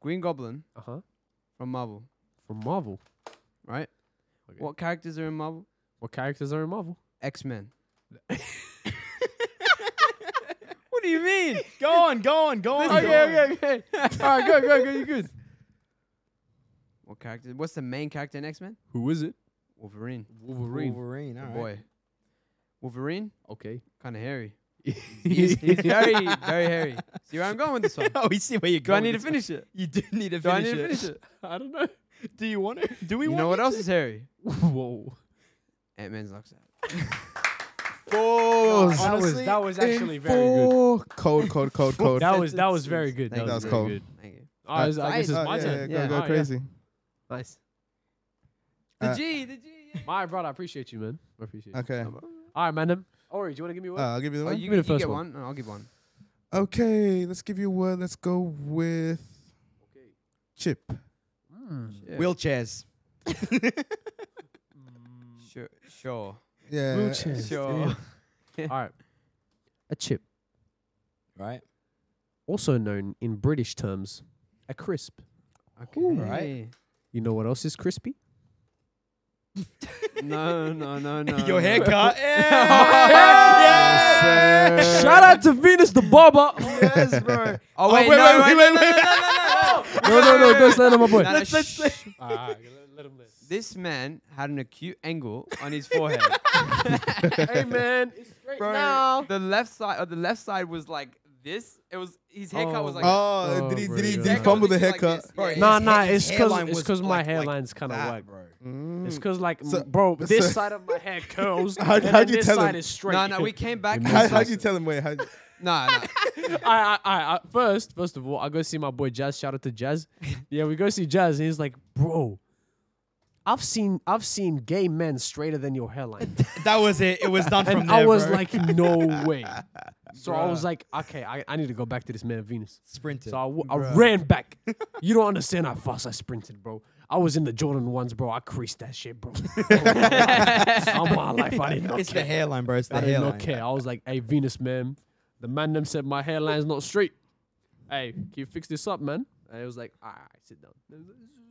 Speaker 1: Green Goblin
Speaker 2: uh-huh.
Speaker 1: from Marvel,
Speaker 2: From Marvel.
Speaker 1: right?
Speaker 2: Okay.
Speaker 1: What characters are in Marvel?
Speaker 2: What characters are in Marvel?
Speaker 1: X Men.
Speaker 4: What do you mean? go on. Go on. Go on. go on.
Speaker 2: okay, okay. *laughs* All right, go, go, go. You're good.
Speaker 1: What character? What's the main character in X Men?
Speaker 2: Who is it?
Speaker 1: Wolverine.
Speaker 2: Wolverine.
Speaker 4: Wolverine.
Speaker 1: The
Speaker 4: All right.
Speaker 1: boy. Wolverine,
Speaker 2: Okay.
Speaker 1: kind of
Speaker 4: *laughs*
Speaker 1: hairy. He's, he's very, very hairy. See where I'm going with this one?
Speaker 4: *laughs* Oh, we see where you're
Speaker 1: Do I
Speaker 4: going.
Speaker 1: need to
Speaker 4: with
Speaker 1: finish it?
Speaker 4: this. *laughs* You do need to finish
Speaker 1: Do I need to
Speaker 4: it.
Speaker 1: finish it?
Speaker 2: *laughs* I don't know.
Speaker 4: Do you want to? Do we
Speaker 1: You
Speaker 4: want
Speaker 1: know what
Speaker 4: it?
Speaker 1: else is hairy?
Speaker 2: Whoa.
Speaker 1: Ant Man's locks out.
Speaker 5: Oh,
Speaker 2: that was that was actually very good.
Speaker 5: Cold, cold, cold, cold, cold. *laughs*
Speaker 2: That was that was very good.
Speaker 1: Thank
Speaker 2: That
Speaker 1: you.
Speaker 2: was
Speaker 5: That was
Speaker 2: very
Speaker 5: cold.
Speaker 2: good.
Speaker 1: Thank you.
Speaker 2: I, was, I guess it's
Speaker 5: Oh,
Speaker 2: my
Speaker 5: yeah,
Speaker 2: turn.
Speaker 5: Yeah, go,
Speaker 2: Oh,
Speaker 5: go crazy.
Speaker 2: Nice.
Speaker 1: The
Speaker 5: Uh,
Speaker 1: G, the G. yeah.
Speaker 2: My brother, I appreciate you, man. I appreciate you.
Speaker 5: Okay.
Speaker 2: All right, madam. Ori, do you want to give me
Speaker 5: Uh,
Speaker 2: one?
Speaker 5: I'll give you the
Speaker 1: Oh,
Speaker 5: one.
Speaker 1: you,
Speaker 2: me the
Speaker 1: you
Speaker 2: first
Speaker 1: get
Speaker 2: one.
Speaker 1: one. No, I'll give one.
Speaker 5: Okay, let's give you a word. Let's go with
Speaker 2: Okay.
Speaker 5: chip.
Speaker 2: Hmm.
Speaker 1: Yeah.
Speaker 4: Wheelchairs.
Speaker 1: Sure. Sure.
Speaker 5: Yeah. *laughs*
Speaker 2: Wheelchair.
Speaker 1: Sure.
Speaker 2: All right. A chip,
Speaker 4: Right.
Speaker 2: also known in British terms, a crisp.
Speaker 1: Okay.
Speaker 4: Alright.
Speaker 2: You know what else is
Speaker 5: *laughs*
Speaker 2: crispy?
Speaker 1: No, no,
Speaker 4: *laughs*
Speaker 1: no, no.
Speaker 4: Your
Speaker 1: no. *laughs*
Speaker 4: haircut. *laughs*
Speaker 5: Yes, sir.
Speaker 2: Shout out to Venus the
Speaker 5: *laughs*
Speaker 2: barber.
Speaker 4: Yes, bro.
Speaker 1: Oh wait,
Speaker 4: wait,
Speaker 1: no,
Speaker 4: wait,
Speaker 1: wait,
Speaker 4: wait,
Speaker 1: no,
Speaker 4: wait.
Speaker 1: no, no, no, no.
Speaker 2: no, no, no, don't slander my boy.
Speaker 1: No, no, shh.
Speaker 2: let him live.
Speaker 1: This man had an acute angle on his forehead.
Speaker 2: Hey, man. It's straight now.
Speaker 1: the left side, or the left side was like this. It was his haircut was like.
Speaker 5: Oh,
Speaker 2: Oh,
Speaker 5: did he
Speaker 2: bro,
Speaker 5: did he,
Speaker 2: you're
Speaker 5: did he
Speaker 2: right.
Speaker 5: fumble the
Speaker 1: Like
Speaker 5: haircut?
Speaker 1: this. Yeah.
Speaker 2: Nah,
Speaker 4: His
Speaker 2: nah,
Speaker 4: head-
Speaker 2: it's
Speaker 4: his
Speaker 2: 'cause-
Speaker 4: hairline
Speaker 2: it's
Speaker 4: was
Speaker 2: 'cause my
Speaker 4: like- like
Speaker 2: hairline's kinda
Speaker 4: that,
Speaker 2: whack.
Speaker 4: bro.
Speaker 2: It's because, like, m-
Speaker 5: So-
Speaker 2: bro, this
Speaker 5: so-
Speaker 2: side of my hair
Speaker 5: *laughs*
Speaker 2: curls.
Speaker 5: How'd-
Speaker 2: and then
Speaker 5: how'd you
Speaker 2: this
Speaker 5: tell
Speaker 2: side
Speaker 5: him?
Speaker 2: is straight.
Speaker 1: No, no, we came back.
Speaker 5: How how'd you tell him?
Speaker 2: *laughs*
Speaker 5: Wait, how'd,
Speaker 1: No, no.
Speaker 2: I, I, I, I, first, first of all, I go see my boy Jazz. Shout out to
Speaker 4: *laughs*
Speaker 2: Jazz. yeah, we go see Jazz, and he's like, bro, I've seen, I've seen gay men straighter than your
Speaker 4: *laughs*
Speaker 2: hairline.
Speaker 4: That was it. It was done from
Speaker 2: and
Speaker 4: there.
Speaker 2: I was
Speaker 4: bro.
Speaker 2: like, no
Speaker 4: *laughs*
Speaker 2: way. So I was like, okay, I, I need to go back to this man Venus.
Speaker 4: sprinted.
Speaker 2: So I, w- I ran
Speaker 4: *laughs*
Speaker 2: back. you don't understand how fast I sprinted, bro. I was in the Jordan ones, bro. I creased that shit,
Speaker 4: *laughs*
Speaker 2: bro. On my life, I did not
Speaker 4: it's
Speaker 2: care.
Speaker 4: the hairline, bro. It's the
Speaker 2: I did
Speaker 4: hairline.
Speaker 2: not care. I was like, hey, Venus, man. The man them said my hairline's not straight. Hey, can you fix this up, man? And I was like, all right, sit down.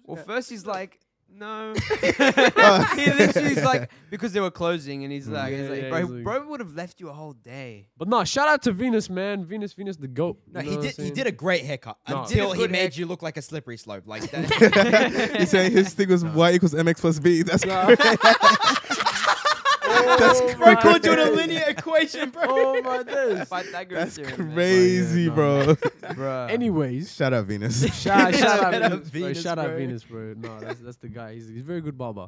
Speaker 1: Well, first he's like, no. *laughs* he literally's like, because they were closing, and he's like, he's
Speaker 2: Yeah,
Speaker 1: like
Speaker 2: yeah,
Speaker 1: bro,
Speaker 2: he's like-
Speaker 1: bro would have left you a whole day.
Speaker 2: But no, shout out to Venus, man. Venus, Venus, the goat.
Speaker 4: No,
Speaker 2: You
Speaker 4: he
Speaker 2: know what
Speaker 4: did.
Speaker 2: I'm
Speaker 4: He
Speaker 2: saying? *laughs*
Speaker 4: did a great haircut
Speaker 2: No.
Speaker 4: until
Speaker 1: Did a
Speaker 4: he
Speaker 1: good
Speaker 4: made
Speaker 1: haircut.
Speaker 4: you look like a slippery slope. Like
Speaker 5: *laughs*
Speaker 4: that.
Speaker 5: he's saying his thing was y equals mx plus b. That's that's
Speaker 4: bro
Speaker 5: crazy.
Speaker 4: called you
Speaker 2: *laughs*
Speaker 4: a linear equation, bro.
Speaker 1: Oh my days. Pythagoras
Speaker 5: That's
Speaker 1: theorem, man.
Speaker 5: crazy,
Speaker 2: Oh, Yeah,
Speaker 5: bro.
Speaker 1: Bro.
Speaker 2: Anyways,
Speaker 5: *laughs* Shout out Venus.
Speaker 2: *laughs* Shout, shout,
Speaker 4: *laughs* Shout
Speaker 2: out
Speaker 4: out
Speaker 2: Venus, bro.
Speaker 4: Venus,
Speaker 2: Shout out
Speaker 4: bro.
Speaker 2: Venus, bro. No, that's, that's the guy. He's, he's a very good barber.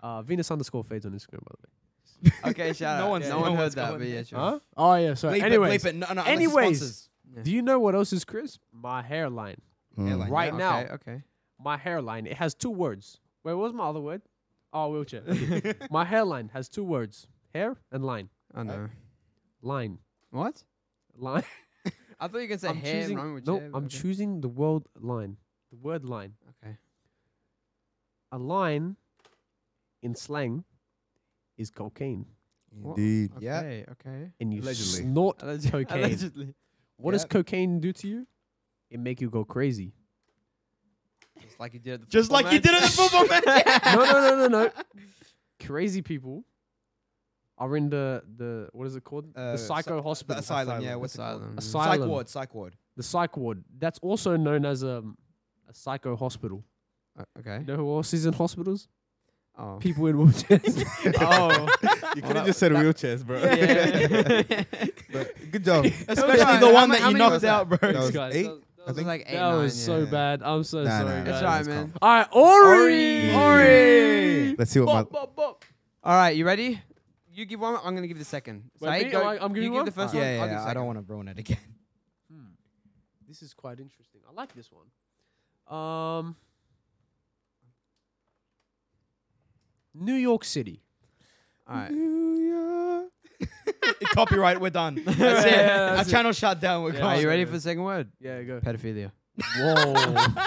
Speaker 2: Uh, Venus underscore fades on Instagram, by the way.
Speaker 1: Okay, shout
Speaker 4: No
Speaker 1: out.
Speaker 4: one's-
Speaker 1: No,
Speaker 4: no
Speaker 1: one heard
Speaker 4: one's
Speaker 1: that,
Speaker 4: going
Speaker 1: but yeah, sure.
Speaker 2: Huh? Oh yeah. So
Speaker 4: Bleep it,
Speaker 2: anyways,
Speaker 4: bleep it. No, no, unless it's
Speaker 2: anyways.
Speaker 4: sponsors.
Speaker 2: do you know what else is crisp? My hairline.
Speaker 5: Mm.
Speaker 4: Airline,
Speaker 2: Right
Speaker 1: Okay,
Speaker 2: now,
Speaker 1: okay.
Speaker 2: my hairline. It has two words. Wait, what was my other word? Oh,
Speaker 1: *laughs*
Speaker 2: wheelchair. Okay. my hairline has two words: hair and line.
Speaker 1: I know.
Speaker 2: Line.
Speaker 1: Uh, What?
Speaker 2: Line.
Speaker 1: I thought you could say
Speaker 2: I'm
Speaker 1: hair.
Speaker 2: choosing.
Speaker 1: and rhyme with
Speaker 2: no,
Speaker 1: chair, but
Speaker 2: I'm
Speaker 1: okay.
Speaker 2: choosing the word line. The word line.
Speaker 1: Okay.
Speaker 2: A line in slang is cocaine,
Speaker 1: What?
Speaker 5: Indeed.
Speaker 4: Yeah.
Speaker 1: Okay, *laughs* okay.
Speaker 2: and you
Speaker 5: Allegedly.
Speaker 2: snort
Speaker 1: Alleg-
Speaker 2: cocaine.
Speaker 1: Allegedly.
Speaker 2: What does
Speaker 4: Yep.
Speaker 2: cocaine do to you? It make you
Speaker 1: *laughs*
Speaker 2: go crazy.
Speaker 1: Just like you did at the
Speaker 4: Just
Speaker 1: football
Speaker 4: like you did at
Speaker 1: *laughs*
Speaker 4: the football match.
Speaker 2: no, no, no, no, no. Crazy people are in the the what is it called?
Speaker 4: Uh,
Speaker 2: the psycho
Speaker 4: psy-
Speaker 2: hospital,
Speaker 4: the asylum. Yeah,
Speaker 5: Asylum.
Speaker 4: what's it called?
Speaker 1: Asylum.
Speaker 4: Psych
Speaker 2: Asylum.
Speaker 4: ward. Psych ward.
Speaker 2: the psych ward. That's also known as um, a psycho hospital.
Speaker 1: Uh, Okay.
Speaker 2: You know who else is in hospitals?
Speaker 1: Oh.
Speaker 2: People in wheelchairs.
Speaker 1: *laughs* oh.
Speaker 5: *laughs* You could have just said wheelchairs, bro.
Speaker 1: Yeah.
Speaker 5: *laughs* But good job.
Speaker 4: Especially
Speaker 1: alright.
Speaker 4: the
Speaker 1: How
Speaker 4: one
Speaker 1: ma-
Speaker 4: that
Speaker 1: how
Speaker 4: you
Speaker 1: many was
Speaker 4: knocked
Speaker 1: that?
Speaker 4: out, bro.
Speaker 5: That was
Speaker 2: guys,
Speaker 5: eight.
Speaker 2: that was-
Speaker 5: I think.
Speaker 1: like eight,
Speaker 2: that was so
Speaker 1: yeah.
Speaker 2: bad. I'm so
Speaker 5: Nah,
Speaker 2: sorry.
Speaker 5: nah, nah,
Speaker 1: It's
Speaker 2: guys.
Speaker 5: nah,
Speaker 1: alright,
Speaker 5: it's
Speaker 1: man.
Speaker 2: All right, Ori.
Speaker 1: Ori.
Speaker 5: Let's see what my.
Speaker 1: All right, you ready? You give one. I'm gonna give the second.
Speaker 2: Wait,
Speaker 1: Saeed,
Speaker 2: me?
Speaker 1: go-
Speaker 2: Oh, I- I'm
Speaker 1: you
Speaker 2: giving
Speaker 1: give
Speaker 2: one?
Speaker 1: the first
Speaker 4: Yeah,
Speaker 1: one.
Speaker 4: yeah,
Speaker 1: I'll give
Speaker 4: yeah,
Speaker 1: the
Speaker 4: I
Speaker 1: second. *laughs*
Speaker 4: don't want to ruin it again.
Speaker 2: This is quite interesting. I like this one. Um, New York City.
Speaker 1: All right.
Speaker 5: New
Speaker 4: *laughs* Copyright, we're done. That's it.
Speaker 2: yeah,
Speaker 4: Our
Speaker 2: that's it.
Speaker 4: channel shut down. We're
Speaker 2: Yeah.
Speaker 4: gone.
Speaker 1: Are you
Speaker 2: Awesome,
Speaker 1: ready
Speaker 2: man.
Speaker 1: for the second word?
Speaker 2: Yeah, go.
Speaker 1: Pedophilia.
Speaker 2: Whoa.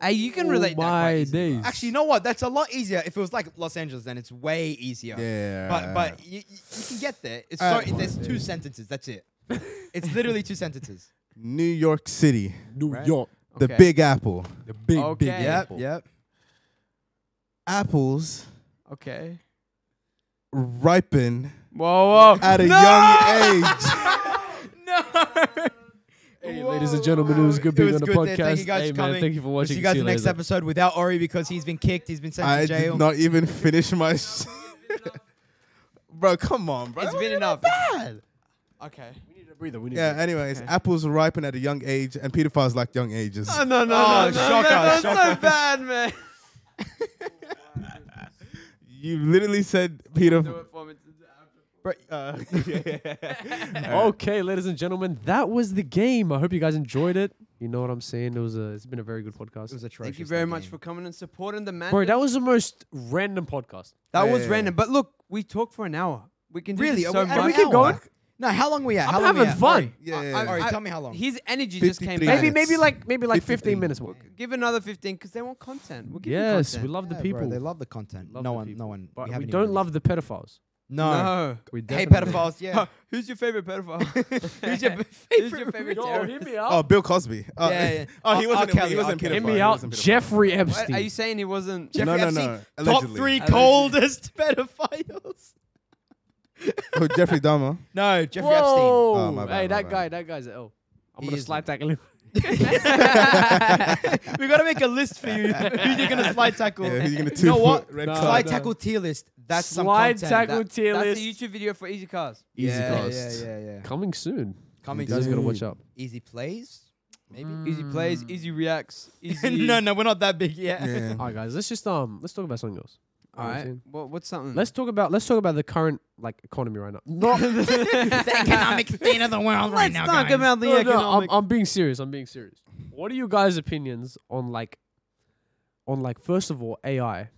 Speaker 1: Hey, *laughs* you can
Speaker 2: Oh
Speaker 1: relate that
Speaker 2: my
Speaker 1: quite easily.
Speaker 2: days.
Speaker 4: Actually, you know what? That's a lot easier. If it was like Los Angeles, then it's way easier.
Speaker 5: Yeah.
Speaker 4: But but you, you you can get there. It's
Speaker 5: Uh,
Speaker 4: so there's two sentences. That's it. It's literally two sentences.
Speaker 5: New York City,
Speaker 2: New
Speaker 4: Right.
Speaker 2: York.
Speaker 5: the
Speaker 1: Okay.
Speaker 5: Big Apple.
Speaker 2: The big,
Speaker 1: big Okay. Yep,
Speaker 4: Yep.
Speaker 5: Apples
Speaker 1: Okay.
Speaker 5: ripen
Speaker 1: Whoa, whoa. *laughs*
Speaker 5: at a young age.
Speaker 2: Hey, ladies and gentlemen, it was good
Speaker 4: It
Speaker 2: being on
Speaker 4: was
Speaker 2: the
Speaker 4: good,
Speaker 2: podcast.
Speaker 4: dude. Thank you guys
Speaker 2: hey,
Speaker 4: for
Speaker 2: man,
Speaker 4: coming.
Speaker 2: thank you for
Speaker 4: We'll
Speaker 2: watching.
Speaker 4: see you guys
Speaker 2: See
Speaker 4: in the next
Speaker 2: later.
Speaker 4: episode without Ori because he's been kicked. He's been sent
Speaker 5: I
Speaker 4: to jail.
Speaker 5: did not even finish my. *laughs* sh- bro, come on, bro.
Speaker 1: It's
Speaker 5: That
Speaker 1: been
Speaker 5: wasn't
Speaker 1: enough.
Speaker 5: Bad.
Speaker 1: Okay.
Speaker 2: We need a breather. We need
Speaker 5: Yeah.
Speaker 2: a
Speaker 5: Anyways,
Speaker 1: Okay.
Speaker 5: apples ripen at a young age, and pedophiles like young ages.
Speaker 1: Oh, *laughs* no, no, no,
Speaker 4: Oh,
Speaker 1: no,
Speaker 4: shocker,
Speaker 1: no, that's
Speaker 4: shocker.
Speaker 1: so bad, man.
Speaker 5: You literally said pedophile.
Speaker 1: Do it for me.
Speaker 5: uh,
Speaker 2: *laughs*
Speaker 5: *laughs*
Speaker 2: breather. Okay, ladies and gentlemen, that was the game. I hope you guys enjoyed it. You know what I'm saying? It was a, it's been a very good podcast.
Speaker 4: It was atrocious.
Speaker 1: *laughs* Thank you very
Speaker 4: that
Speaker 1: much
Speaker 4: game.
Speaker 1: for coming and supporting the man.
Speaker 2: Bro, that was the most random podcast.
Speaker 1: That was
Speaker 5: Yeah.
Speaker 1: random, but look, we talked for an hour. We can do
Speaker 4: Really?
Speaker 1: this
Speaker 4: Are
Speaker 1: so
Speaker 4: we- are
Speaker 1: much.
Speaker 4: we keep going? No, how long we at? How
Speaker 2: I'm
Speaker 4: long we
Speaker 2: having
Speaker 4: at?
Speaker 2: fun.
Speaker 4: Ori,
Speaker 5: Yeah.
Speaker 1: I-
Speaker 4: Ori,
Speaker 1: I-
Speaker 4: tell me how long.
Speaker 1: His energy just came
Speaker 5: 53
Speaker 1: back.
Speaker 2: Maybe,
Speaker 5: Maybe-
Speaker 2: maybe
Speaker 5: maybe
Speaker 2: like, maybe like
Speaker 5: 15
Speaker 2: 15 minutes.
Speaker 1: Give another 15 because they want content. We'll give you
Speaker 2: Yes, we
Speaker 1: content.
Speaker 2: love the
Speaker 4: Yeah,
Speaker 2: people,
Speaker 4: Bro, they love the content.
Speaker 2: Love
Speaker 4: no
Speaker 2: the
Speaker 4: one,
Speaker 2: people.
Speaker 4: no one.
Speaker 2: but we
Speaker 4: haven't even
Speaker 2: don't
Speaker 4: really-
Speaker 2: love the pedophiles.
Speaker 4: No.
Speaker 2: We
Speaker 4: Hey,
Speaker 2: definitely-
Speaker 4: pedophiles.
Speaker 2: *laughs*
Speaker 4: Yeah.
Speaker 1: Huh, *laughs* Who's your favorite
Speaker 4: *laughs*
Speaker 1: pedophile?
Speaker 4: Who's your
Speaker 1: Who's
Speaker 4: favorite?
Speaker 1: your *laughs* favorite
Speaker 2: *laughs* Yo,
Speaker 1: terrorist?
Speaker 2: hear me out.
Speaker 5: Oh, Bill Cosby. Oh,
Speaker 4: Yeah, yeah.
Speaker 5: *laughs* oh, he
Speaker 4: R-
Speaker 5: wasn't.
Speaker 4: R. Kelly,
Speaker 5: he wasn't
Speaker 4: R.
Speaker 5: pedophile.
Speaker 4: Kelly.
Speaker 2: Hear
Speaker 5: He
Speaker 2: me out.
Speaker 5: wasn't pedophile.
Speaker 2: Jeffrey
Speaker 1: What?
Speaker 2: Epstein.
Speaker 1: Are you saying he wasn't?
Speaker 4: *laughs* Jeffrey
Speaker 5: No, no,
Speaker 4: Epstein,
Speaker 5: no.
Speaker 4: Top
Speaker 5: Allegedly.
Speaker 4: three
Speaker 1: Allegedly.
Speaker 4: coldest *laughs* pedophiles.
Speaker 5: Oh,
Speaker 1: *laughs*
Speaker 5: Jeffrey Dahmer.
Speaker 4: No, Jeffrey
Speaker 2: *laughs*
Speaker 4: Epstein.
Speaker 2: Whoa.
Speaker 5: Oh, my bad,
Speaker 2: hey,
Speaker 5: my
Speaker 2: that
Speaker 5: bad.
Speaker 2: guy, that guy's an L. I'm
Speaker 4: He
Speaker 2: gonna
Speaker 4: is
Speaker 2: slide tackle him.
Speaker 4: we gotta make a list for you. *laughs* Who you're gonna slide tackle?
Speaker 5: Yeah, he's gonna two
Speaker 4: you know what?
Speaker 5: foot *laughs* red
Speaker 2: No,
Speaker 5: card.
Speaker 4: Slide tackle tier list. That's some
Speaker 2: slide
Speaker 4: content.
Speaker 2: tackle
Speaker 4: That-
Speaker 2: tier
Speaker 1: That's a
Speaker 2: list.
Speaker 1: YouTube video for Easy Cars.
Speaker 2: Easy
Speaker 4: yeah,
Speaker 2: cast.
Speaker 4: Yeah, yeah, yeah.
Speaker 2: Coming soon.
Speaker 4: Coming
Speaker 2: You guys gotta
Speaker 4: soon.
Speaker 2: watch out.
Speaker 4: Easy plays, maybe.
Speaker 1: Easy plays, easy
Speaker 4: *laughs*
Speaker 1: reacts, easy.
Speaker 4: Hmm. no, no, we're not that big yet.
Speaker 1: *laughs*
Speaker 5: Yeah.
Speaker 2: All right, guys. Let's just um. Let's talk about something else.
Speaker 1: All
Speaker 2: You know what I'm
Speaker 1: right.
Speaker 2: saying?
Speaker 1: What, what's something? *laughs*
Speaker 2: Let's talk about let's talk about the current like economy right now. *laughs* Not, no,
Speaker 4: the
Speaker 2: *laughs*
Speaker 4: economic state of the world right now,
Speaker 1: talk
Speaker 4: guys.
Speaker 1: about the
Speaker 2: no, I'm,
Speaker 1: economic.
Speaker 2: *laughs* I'm being serious. I'm being serious. What are you guys' opinions on like, on like first of all AI,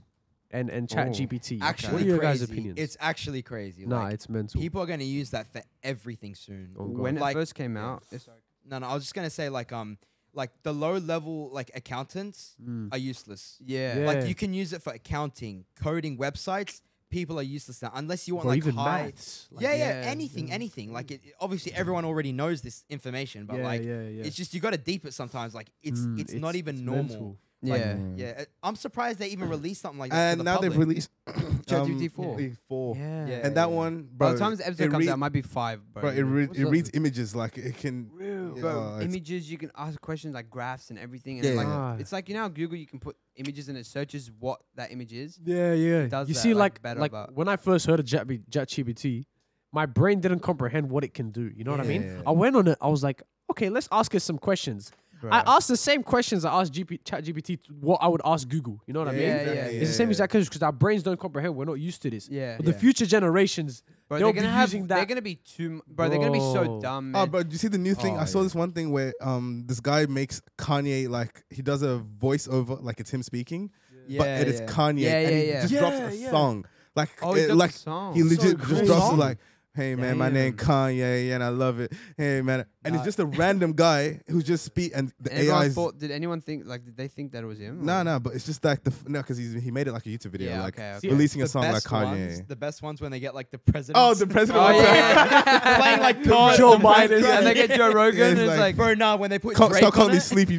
Speaker 2: and and Chat
Speaker 1: Oh,
Speaker 2: GPT?
Speaker 4: Actually,
Speaker 2: what are your guys'
Speaker 4: crazy.
Speaker 2: opinions?
Speaker 4: It's actually crazy.
Speaker 2: nah,
Speaker 4: like,
Speaker 2: it's mental.
Speaker 4: people are gonna use that for everything soon.
Speaker 2: Oh, God.
Speaker 1: when it
Speaker 4: Like-
Speaker 1: first came out, it's
Speaker 4: No, no, I was just gonna say like um, like the low level like accountants
Speaker 2: Mm.
Speaker 4: are useless.
Speaker 1: yeah.
Speaker 2: Yeah.
Speaker 4: Like you can use it for accounting, coding websites. People are useless now unless you want
Speaker 2: Bro,
Speaker 4: like
Speaker 2: even
Speaker 4: high.
Speaker 2: maths. like- Mm.
Speaker 4: yeah, yeah,
Speaker 1: yeah,
Speaker 4: anything,
Speaker 1: yeah.
Speaker 4: anything. Like it, obviously, everyone already knows this information, but
Speaker 2: yeah,
Speaker 4: like
Speaker 2: yeah, yeah.
Speaker 4: it's just you got to deep it sometimes. Like it's
Speaker 2: Mm,
Speaker 4: it's, not even
Speaker 2: it's
Speaker 4: normal.
Speaker 2: mental.
Speaker 4: Like,
Speaker 1: yeah.
Speaker 4: Yeah, uh, I'm surprised they even released something like that. to
Speaker 5: And
Speaker 4: the
Speaker 5: now they've
Speaker 4: public.
Speaker 5: released
Speaker 1: *laughs* ChatGPT four.
Speaker 5: um, four.
Speaker 1: Yeah.
Speaker 4: Yeah.
Speaker 5: And that one, bro.
Speaker 1: By the time this episode
Speaker 5: it
Speaker 1: comes
Speaker 5: read-
Speaker 1: out, it might be five, bro.
Speaker 5: bro, it, re-
Speaker 2: What's
Speaker 5: it
Speaker 2: up?
Speaker 5: reads images like it can. Yeah, uh,
Speaker 1: Bro,
Speaker 5: it's-
Speaker 1: images you can ask questions like graphs and everything. And
Speaker 5: Yeah,
Speaker 1: like,
Speaker 2: yeah.
Speaker 1: it's like you know how Google you can put images and it searches what that image is.
Speaker 2: Yeah, yeah.
Speaker 1: does
Speaker 2: you
Speaker 1: that,
Speaker 2: see,
Speaker 1: like,
Speaker 2: like,
Speaker 1: better,
Speaker 2: like
Speaker 1: but-
Speaker 2: when I first heard of Jet ChatGPT, my brain didn't comprehend what it can do. You know what I mean?
Speaker 5: Yeah.
Speaker 2: I went on it. I was like, okay, let's ask it some questions. I asked the same questions I asked GP, ChatGPT. What I would ask Google. You know what I mean?
Speaker 1: Yeah, yeah,
Speaker 5: exactly.
Speaker 1: yeah.
Speaker 2: It's the same exact because our brains don't comprehend. We're not used to this.
Speaker 1: Yeah.
Speaker 2: But the future generations,
Speaker 1: Bro,
Speaker 2: they'll
Speaker 1: they're gonna
Speaker 2: be
Speaker 1: have.
Speaker 2: using
Speaker 1: They're
Speaker 2: that-
Speaker 1: gonna be too. m- Bro, they're gonna be so
Speaker 2: Bro.
Speaker 1: dumb.
Speaker 5: Oh,
Speaker 1: Man.
Speaker 5: but you see the new thing?
Speaker 1: Oh,
Speaker 5: I saw
Speaker 1: yeah.
Speaker 5: this one thing where um this guy makes Kanye like he does a voiceover like it's him speaking, but it is Kanye,
Speaker 1: Yeah,
Speaker 5: and he
Speaker 1: yeah, yeah.
Speaker 5: just drops a
Speaker 2: Yeah, yeah.
Speaker 5: song like
Speaker 1: Oh, he
Speaker 5: it,
Speaker 1: drops a
Speaker 5: like
Speaker 1: song.
Speaker 5: he
Speaker 1: So
Speaker 5: legit just
Speaker 2: crazy.
Speaker 5: drops
Speaker 2: Song?
Speaker 5: like, hey man, my name
Speaker 2: Damn.
Speaker 5: Kanye and I love it. Hey man, and it's just a random guy who's just speak and the
Speaker 1: And everyone
Speaker 5: AI's
Speaker 1: thought. Did anyone think like? Did they think that it was him?
Speaker 5: no
Speaker 1: or-
Speaker 5: no, but it's just like the f- no because he's he made it like a YouTube video
Speaker 1: Yeah,
Speaker 5: like
Speaker 1: okay,
Speaker 2: okay.
Speaker 5: releasing a
Speaker 4: the
Speaker 5: song like
Speaker 4: best
Speaker 5: Kanye.
Speaker 4: ones- the best ones when they get like the president.
Speaker 5: oh, the president.
Speaker 1: Oh
Speaker 5: was like-
Speaker 1: yeah.
Speaker 4: *laughs* playing like
Speaker 2: Joe
Speaker 4: God,
Speaker 2: Joe
Speaker 4: the
Speaker 2: Biden.
Speaker 4: president.
Speaker 1: and they get Joe Rogan.
Speaker 5: *laughs* Yeah,
Speaker 1: and
Speaker 5: it's
Speaker 1: it's like,
Speaker 5: like-
Speaker 4: Bro, nah, when they put
Speaker 5: Can't-
Speaker 4: Drake
Speaker 5: Stop
Speaker 4: on
Speaker 5: calling me
Speaker 4: it. *laughs*
Speaker 5: sleepy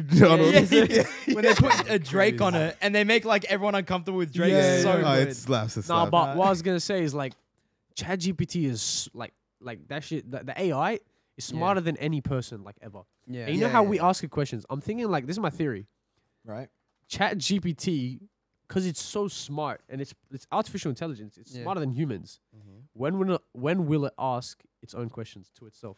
Speaker 1: *laughs*
Speaker 5: Donald.
Speaker 1: yeah, yeah.
Speaker 5: *laughs*
Speaker 4: when they put a Drake on it and they make like everyone uncomfortable with Drake. it's so
Speaker 5: Oh,
Speaker 4: good.
Speaker 5: it slaps. It slaps.
Speaker 2: Nah, but
Speaker 4: Nah.
Speaker 2: what
Speaker 1: *laughs*
Speaker 2: I was gonna say is like, ChatGPT is like like that shit. The, the AI is smarter than any person like ever.
Speaker 1: yeah.
Speaker 2: And you know how we ask it questions. I'm thinking like this is my theory.
Speaker 4: right?
Speaker 2: ChatGPT, because it's so smart and it's it's artificial intelligence. It's
Speaker 1: Yeah. Mm-hmm.
Speaker 2: smarter than humans. When will it, when will it ask its own questions to itself?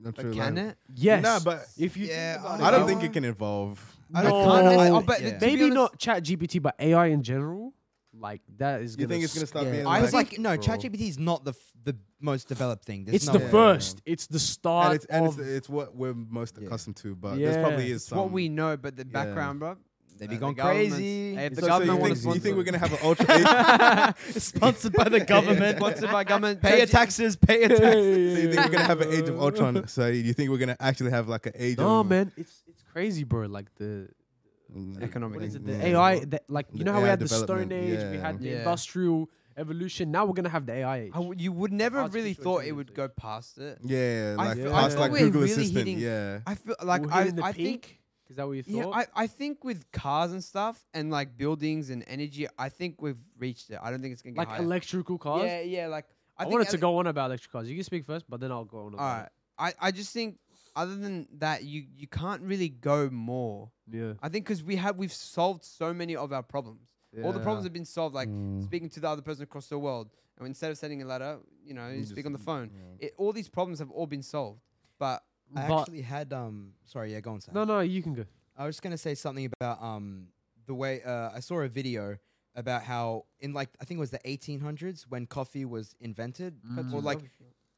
Speaker 5: Not
Speaker 1: But
Speaker 5: true,
Speaker 1: can
Speaker 5: like-
Speaker 1: it?
Speaker 2: Yes.
Speaker 5: Nah, but
Speaker 2: if you
Speaker 4: yeah,
Speaker 2: think about
Speaker 5: I
Speaker 2: it,
Speaker 5: don't
Speaker 2: though-
Speaker 5: think it can evolve. I
Speaker 2: No.
Speaker 5: don't-
Speaker 2: Can't
Speaker 1: I-
Speaker 4: Oh,
Speaker 1: oh, but
Speaker 4: yeah.
Speaker 1: to be
Speaker 2: maybe
Speaker 1: honest-
Speaker 2: not ChatGPT, but AI in general. Like that is.
Speaker 5: You
Speaker 2: gonna
Speaker 5: think it's gonna
Speaker 2: s-
Speaker 5: start
Speaker 4: Yeah.
Speaker 5: being
Speaker 4: I
Speaker 5: like,
Speaker 4: was like, no,
Speaker 2: bro.
Speaker 4: ChatGPT is not the f- the most developed thing. There's
Speaker 2: It's
Speaker 4: no
Speaker 2: the
Speaker 4: way.
Speaker 2: first. It's the
Speaker 5: and
Speaker 2: start
Speaker 5: it's and it's,
Speaker 2: of *laughs*
Speaker 5: it's what we're most
Speaker 4: Yeah.
Speaker 5: accustomed to, but
Speaker 2: Yeah.
Speaker 5: there probably is
Speaker 1: It's
Speaker 5: some.
Speaker 1: what we know, but the
Speaker 5: Yeah.
Speaker 1: background, bro.
Speaker 4: They'd
Speaker 1: uh,
Speaker 4: be
Speaker 1: the
Speaker 4: going
Speaker 1: government's-
Speaker 4: crazy.
Speaker 1: Hey, if the
Speaker 5: So- so
Speaker 1: government
Speaker 5: you,
Speaker 1: wanna
Speaker 5: think, you think
Speaker 1: sponsor
Speaker 5: we're
Speaker 1: it.
Speaker 5: gonna have an
Speaker 1: *laughs*
Speaker 5: ultra?
Speaker 4: Sponsored by the government.
Speaker 1: Sponsored by government.
Speaker 4: pay your
Speaker 1: Judge-
Speaker 4: taxes. Pay
Speaker 5: *laughs*
Speaker 4: your taxes.
Speaker 5: *laughs* so you think we're gonna have an
Speaker 2: *laughs*
Speaker 5: age of Ultron? So you think we're gonna actually have like an age?
Speaker 2: No,
Speaker 5: of,
Speaker 2: man, it's it's crazy, bro. Like the
Speaker 5: Mm,
Speaker 1: Economic.
Speaker 2: what is it? The
Speaker 5: Yeah.
Speaker 2: AI, that like you
Speaker 5: The
Speaker 2: know how we
Speaker 5: AI
Speaker 2: had the Stone Age,
Speaker 5: development,
Speaker 2: we
Speaker 5: yeah.
Speaker 2: had the
Speaker 1: Yeah.
Speaker 2: industrial evolution. Now we're gonna have the AI age.
Speaker 1: I w- you would never really
Speaker 2: Artificial
Speaker 1: thought it would go
Speaker 2: intelligence.
Speaker 1: past it.
Speaker 5: Yeah,
Speaker 1: I
Speaker 5: like
Speaker 2: feel- I
Speaker 5: past
Speaker 2: feel
Speaker 5: like
Speaker 2: we're
Speaker 5: Google
Speaker 1: really
Speaker 5: Assistant.
Speaker 1: hitting-
Speaker 5: yeah,
Speaker 1: I feel like
Speaker 2: We're
Speaker 1: I,
Speaker 2: hitting the
Speaker 1: I
Speaker 2: peak?
Speaker 1: think
Speaker 2: is that what you thought?
Speaker 1: yeah, I, I think with cars and stuff and like buildings and energy, I think we've reached it. I don't think it's gonna get
Speaker 2: like
Speaker 1: higher.
Speaker 2: electrical cars.
Speaker 1: Yeah, yeah. Like I,
Speaker 2: I,
Speaker 1: think
Speaker 2: wanted to
Speaker 1: ele-
Speaker 2: go on about electric cars. You can speak first, but then I'll go on.
Speaker 1: All right. I, I just think other than that, you you can't really go more.
Speaker 2: Yeah.
Speaker 1: I think because we have we've solved so many of our problems. All the problems have been solved. Like speaking to the other person across the world, and instead of sending a letter, you know, you
Speaker 5: You
Speaker 1: speak
Speaker 5: just- Mm.
Speaker 1: on the phone. It, all these problems have all been solved. But
Speaker 4: I
Speaker 2: But-
Speaker 4: actually had um. Sorry, yeah, go on. Sam.
Speaker 2: No, no, you can go.
Speaker 4: I was just gonna say something about um the way uh, I saw a video about how in like I think it was the 1800s when coffee was invented
Speaker 2: Mm.
Speaker 4: or like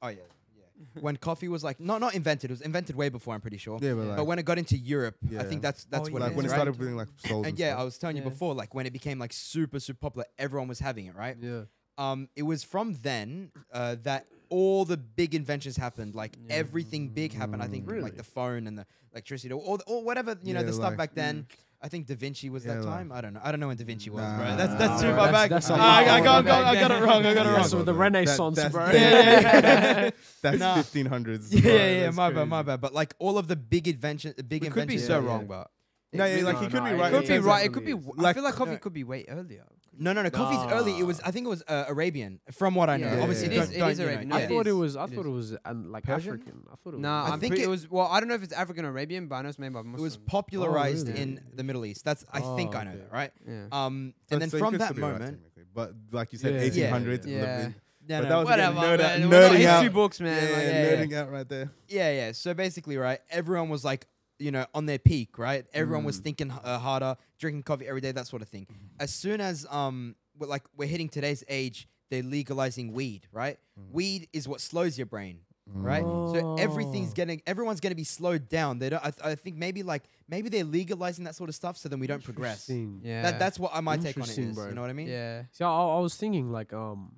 Speaker 4: oh yeah yeah when coffee was like no not invented it was invented way before I'm pretty sure
Speaker 5: yeah, but like,
Speaker 4: but when it got into Europe
Speaker 5: Yeah.
Speaker 4: I think that's that's
Speaker 1: Oh,
Speaker 4: what
Speaker 5: like
Speaker 4: it
Speaker 5: when
Speaker 4: is,
Speaker 5: it
Speaker 4: right?
Speaker 5: started being like sold.
Speaker 4: and
Speaker 5: and
Speaker 4: yeah I
Speaker 5: stuff.
Speaker 4: was telling
Speaker 1: Yeah.
Speaker 4: you before like when it became like super super popular everyone was having it right
Speaker 2: Yeah.
Speaker 4: um, it was from then uh, that all the big inventions happened. Like
Speaker 1: Yeah.
Speaker 4: everything big happened. I think
Speaker 2: Really?
Speaker 4: like the phone and the electricity or, or, or whatever you know
Speaker 5: Yeah,
Speaker 4: the stuff
Speaker 5: like-
Speaker 4: back then.
Speaker 1: mm.
Speaker 4: I think Da Vinci was
Speaker 5: Yeah,
Speaker 4: that
Speaker 5: like-
Speaker 4: time. I don't know. I don't know when Da Vinci was.
Speaker 5: Nah.
Speaker 4: bro. That's that's
Speaker 5: Nah,
Speaker 4: too
Speaker 5: bro.
Speaker 4: far
Speaker 5: That's-
Speaker 4: back.
Speaker 2: that's a
Speaker 4: Ah, I, I,
Speaker 2: long
Speaker 4: got,
Speaker 2: way
Speaker 4: got- I
Speaker 1: back
Speaker 4: got it
Speaker 1: then. *laughs*
Speaker 4: wrong. I got it
Speaker 5: Yeah,
Speaker 4: wrong.
Speaker 2: So
Speaker 5: well,
Speaker 2: the
Speaker 5: that-
Speaker 2: Renaissance,
Speaker 5: that's-
Speaker 2: bro.
Speaker 5: that's-
Speaker 4: *laughs* Yeah, yeah, *laughs* yeah.
Speaker 5: That's *laughs*
Speaker 4: Nah.
Speaker 5: 1500s.
Speaker 4: Yeah,
Speaker 5: bro.
Speaker 4: yeah, yeah.
Speaker 2: that's
Speaker 4: My
Speaker 2: crazy.
Speaker 4: bad, my bad. But like all of the big invention, the big
Speaker 1: we could be
Speaker 4: inventions.
Speaker 1: so
Speaker 4: yeah.
Speaker 1: wrong, but
Speaker 5: No, yeah, like
Speaker 2: No,
Speaker 5: he could
Speaker 2: no,
Speaker 5: be
Speaker 2: it
Speaker 1: could
Speaker 5: right.
Speaker 1: be
Speaker 5: in terms
Speaker 1: right.
Speaker 5: of-
Speaker 1: It could be. I
Speaker 5: Like,
Speaker 1: feel like coffee
Speaker 4: no.
Speaker 1: could be way earlier.
Speaker 4: No, no, no. Coffee's early. It was. I think it was uh, Arabian, from what I know.
Speaker 1: Yeah,
Speaker 4: Obviously,
Speaker 5: it
Speaker 4: don't,
Speaker 5: is-
Speaker 1: it
Speaker 4: don't,
Speaker 1: is
Speaker 4: you know,
Speaker 1: Arabian. No,
Speaker 2: I
Speaker 1: it
Speaker 2: thought it
Speaker 1: is.
Speaker 2: was. I
Speaker 1: It
Speaker 2: thought
Speaker 1: is.
Speaker 2: it was um, like
Speaker 4: Persian?
Speaker 2: African. I thought it was.
Speaker 1: Nah,
Speaker 4: I
Speaker 1: I'm
Speaker 4: think
Speaker 1: pretty, it,
Speaker 4: it-
Speaker 1: was. Well, I don't know if it's African or Arabian, but I know it's made by
Speaker 4: It
Speaker 1: Muslims.
Speaker 4: was popularized
Speaker 2: Oh, really?
Speaker 4: in the Middle East. That's. I
Speaker 2: Oh,
Speaker 4: think I know
Speaker 2: okay.
Speaker 4: that, right?
Speaker 1: Yeah.
Speaker 4: Um,
Speaker 5: so-
Speaker 4: and then
Speaker 5: so he
Speaker 4: from
Speaker 5: could
Speaker 4: that
Speaker 5: still be right,
Speaker 4: moment,
Speaker 5: technically. but like you said,
Speaker 2: Yeah.
Speaker 5: 1800s.
Speaker 1: Yeah.
Speaker 5: Yeah.
Speaker 4: No,
Speaker 5: But
Speaker 4: no,
Speaker 5: that was a
Speaker 1: Whatever,
Speaker 5: good nerd out-
Speaker 1: man. We're not
Speaker 5: nerding
Speaker 1: history
Speaker 5: out.
Speaker 1: books, man.
Speaker 5: Yeah,
Speaker 1: like,
Speaker 4: yeah, yeah.
Speaker 5: nerding out right there.
Speaker 4: *laughs* yeah, yeah. So basically, right, everyone was like, you know, on their peak, right? Everyone was
Speaker 2: Mm.
Speaker 4: thinking h- uh, harder, drinking coffee every day, that sort of thing.
Speaker 2: Mm-hmm.
Speaker 4: As soon as um, we're like we're hitting today's age, they're legalizing weed, right?
Speaker 2: Mm.
Speaker 4: Weed is what slows your brain, right? So everything's
Speaker 2: Oh.
Speaker 4: getting, everyone's going to be slowed down. They don't. I, th- I think maybe like maybe they're legalizing that sort of stuff, so then we don't progress.
Speaker 2: Interesting.
Speaker 1: yeah.
Speaker 4: That, that's what I my take on it
Speaker 2: Interesting,
Speaker 4: is.
Speaker 2: bro.
Speaker 4: You know what I mean?
Speaker 1: yeah.
Speaker 2: See, I, I was thinking like um,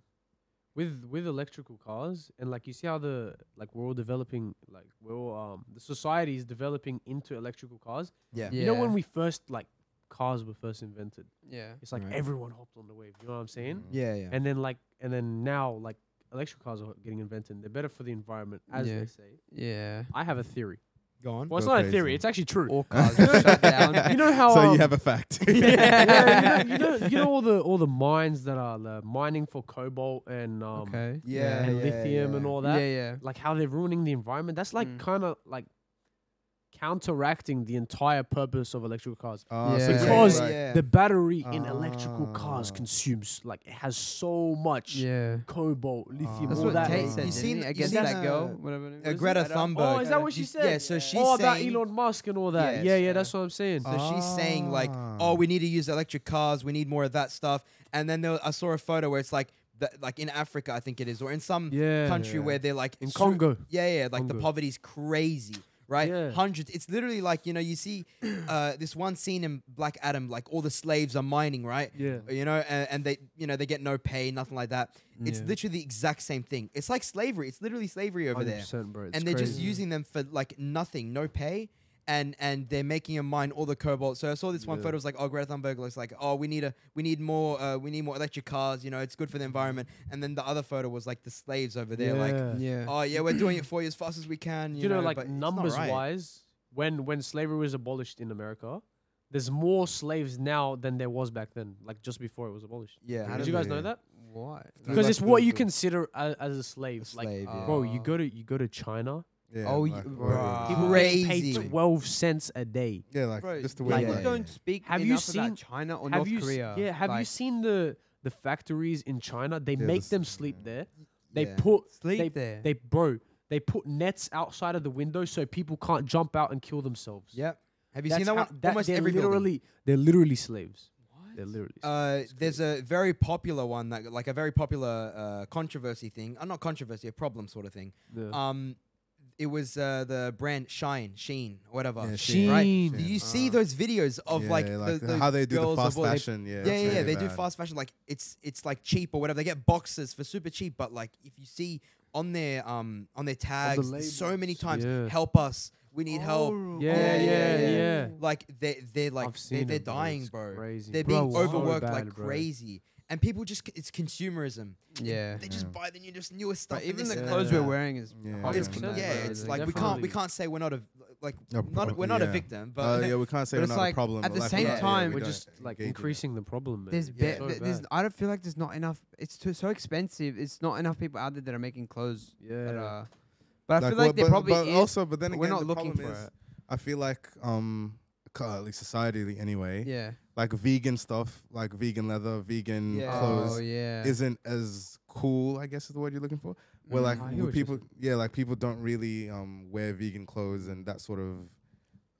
Speaker 2: with with electrical cars and like you see how the like we're all developing like we're all um the society is developing into electrical cars.
Speaker 4: Yeah.
Speaker 1: Yeah.
Speaker 2: You know when we first like cars were first invented,
Speaker 1: Yeah.
Speaker 2: it's like
Speaker 4: Right.
Speaker 2: everyone hopped on the wave. You know what I'm saying?
Speaker 4: Yeah, yeah.
Speaker 2: And then like and then now like electric cars are getting invented. They're better for the environment, as
Speaker 1: Yeah.
Speaker 2: they say.
Speaker 1: Yeah.
Speaker 2: I have a theory.
Speaker 4: Go on. *laughs*
Speaker 2: Well, it's
Speaker 5: Go
Speaker 2: not a
Speaker 5: crazy.
Speaker 2: theory. It's actually true.
Speaker 1: All cars are shut down.
Speaker 2: *laughs* you know how
Speaker 5: *laughs* so you
Speaker 2: um,
Speaker 5: have a fact.
Speaker 2: yeah, you,
Speaker 4: *laughs*
Speaker 2: know, you know you know all the all the mines that are uh, mining for cobalt and um
Speaker 1: Okay.
Speaker 4: Yeah,
Speaker 2: and
Speaker 4: yeah,
Speaker 2: lithium and
Speaker 4: yeah.
Speaker 2: all
Speaker 1: Yeah.
Speaker 2: that
Speaker 1: Yeah.
Speaker 2: like how they're ruining the environment that's like
Speaker 1: Mm.
Speaker 2: kind of like counteracting the entire purpose of electrical cars.
Speaker 5: Ah,
Speaker 1: Yeah.
Speaker 5: so
Speaker 2: Because
Speaker 5: right.
Speaker 4: Yeah.
Speaker 2: The battery in electrical cars
Speaker 5: Ah.
Speaker 2: consumes like it has so much
Speaker 1: Yeah.
Speaker 2: cobalt, lithium,
Speaker 1: That's
Speaker 2: all
Speaker 1: what
Speaker 2: that.
Speaker 1: Tate
Speaker 4: is-
Speaker 1: said.
Speaker 4: You
Speaker 1: You
Speaker 4: seen-
Speaker 1: seen
Speaker 4: you
Speaker 1: against
Speaker 4: seen,
Speaker 1: that girl,
Speaker 4: uh,
Speaker 1: whatever.
Speaker 4: Uh, Greta Thunberg. uh,
Speaker 2: Oh, is that what she
Speaker 4: She's-
Speaker 2: said?
Speaker 4: Yeah, so she's
Speaker 2: oh, about
Speaker 4: saying-
Speaker 2: Elon Musk and all that.
Speaker 4: Yes, uh,
Speaker 2: yeah, yeah,
Speaker 4: yeah.
Speaker 2: that's what I'm saying.
Speaker 4: So she's saying like, oh,
Speaker 5: Ah.
Speaker 4: we need to use electric cars. We need more of that stuff. And then there, was- I saw a photo where it's like, that, like in Africa, I think it is, or in some
Speaker 2: Yeah.
Speaker 4: um, country
Speaker 5: Yeah.
Speaker 4: where they're like
Speaker 2: In
Speaker 4: su-
Speaker 2: Congo.
Speaker 4: Yeah, yeah, like the
Speaker 2: Congo.
Speaker 4: poverty's crazy, right?
Speaker 2: Yeah.
Speaker 4: Hundreds. It's literally like you know,
Speaker 2: *clears throat*
Speaker 4: you see uh, this one scene in Black Adam, like all the slaves are mining, right?
Speaker 2: Yeah.
Speaker 4: You know, and, and they, you know, they get no pay, nothing like that. It's
Speaker 2: Yeah.
Speaker 4: literally the exact same thing. It's like slavery. It's literally slavery over there
Speaker 2: 100%, bro, it's
Speaker 4: and they're just
Speaker 2: crazy.
Speaker 4: using them for like nothing, no pay, and and they're making them mine all the cobalt. So I saw this one
Speaker 2: Yeah.
Speaker 4: photo. It was like, oh, Greta Thunberg looks like, oh, we need a, we need more, uh, we need more electric cars. You know, it's good for the
Speaker 2: Mm.
Speaker 4: environment. And then the other photo was like the slaves over there, like,
Speaker 1: Yeah.
Speaker 4: oh yeah, we're doing it for you as fast as we can. You,
Speaker 2: you know,
Speaker 4: but
Speaker 2: like
Speaker 4: it's not
Speaker 2: numbers
Speaker 4: right.
Speaker 2: wise, when when slavery was abolished in America, there's more slaves now than there was back then. Like just before it was abolished.
Speaker 4: Yeah,
Speaker 5: How
Speaker 2: Did
Speaker 5: did
Speaker 2: you guys know
Speaker 5: they-
Speaker 2: that?
Speaker 1: What?
Speaker 2: Because
Speaker 5: like
Speaker 2: it's what
Speaker 5: the-
Speaker 2: you
Speaker 5: the-
Speaker 2: consider as, as a slave.
Speaker 4: a
Speaker 2: Like,
Speaker 4: slave.
Speaker 1: uh,
Speaker 4: yeah.
Speaker 2: bro, you go to you go to China.
Speaker 5: Yeah,
Speaker 4: Oh,
Speaker 5: like,
Speaker 4: you-
Speaker 5: oh,
Speaker 1: bruh.
Speaker 5: yeah.
Speaker 2: People get
Speaker 4: Crazy.
Speaker 2: paid twelve cents a day.
Speaker 5: Yeah, like
Speaker 1: Bro,
Speaker 5: just the way.
Speaker 1: Like,
Speaker 4: Yeah,
Speaker 1: you
Speaker 5: like-
Speaker 1: don't speak
Speaker 2: Have you
Speaker 1: enough
Speaker 2: seen-
Speaker 1: about China or
Speaker 2: have
Speaker 1: North
Speaker 2: you s-
Speaker 1: Korea.
Speaker 2: Yeah, have you
Speaker 1: like,
Speaker 2: seen the the factories in China? They
Speaker 5: Yeah,
Speaker 2: make
Speaker 5: this-
Speaker 2: them sleep there. They
Speaker 4: Yeah.
Speaker 2: put
Speaker 1: sleep
Speaker 2: they,
Speaker 1: there?
Speaker 2: They bro, they put nets outside of the window so people can't jump out and kill themselves.
Speaker 4: Yep. Have you
Speaker 2: That's
Speaker 4: seen that
Speaker 2: how-
Speaker 4: one?
Speaker 2: that-
Speaker 4: Almost
Speaker 2: they're
Speaker 4: every building.
Speaker 2: literally they're literally slaves. They're literally.
Speaker 4: Uh, there's a very popular one that, like, a very popular uh, controversy thing. Uh, not controversy, a problem sort of thing.
Speaker 2: slaves. Yeah.
Speaker 4: Um, it was uh, the brand Shine, Sheen, whatever.
Speaker 5: Yeah,
Speaker 2: Sheen.
Speaker 4: Right?
Speaker 2: Sheen.
Speaker 4: You see those videos of
Speaker 5: Yeah,
Speaker 4: like,
Speaker 5: like
Speaker 4: the, the
Speaker 5: how they do the
Speaker 4: girls of
Speaker 5: fast
Speaker 4: all they-
Speaker 5: fashion. yeah,
Speaker 4: yeah,
Speaker 5: it's
Speaker 4: yeah, yeah,
Speaker 5: really
Speaker 4: they do
Speaker 5: bad.
Speaker 4: fast fashion. Like it's it's like cheap or whatever. They get boxes for super cheap, but like if you see on their um on their tags so many
Speaker 2: labels.
Speaker 4: times,
Speaker 2: Yeah.
Speaker 4: help us, we need help.
Speaker 1: Oh,
Speaker 2: Yeah,
Speaker 1: oh,
Speaker 2: yeah, yeah.
Speaker 4: Like they they're like
Speaker 2: I've
Speaker 4: they,
Speaker 2: seen
Speaker 4: they're
Speaker 2: it, bro.
Speaker 4: dying,
Speaker 2: It's
Speaker 4: bro.
Speaker 2: crazy.
Speaker 4: They're
Speaker 2: Bro,
Speaker 4: being
Speaker 2: so
Speaker 4: overworked
Speaker 2: bad,
Speaker 4: like
Speaker 2: bro.
Speaker 4: crazy, and people just c- it's consumerism.
Speaker 1: Yeah.
Speaker 4: They just buy the new, just newest stuff.
Speaker 1: But
Speaker 4: and
Speaker 1: even
Speaker 4: this
Speaker 1: the
Speaker 4: and that.
Speaker 1: clothes
Speaker 2: Yeah.
Speaker 1: we're wearing is
Speaker 5: Yeah.
Speaker 1: part
Speaker 4: It's,
Speaker 1: of
Speaker 2: Yeah.
Speaker 1: it,
Speaker 4: yeah,
Speaker 1: bro.
Speaker 4: it's like we can't
Speaker 2: Definitely.
Speaker 4: we can't say we're not a like
Speaker 5: No,
Speaker 4: not,
Speaker 5: prob-
Speaker 4: we're not a
Speaker 5: yeah.
Speaker 4: victim, but
Speaker 5: Uh, yeah, we can't say
Speaker 1: But
Speaker 5: we're
Speaker 1: it's
Speaker 5: not
Speaker 1: like,
Speaker 5: a problem.
Speaker 1: at
Speaker 5: but
Speaker 1: the
Speaker 5: like,
Speaker 1: same
Speaker 5: yeah,
Speaker 1: time-
Speaker 5: we
Speaker 2: We're
Speaker 5: don't
Speaker 2: just like
Speaker 5: engage in it.
Speaker 2: increasing the problem. Man.
Speaker 1: There's,
Speaker 2: It's
Speaker 1: ba-
Speaker 2: so
Speaker 1: th- there's
Speaker 2: bad.
Speaker 1: I don't feel like there's not enough. It's too so expensive. It's not enough people out there that are making clothes. That
Speaker 2: Yeah.
Speaker 4: uh,
Speaker 1: are, but I feel
Speaker 5: well,
Speaker 1: like there
Speaker 5: but,
Speaker 1: probably
Speaker 5: but
Speaker 1: is.
Speaker 5: also, but then
Speaker 1: but
Speaker 5: again,
Speaker 1: we're not
Speaker 5: the
Speaker 1: looking
Speaker 5: problem
Speaker 1: for
Speaker 5: is,
Speaker 1: it.
Speaker 5: I feel like um, c- uh, at least societally anyway,
Speaker 1: yeah.
Speaker 5: like vegan stuff, like vegan leather, vegan
Speaker 4: Yeah.
Speaker 5: clothes,
Speaker 1: Oh yeah.
Speaker 5: isn't as cool. I guess is the word you're looking for. Where
Speaker 1: Mm.
Speaker 5: like
Speaker 2: I hear
Speaker 5: where
Speaker 2: what you're
Speaker 5: people, yeah, like people don't really um wear vegan clothes and that sort of.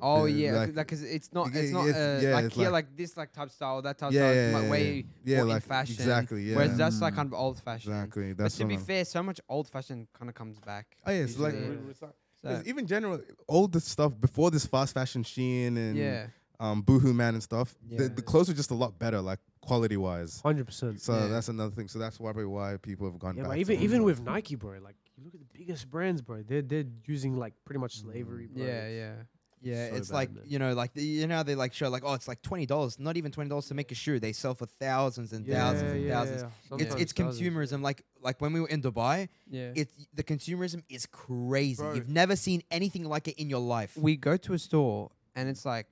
Speaker 1: oh
Speaker 5: the-
Speaker 1: yeah.
Speaker 5: like-
Speaker 1: Like, cause it's not.
Speaker 5: Yeah,
Speaker 1: It's not.
Speaker 5: it's-
Speaker 1: uh,
Speaker 5: yeah,
Speaker 1: like
Speaker 5: it's
Speaker 1: here,
Speaker 5: like-
Speaker 1: like this, like type style, that type
Speaker 5: Yeah,
Speaker 1: style,
Speaker 5: yeah,
Speaker 1: like
Speaker 5: yeah,
Speaker 1: way
Speaker 5: yeah,
Speaker 1: more in
Speaker 5: like
Speaker 1: fashion.
Speaker 5: exactly, yeah, Mm.
Speaker 1: Whereas that's like kind of old fashioned.
Speaker 5: exactly.
Speaker 1: But
Speaker 5: That's
Speaker 1: to
Speaker 5: what
Speaker 1: be
Speaker 5: I'm-
Speaker 1: fair, so much old fashioned kind of comes back.
Speaker 5: Oh yeah, so like
Speaker 1: usually.
Speaker 5: re-
Speaker 2: Yeah.
Speaker 5: recy-
Speaker 1: So,
Speaker 5: Because even general, all the stuff before this fast fashion Shein and
Speaker 1: yeah.
Speaker 5: um, Boohoo Man and stuff,
Speaker 4: Yeah.
Speaker 5: the, the clothes were just a lot better, like quality wise.
Speaker 2: Hundred percent.
Speaker 5: So
Speaker 4: Yeah.
Speaker 5: that's another thing. So that's why probably why people have gone
Speaker 2: Yeah,
Speaker 5: back.
Speaker 2: but
Speaker 5: to
Speaker 2: even
Speaker 5: them.
Speaker 2: even with Nike, bro, like you look at the biggest brands, bro. They're they're using like pretty
Speaker 4: Mm.
Speaker 2: much slavery. Bro.
Speaker 1: Yeah. Yeah.
Speaker 4: *laughs* Yeah,
Speaker 2: So
Speaker 4: it's
Speaker 2: bad,
Speaker 4: like
Speaker 2: man.
Speaker 4: you know, like the, you know, how they like show like oh, it's like twenty dollars, not even twenty dollars to make a shoe. They sell for thousands and thousands and thousands. It's
Speaker 2: Sometimes
Speaker 4: it's
Speaker 2: thousands.
Speaker 4: consumerism. Like like when we were in Dubai,
Speaker 1: Yeah.
Speaker 4: it's the consumerism is crazy.
Speaker 1: Bro.
Speaker 4: You've never seen anything like it in your life.
Speaker 1: we go to a store and it's like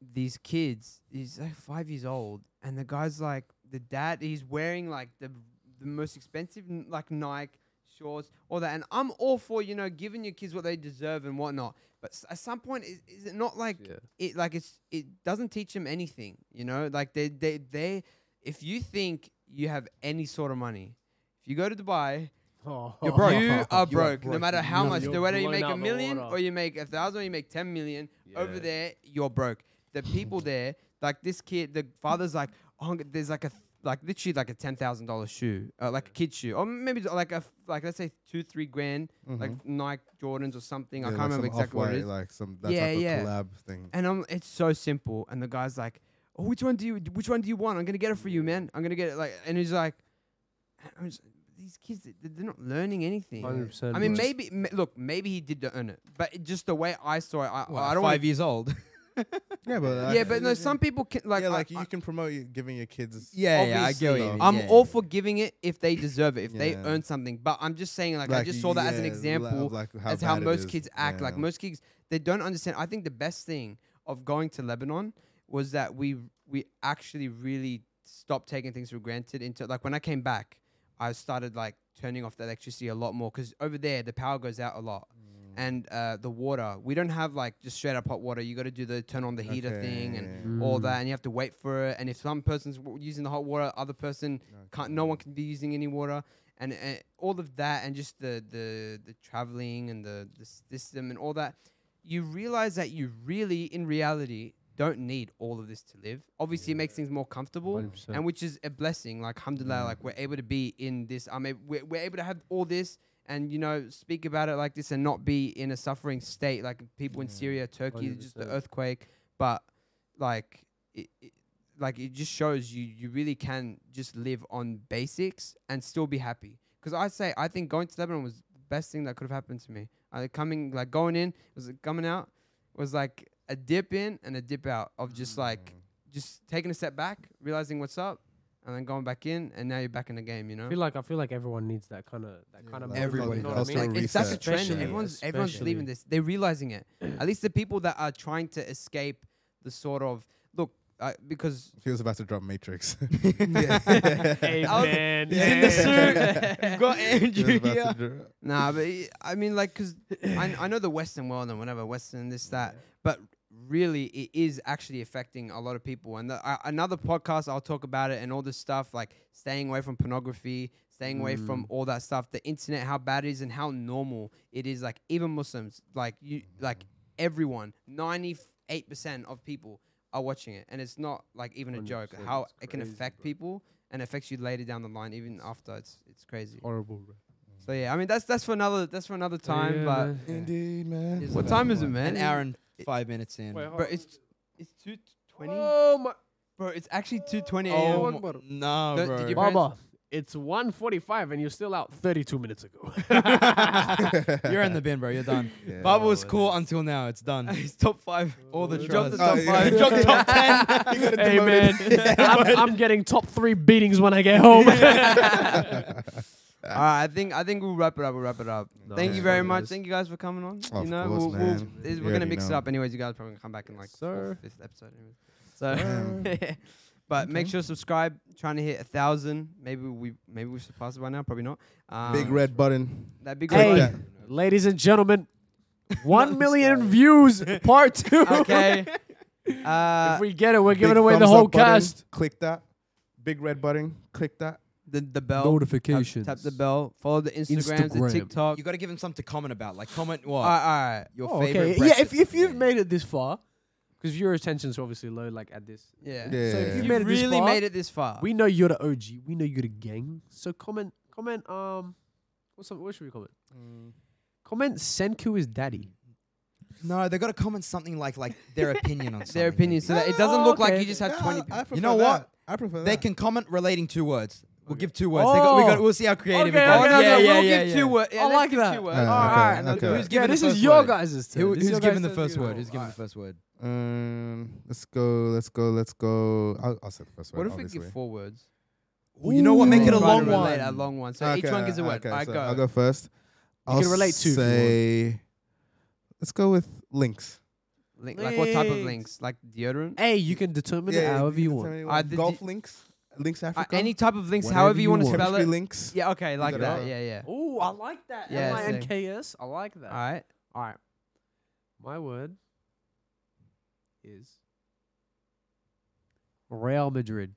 Speaker 1: these kids, he's like five years old, and the guy's like the dad, he's wearing like the the most expensive n- like Nike shorts, all that. And I'm all for you know giving your kids what they deserve and whatnot, but s- at some point, is, is it not like
Speaker 2: Yeah.
Speaker 1: it like it's it doesn't teach them anything, you know? Like they they they, if you think you have any sort of money, if you go to Dubai
Speaker 4: *laughs*
Speaker 2: Oh,
Speaker 4: You're broke.
Speaker 1: you
Speaker 4: You
Speaker 1: are
Speaker 4: are
Speaker 1: broke, no
Speaker 4: broke.
Speaker 1: matter how
Speaker 2: No,
Speaker 1: much.
Speaker 2: you're
Speaker 1: No, whether you
Speaker 2: blown
Speaker 1: make
Speaker 2: out
Speaker 1: a
Speaker 2: the
Speaker 1: million
Speaker 2: water.
Speaker 1: or you make a thousand or you make 10 million, over
Speaker 2: Yeah.
Speaker 1: there, you're broke. The people there, like this kid, the father's like, oh, I'm g- there's like a, th- like literally like a $10,000 shoe, uh, like a kid's shoe, or maybe it's like a, f- like let's say two, three grand,
Speaker 5: Mm-hmm.
Speaker 1: like Nike Jordans or something. I
Speaker 5: Yeah,
Speaker 1: can't
Speaker 5: like
Speaker 1: remember
Speaker 5: some
Speaker 1: exactly what it is.
Speaker 5: Off-White, Like some that
Speaker 1: Yeah,
Speaker 5: type of
Speaker 1: yeah.
Speaker 5: collab thing.
Speaker 1: And I'm, it's so simple. And the guy's like, "Oh, which one do you? Which one do you want? I'm gonna get it for you, man. I'm gonna get it." Like, and he's like, I'm just- "These kids, th- they're not learning anything."
Speaker 2: 100%,
Speaker 1: I mean,
Speaker 2: bro.
Speaker 1: maybe ma- look, maybe he did earn it, but it- just the way I saw it, I,
Speaker 4: Well,
Speaker 1: I don't.
Speaker 4: five
Speaker 1: want
Speaker 4: years
Speaker 1: *laughs*
Speaker 4: old.
Speaker 5: Yeah, but like,
Speaker 1: yeah, but no, some people can like.
Speaker 5: yeah, like
Speaker 1: I,
Speaker 5: you can promote your- giving your kids.
Speaker 4: yeah, yeah, I get what you
Speaker 5: Obviously,
Speaker 4: mean.
Speaker 1: am
Speaker 4: Yeah,
Speaker 1: all
Speaker 4: yeah.
Speaker 1: for giving it if they deserve it, if they
Speaker 5: Yeah.
Speaker 1: earn something. But I'm just saying, like, I
Speaker 5: like,
Speaker 1: just saw that as an
Speaker 5: yeah,
Speaker 1: example.
Speaker 5: like how
Speaker 1: That's how
Speaker 5: bad it
Speaker 1: most
Speaker 5: is.
Speaker 1: kids act. Like
Speaker 5: Yeah.
Speaker 1: most kids, they don't understand. I think the best thing of going to Lebanon was that we we actually really stopped taking things for granted. Into like when I came
Speaker 5: Mm.
Speaker 1: back, I started like turning off the electricity a lot more because over there the power goes out a lot, and uh, the water. We don't have like just straight up hot water. You got to do the turn on the heater
Speaker 5: Okay,
Speaker 1: thing
Speaker 5: yeah,
Speaker 1: and
Speaker 5: yeah.
Speaker 2: oh. Mm.
Speaker 1: all that, and you have to wait for it. And if some person's w- using the hot water, other person can't. No one can be using any water, and, and all of that, and just the the the traveling and the, the system and all that. You realize that you really, in reality, don't need all of this to live. Obviously, it makes things more comfortable,
Speaker 2: 100%.
Speaker 1: and which is a blessing. Like, alhamdulillah, like we're able to be in this. I mean, we're, we're able to have all this. And you know, speak about it like this, and not be in a suffering state like people in Syria, Turkey, just the
Speaker 2: 100%.
Speaker 1: earthquake. But like it, it like it just shows you you really can just live on basics and still be happy because i say i think going to lebanon was the best thing that could have happened to me uh, coming like going in was it coming out was like a dip in and a dip out of just like just taking a step back realizing what's up and then going back in and now you're back in the game you know
Speaker 2: I feel like I feel like everyone needs that kind of that kind of
Speaker 5: like everyone
Speaker 2: You know what I
Speaker 5: does.
Speaker 2: mean?
Speaker 5: Like,
Speaker 1: like it's such a
Speaker 5: reset.
Speaker 1: trend.
Speaker 2: Especially-
Speaker 1: Everyone's everyone's
Speaker 2: especially-
Speaker 1: leaving this. They're realizing it. At least the people that are trying to escape the sort of look uh, because
Speaker 5: He was about to drop
Speaker 1: *laughs*
Speaker 5: Matrix. *laughs*
Speaker 2: Hey,
Speaker 1: I was-
Speaker 2: man.
Speaker 1: He's *laughs* in the
Speaker 2: *laughs* *laughs* Hey.
Speaker 1: suit.
Speaker 4: got
Speaker 5: He was
Speaker 4: Andrew
Speaker 5: about to
Speaker 4: here.
Speaker 5: dro-
Speaker 1: nah, but it- I mean, like, cause I, I know the Western world and whatever Western this that, but really, it is actually affecting a lot of people. And the, uh, another podcast, I'll talk about it and all this stuff, like staying away from pornography, staying away from
Speaker 2: Mm.
Speaker 1: all that stuff, the internet, how bad it is, and how normal it is. Like even Muslims, like you, like everyone, ninety eight percent of people are watching it, and it's not like even a joke.
Speaker 2: 100%,
Speaker 1: How
Speaker 2: it's
Speaker 1: it can
Speaker 2: crazy,
Speaker 1: affect
Speaker 2: bro.
Speaker 1: people. And affects you later down the line, even after it's it's crazy.
Speaker 2: Horrible, *laughs* bro.
Speaker 1: So yeah, I mean that's that's for another that's for another time.
Speaker 2: Yeah,
Speaker 1: but
Speaker 2: man.
Speaker 5: Indeed, man.
Speaker 1: what time is it, man?
Speaker 4: An hour and five minutes in.
Speaker 2: Wait,
Speaker 1: Bro, it's it's two twenty.
Speaker 2: Oh my
Speaker 1: Bro, it's actually two twenty
Speaker 4: Oh,
Speaker 1: *laughs* a.m.
Speaker 4: m- no,
Speaker 1: Th-
Speaker 4: bro.
Speaker 1: did you-
Speaker 2: Baba, it's 1:45 and you're still out 32 minutes ago. *laughs*
Speaker 1: *laughs*
Speaker 4: You're in the bin, bro. You're done.
Speaker 5: *laughs* Yeah.
Speaker 4: Baba was cool until now.
Speaker 1: *laughs*
Speaker 4: It's done.
Speaker 1: it's top five.
Speaker 4: All the
Speaker 1: You
Speaker 4: drugs.
Speaker 1: dropped the top
Speaker 5: Oh, yeah.
Speaker 1: five.
Speaker 5: You
Speaker 2: *laughs*
Speaker 5: dropped
Speaker 4: top
Speaker 1: *laughs*
Speaker 4: ten.
Speaker 2: hey man, I'm, I'm getting top three beatings when I get home.
Speaker 1: All right, I think I think we'll wrap it up. We'll wrap it up.
Speaker 2: No,
Speaker 1: Thank you
Speaker 2: it's
Speaker 1: very
Speaker 2: fine,
Speaker 1: much.
Speaker 2: guys.
Speaker 1: Thank you guys for coming on.
Speaker 5: Of
Speaker 1: you know,
Speaker 5: course,
Speaker 1: we'll, we'll,
Speaker 5: man.
Speaker 1: is-
Speaker 5: You
Speaker 1: we're gonna
Speaker 5: already
Speaker 1: mix it
Speaker 5: know.
Speaker 1: up anyways. You guys probably gonna come back in like
Speaker 2: sir.
Speaker 1: fourth, fifth episode. Anyways. So, *laughs* but make
Speaker 5: Okay.
Speaker 1: sure to subscribe. Trying to hit a thousand. Maybe we maybe we've surpassed it by now. Probably not. Um,
Speaker 5: *laughs* Big red button.
Speaker 1: That big
Speaker 2: *laughs* Hey.
Speaker 1: red.
Speaker 5: Click
Speaker 1: button.
Speaker 2: Ladies and gentlemen, one million views part two.
Speaker 1: Okay. Uh,
Speaker 2: if we get it, we're
Speaker 5: Big
Speaker 2: giving away the
Speaker 5: thumbs up
Speaker 2: whole
Speaker 5: button.
Speaker 2: cast.
Speaker 5: Click that. Big red button. Click that.
Speaker 1: the, the bell. Tap,
Speaker 2: Notifications.
Speaker 1: tap the bell. Follow the Instagrams
Speaker 2: Instagram.
Speaker 1: and TikTok.
Speaker 4: You got to give him something to comment about. Like,
Speaker 1: *laughs*
Speaker 4: comment what?
Speaker 1: all right, all right.
Speaker 4: your
Speaker 2: Oh,
Speaker 4: favorite.
Speaker 2: okay. Yeah, if, if you've made it this far, because your attention's obviously low, like at this.
Speaker 1: Yeah.
Speaker 5: Yeah.
Speaker 2: So if you
Speaker 1: You
Speaker 2: made it this
Speaker 1: really
Speaker 2: far,
Speaker 1: made it this far.
Speaker 2: we know you're the OG. We know you're the gang. So comment, comment. Um, what's up, what should we comment?
Speaker 1: Mm.
Speaker 2: Comment Senku is daddy.
Speaker 4: No, they got to comment something like like their opinion on something.
Speaker 1: their opinion, so that it doesn't
Speaker 2: Oh,
Speaker 1: look like
Speaker 2: okay.
Speaker 1: you just have
Speaker 5: Yeah,
Speaker 1: twenty.
Speaker 5: I, I
Speaker 1: people.
Speaker 5: prefer
Speaker 4: You know
Speaker 5: that.
Speaker 4: what?
Speaker 5: I prefer
Speaker 4: They
Speaker 5: that.
Speaker 4: can comment relating two words. We'll give two words. They got, we
Speaker 2: Oh.
Speaker 4: got, we'll see how creative
Speaker 2: Okay,
Speaker 4: it goes.
Speaker 2: okay, okay,
Speaker 4: yeah, yeah,
Speaker 1: we'll
Speaker 4: yeah,
Speaker 1: give
Speaker 4: yeah.
Speaker 1: two words.
Speaker 2: I like that.
Speaker 1: Two words.
Speaker 5: Uh,
Speaker 1: all
Speaker 5: okay,
Speaker 1: right,
Speaker 5: okay.
Speaker 1: Oh, okay.
Speaker 5: Who's
Speaker 2: Yeah,
Speaker 4: giving
Speaker 2: this
Speaker 4: the
Speaker 2: is
Speaker 4: first
Speaker 2: your
Speaker 4: word?
Speaker 2: guys' turn.
Speaker 4: Who,
Speaker 2: This is
Speaker 4: who's
Speaker 2: your
Speaker 4: giving the
Speaker 2: guys' turn to
Speaker 4: first
Speaker 2: give
Speaker 4: word?
Speaker 2: it.
Speaker 4: Who's giving the first word?
Speaker 5: Um, let's go. Let's go. Let's go. I'll, I'll say the first
Speaker 1: What
Speaker 5: word.
Speaker 1: if we
Speaker 5: obviously.
Speaker 1: give four words?
Speaker 4: Well, you know what?
Speaker 5: Ooh.
Speaker 4: Make it a
Speaker 5: Try to
Speaker 4: long
Speaker 5: relate
Speaker 4: one.
Speaker 1: A long one. So each
Speaker 5: Okay,
Speaker 1: one gives a word.
Speaker 5: Okay,
Speaker 1: I
Speaker 5: so
Speaker 1: go.
Speaker 5: I'll go first.
Speaker 2: You
Speaker 5: I'll
Speaker 2: can relate to if you want.
Speaker 5: Say, let's go with links.
Speaker 1: Link, like what type of
Speaker 2: Links.
Speaker 1: links? Like deodorant.
Speaker 2: Hey, you can determine it however you want.
Speaker 1: want. Uh, the
Speaker 5: Golf
Speaker 1: d-
Speaker 5: links, links
Speaker 1: Uh,
Speaker 5: Africa.
Speaker 1: any type of links,
Speaker 2: Whatever
Speaker 1: however
Speaker 2: you
Speaker 1: you want to
Speaker 2: want.
Speaker 1: spell
Speaker 5: chemistry
Speaker 1: it.
Speaker 5: links.
Speaker 1: Yeah. Okay. Like
Speaker 5: got it
Speaker 1: that.
Speaker 5: right.
Speaker 1: Yeah. Yeah. All
Speaker 2: Oh, I like that.
Speaker 1: Yeah,
Speaker 2: M I
Speaker 1: sick.
Speaker 2: N K S. I like that.
Speaker 1: right.
Speaker 2: All right. My word is Real Madrid.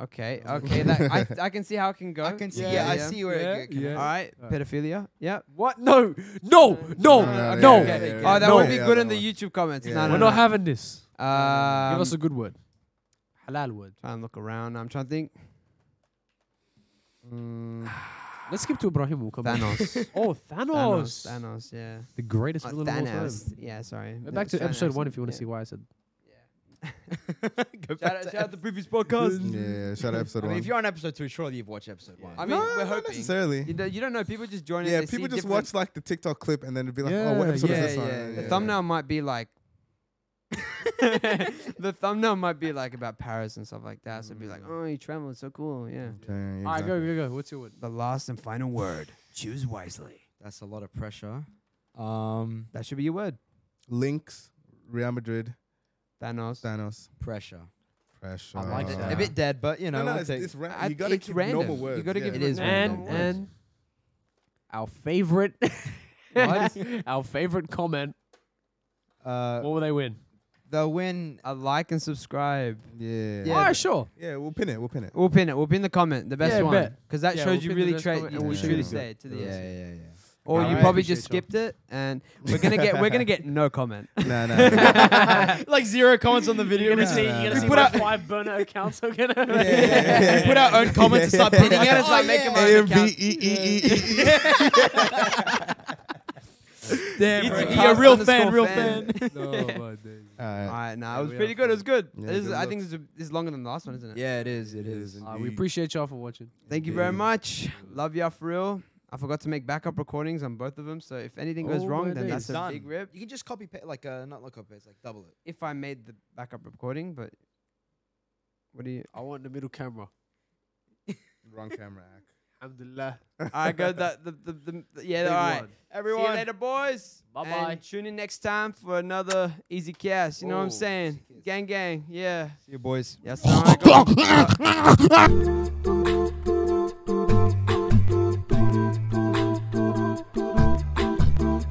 Speaker 1: Okay. Okay. That I I can see how it can go.
Speaker 4: *laughs* I can see.
Speaker 2: Yeah,
Speaker 4: Yeah, I see where it
Speaker 2: yeah,
Speaker 4: can.
Speaker 1: All
Speaker 4: *laughs*
Speaker 2: yeah.
Speaker 1: right.
Speaker 2: Alright.
Speaker 1: Pedophilia. Yeah.
Speaker 2: What? No, no, no,
Speaker 5: no,
Speaker 2: no.
Speaker 5: no,
Speaker 1: Okay.
Speaker 5: yeah,
Speaker 1: Oh, that
Speaker 2: no.
Speaker 1: would be
Speaker 5: Yeah,
Speaker 1: good
Speaker 5: that
Speaker 1: in the
Speaker 5: one.
Speaker 1: YouTube comments.
Speaker 5: Yeah.
Speaker 1: No, no,
Speaker 2: We're
Speaker 1: no.
Speaker 2: not having this.
Speaker 1: Um,
Speaker 2: Give us a good word. Halal word.
Speaker 1: trying to look around. I'm trying to think.
Speaker 5: Mm,
Speaker 2: Let's skip to Ibrahim. We'll come back.
Speaker 1: Thanos.
Speaker 2: Oh, Thanos.
Speaker 1: Thanos. Thanos. Yeah.
Speaker 2: The greatest
Speaker 1: Uh,
Speaker 2: villain of all time.
Speaker 1: Thanos. Yeah. Sorry.
Speaker 2: Go Back to episode one if you want to see why I said.
Speaker 1: Go shout, out, shout out the previous
Speaker 5: *laughs*
Speaker 1: podcast.
Speaker 5: yeah, shout out episode
Speaker 4: I mean,
Speaker 5: one.
Speaker 4: if you're on episode two, surely you've watched episode one.
Speaker 1: I mean,
Speaker 5: no,
Speaker 1: we're
Speaker 5: not
Speaker 1: hoping.
Speaker 5: necessarily.
Speaker 1: You, don't- you don't know. People just join. in,
Speaker 5: yeah,
Speaker 1: they see
Speaker 5: people just
Speaker 1: different-
Speaker 5: watch like the TikTok clip and then be like, oh, what
Speaker 2: Yeah,
Speaker 5: episode
Speaker 1: yeah,
Speaker 5: is this on?
Speaker 4: yeah,
Speaker 1: The thumbnail might be like. *laughs* the thumbnail might be like about Paris and stuff like that. So it'd be like, oh, you travel, it's so cool. Yeah.
Speaker 5: Okay,
Speaker 2: All right, go,
Speaker 5: exactly.
Speaker 2: go, go. What's your word?
Speaker 1: The last and final word. Choose wisely.
Speaker 4: That's a lot of pressure. Um,
Speaker 1: That should be your word.
Speaker 5: Links, Real Madrid,
Speaker 1: Thanos.
Speaker 5: Thanos,
Speaker 4: pressure.
Speaker 5: pressure.
Speaker 2: I like
Speaker 1: Uh,
Speaker 2: that.
Speaker 4: A bit dead, but you know,
Speaker 5: No, no,
Speaker 4: I'll
Speaker 5: it's,
Speaker 4: take-
Speaker 5: it's ra-
Speaker 1: I-
Speaker 5: You gotta
Speaker 1: it's
Speaker 5: keep
Speaker 1: random.
Speaker 5: normal
Speaker 1: You
Speaker 5: words.
Speaker 1: gotta
Speaker 5: yeah.
Speaker 1: give
Speaker 4: It is
Speaker 1: random
Speaker 4: random
Speaker 2: And
Speaker 4: words.
Speaker 2: and our favorite What? Our favorite comment.
Speaker 4: Uh,
Speaker 2: What will they win?
Speaker 4: they'll win.
Speaker 1: A like and subscribe.
Speaker 5: Yeah.
Speaker 4: Yeah.
Speaker 2: oh, sure.
Speaker 5: Yeah, we'll pin it.
Speaker 1: *laughs*
Speaker 5: We'll pin it.
Speaker 1: We'll pin it. We'll pin the comment, the best
Speaker 2: Yeah,
Speaker 1: one,
Speaker 2: bet.
Speaker 1: because that
Speaker 2: Yeah,
Speaker 1: shows
Speaker 2: we'll
Speaker 1: you
Speaker 2: pin the
Speaker 1: really
Speaker 2: best
Speaker 1: tra-
Speaker 2: comment
Speaker 1: you
Speaker 2: and
Speaker 5: we'll
Speaker 1: truly
Speaker 5: show.
Speaker 1: stayed to the
Speaker 4: yeah,
Speaker 1: end.
Speaker 4: yeah, yeah.
Speaker 1: Or
Speaker 5: Alright,
Speaker 1: you probably
Speaker 5: appreciate
Speaker 1: just skipped it, and we're gonna get we're gonna get no comment. *laughs*
Speaker 5: Nah, nah. nah.
Speaker 4: like zero comments on the video.
Speaker 2: You're gonna
Speaker 4: now.
Speaker 2: see, you're
Speaker 5: no.
Speaker 2: gonna see
Speaker 5: We put
Speaker 2: my
Speaker 5: out-
Speaker 2: five *laughs* burner accounts are gonna. *laughs*
Speaker 5: yeah.
Speaker 4: We put our own comments and start
Speaker 5: *laughs*
Speaker 4: pinning it and
Speaker 1: Oh, yeah.
Speaker 4: start making
Speaker 5: A
Speaker 4: my
Speaker 5: M V
Speaker 4: account.
Speaker 5: E E E E. E.
Speaker 1: Damn,
Speaker 4: It's-
Speaker 1: bro.
Speaker 4: he a
Speaker 1: Cast
Speaker 4: real fan,
Speaker 1: underscore
Speaker 4: real
Speaker 2: *laughs*
Speaker 5: All right.
Speaker 1: Alright, nah,
Speaker 2: Yeah,
Speaker 1: it was
Speaker 2: we
Speaker 1: pretty
Speaker 2: are
Speaker 1: good. It was good.
Speaker 5: Yeah,
Speaker 1: this is,
Speaker 5: good
Speaker 1: I think this is, this is longer than the last one, isn't it?
Speaker 4: Yeah, it is. It is. Um,
Speaker 5: It
Speaker 2: Uh, we appreciate y'all for watching.
Speaker 1: Thank you very
Speaker 5: Indeed.
Speaker 1: much. Love y'all for real. I forgot to make backup recordings on both of them, so if anything goes
Speaker 2: Oh
Speaker 1: wrong,
Speaker 2: my
Speaker 1: then
Speaker 2: days.
Speaker 1: that's a
Speaker 4: Done.
Speaker 1: big rip.
Speaker 4: You can just copy paste, like uh, not like copy paste, like double it.
Speaker 1: If I made the backup recording, but what do you?
Speaker 2: I want the middle camera.
Speaker 5: Wrong camera. act.
Speaker 2: Alhamdulillah.
Speaker 1: I
Speaker 5: *laughs*
Speaker 1: go that the, the, the, the yeah. All right. See you later, boys.
Speaker 2: Bye-bye.
Speaker 1: And Tune in next time for another easy cast. You know what
Speaker 2: Oh,
Speaker 1: I'm saying?
Speaker 4: Easy Cast.
Speaker 1: Gang, gang. Yeah.
Speaker 4: See you, boys.
Speaker 1: Yeah. assalamu alaikum.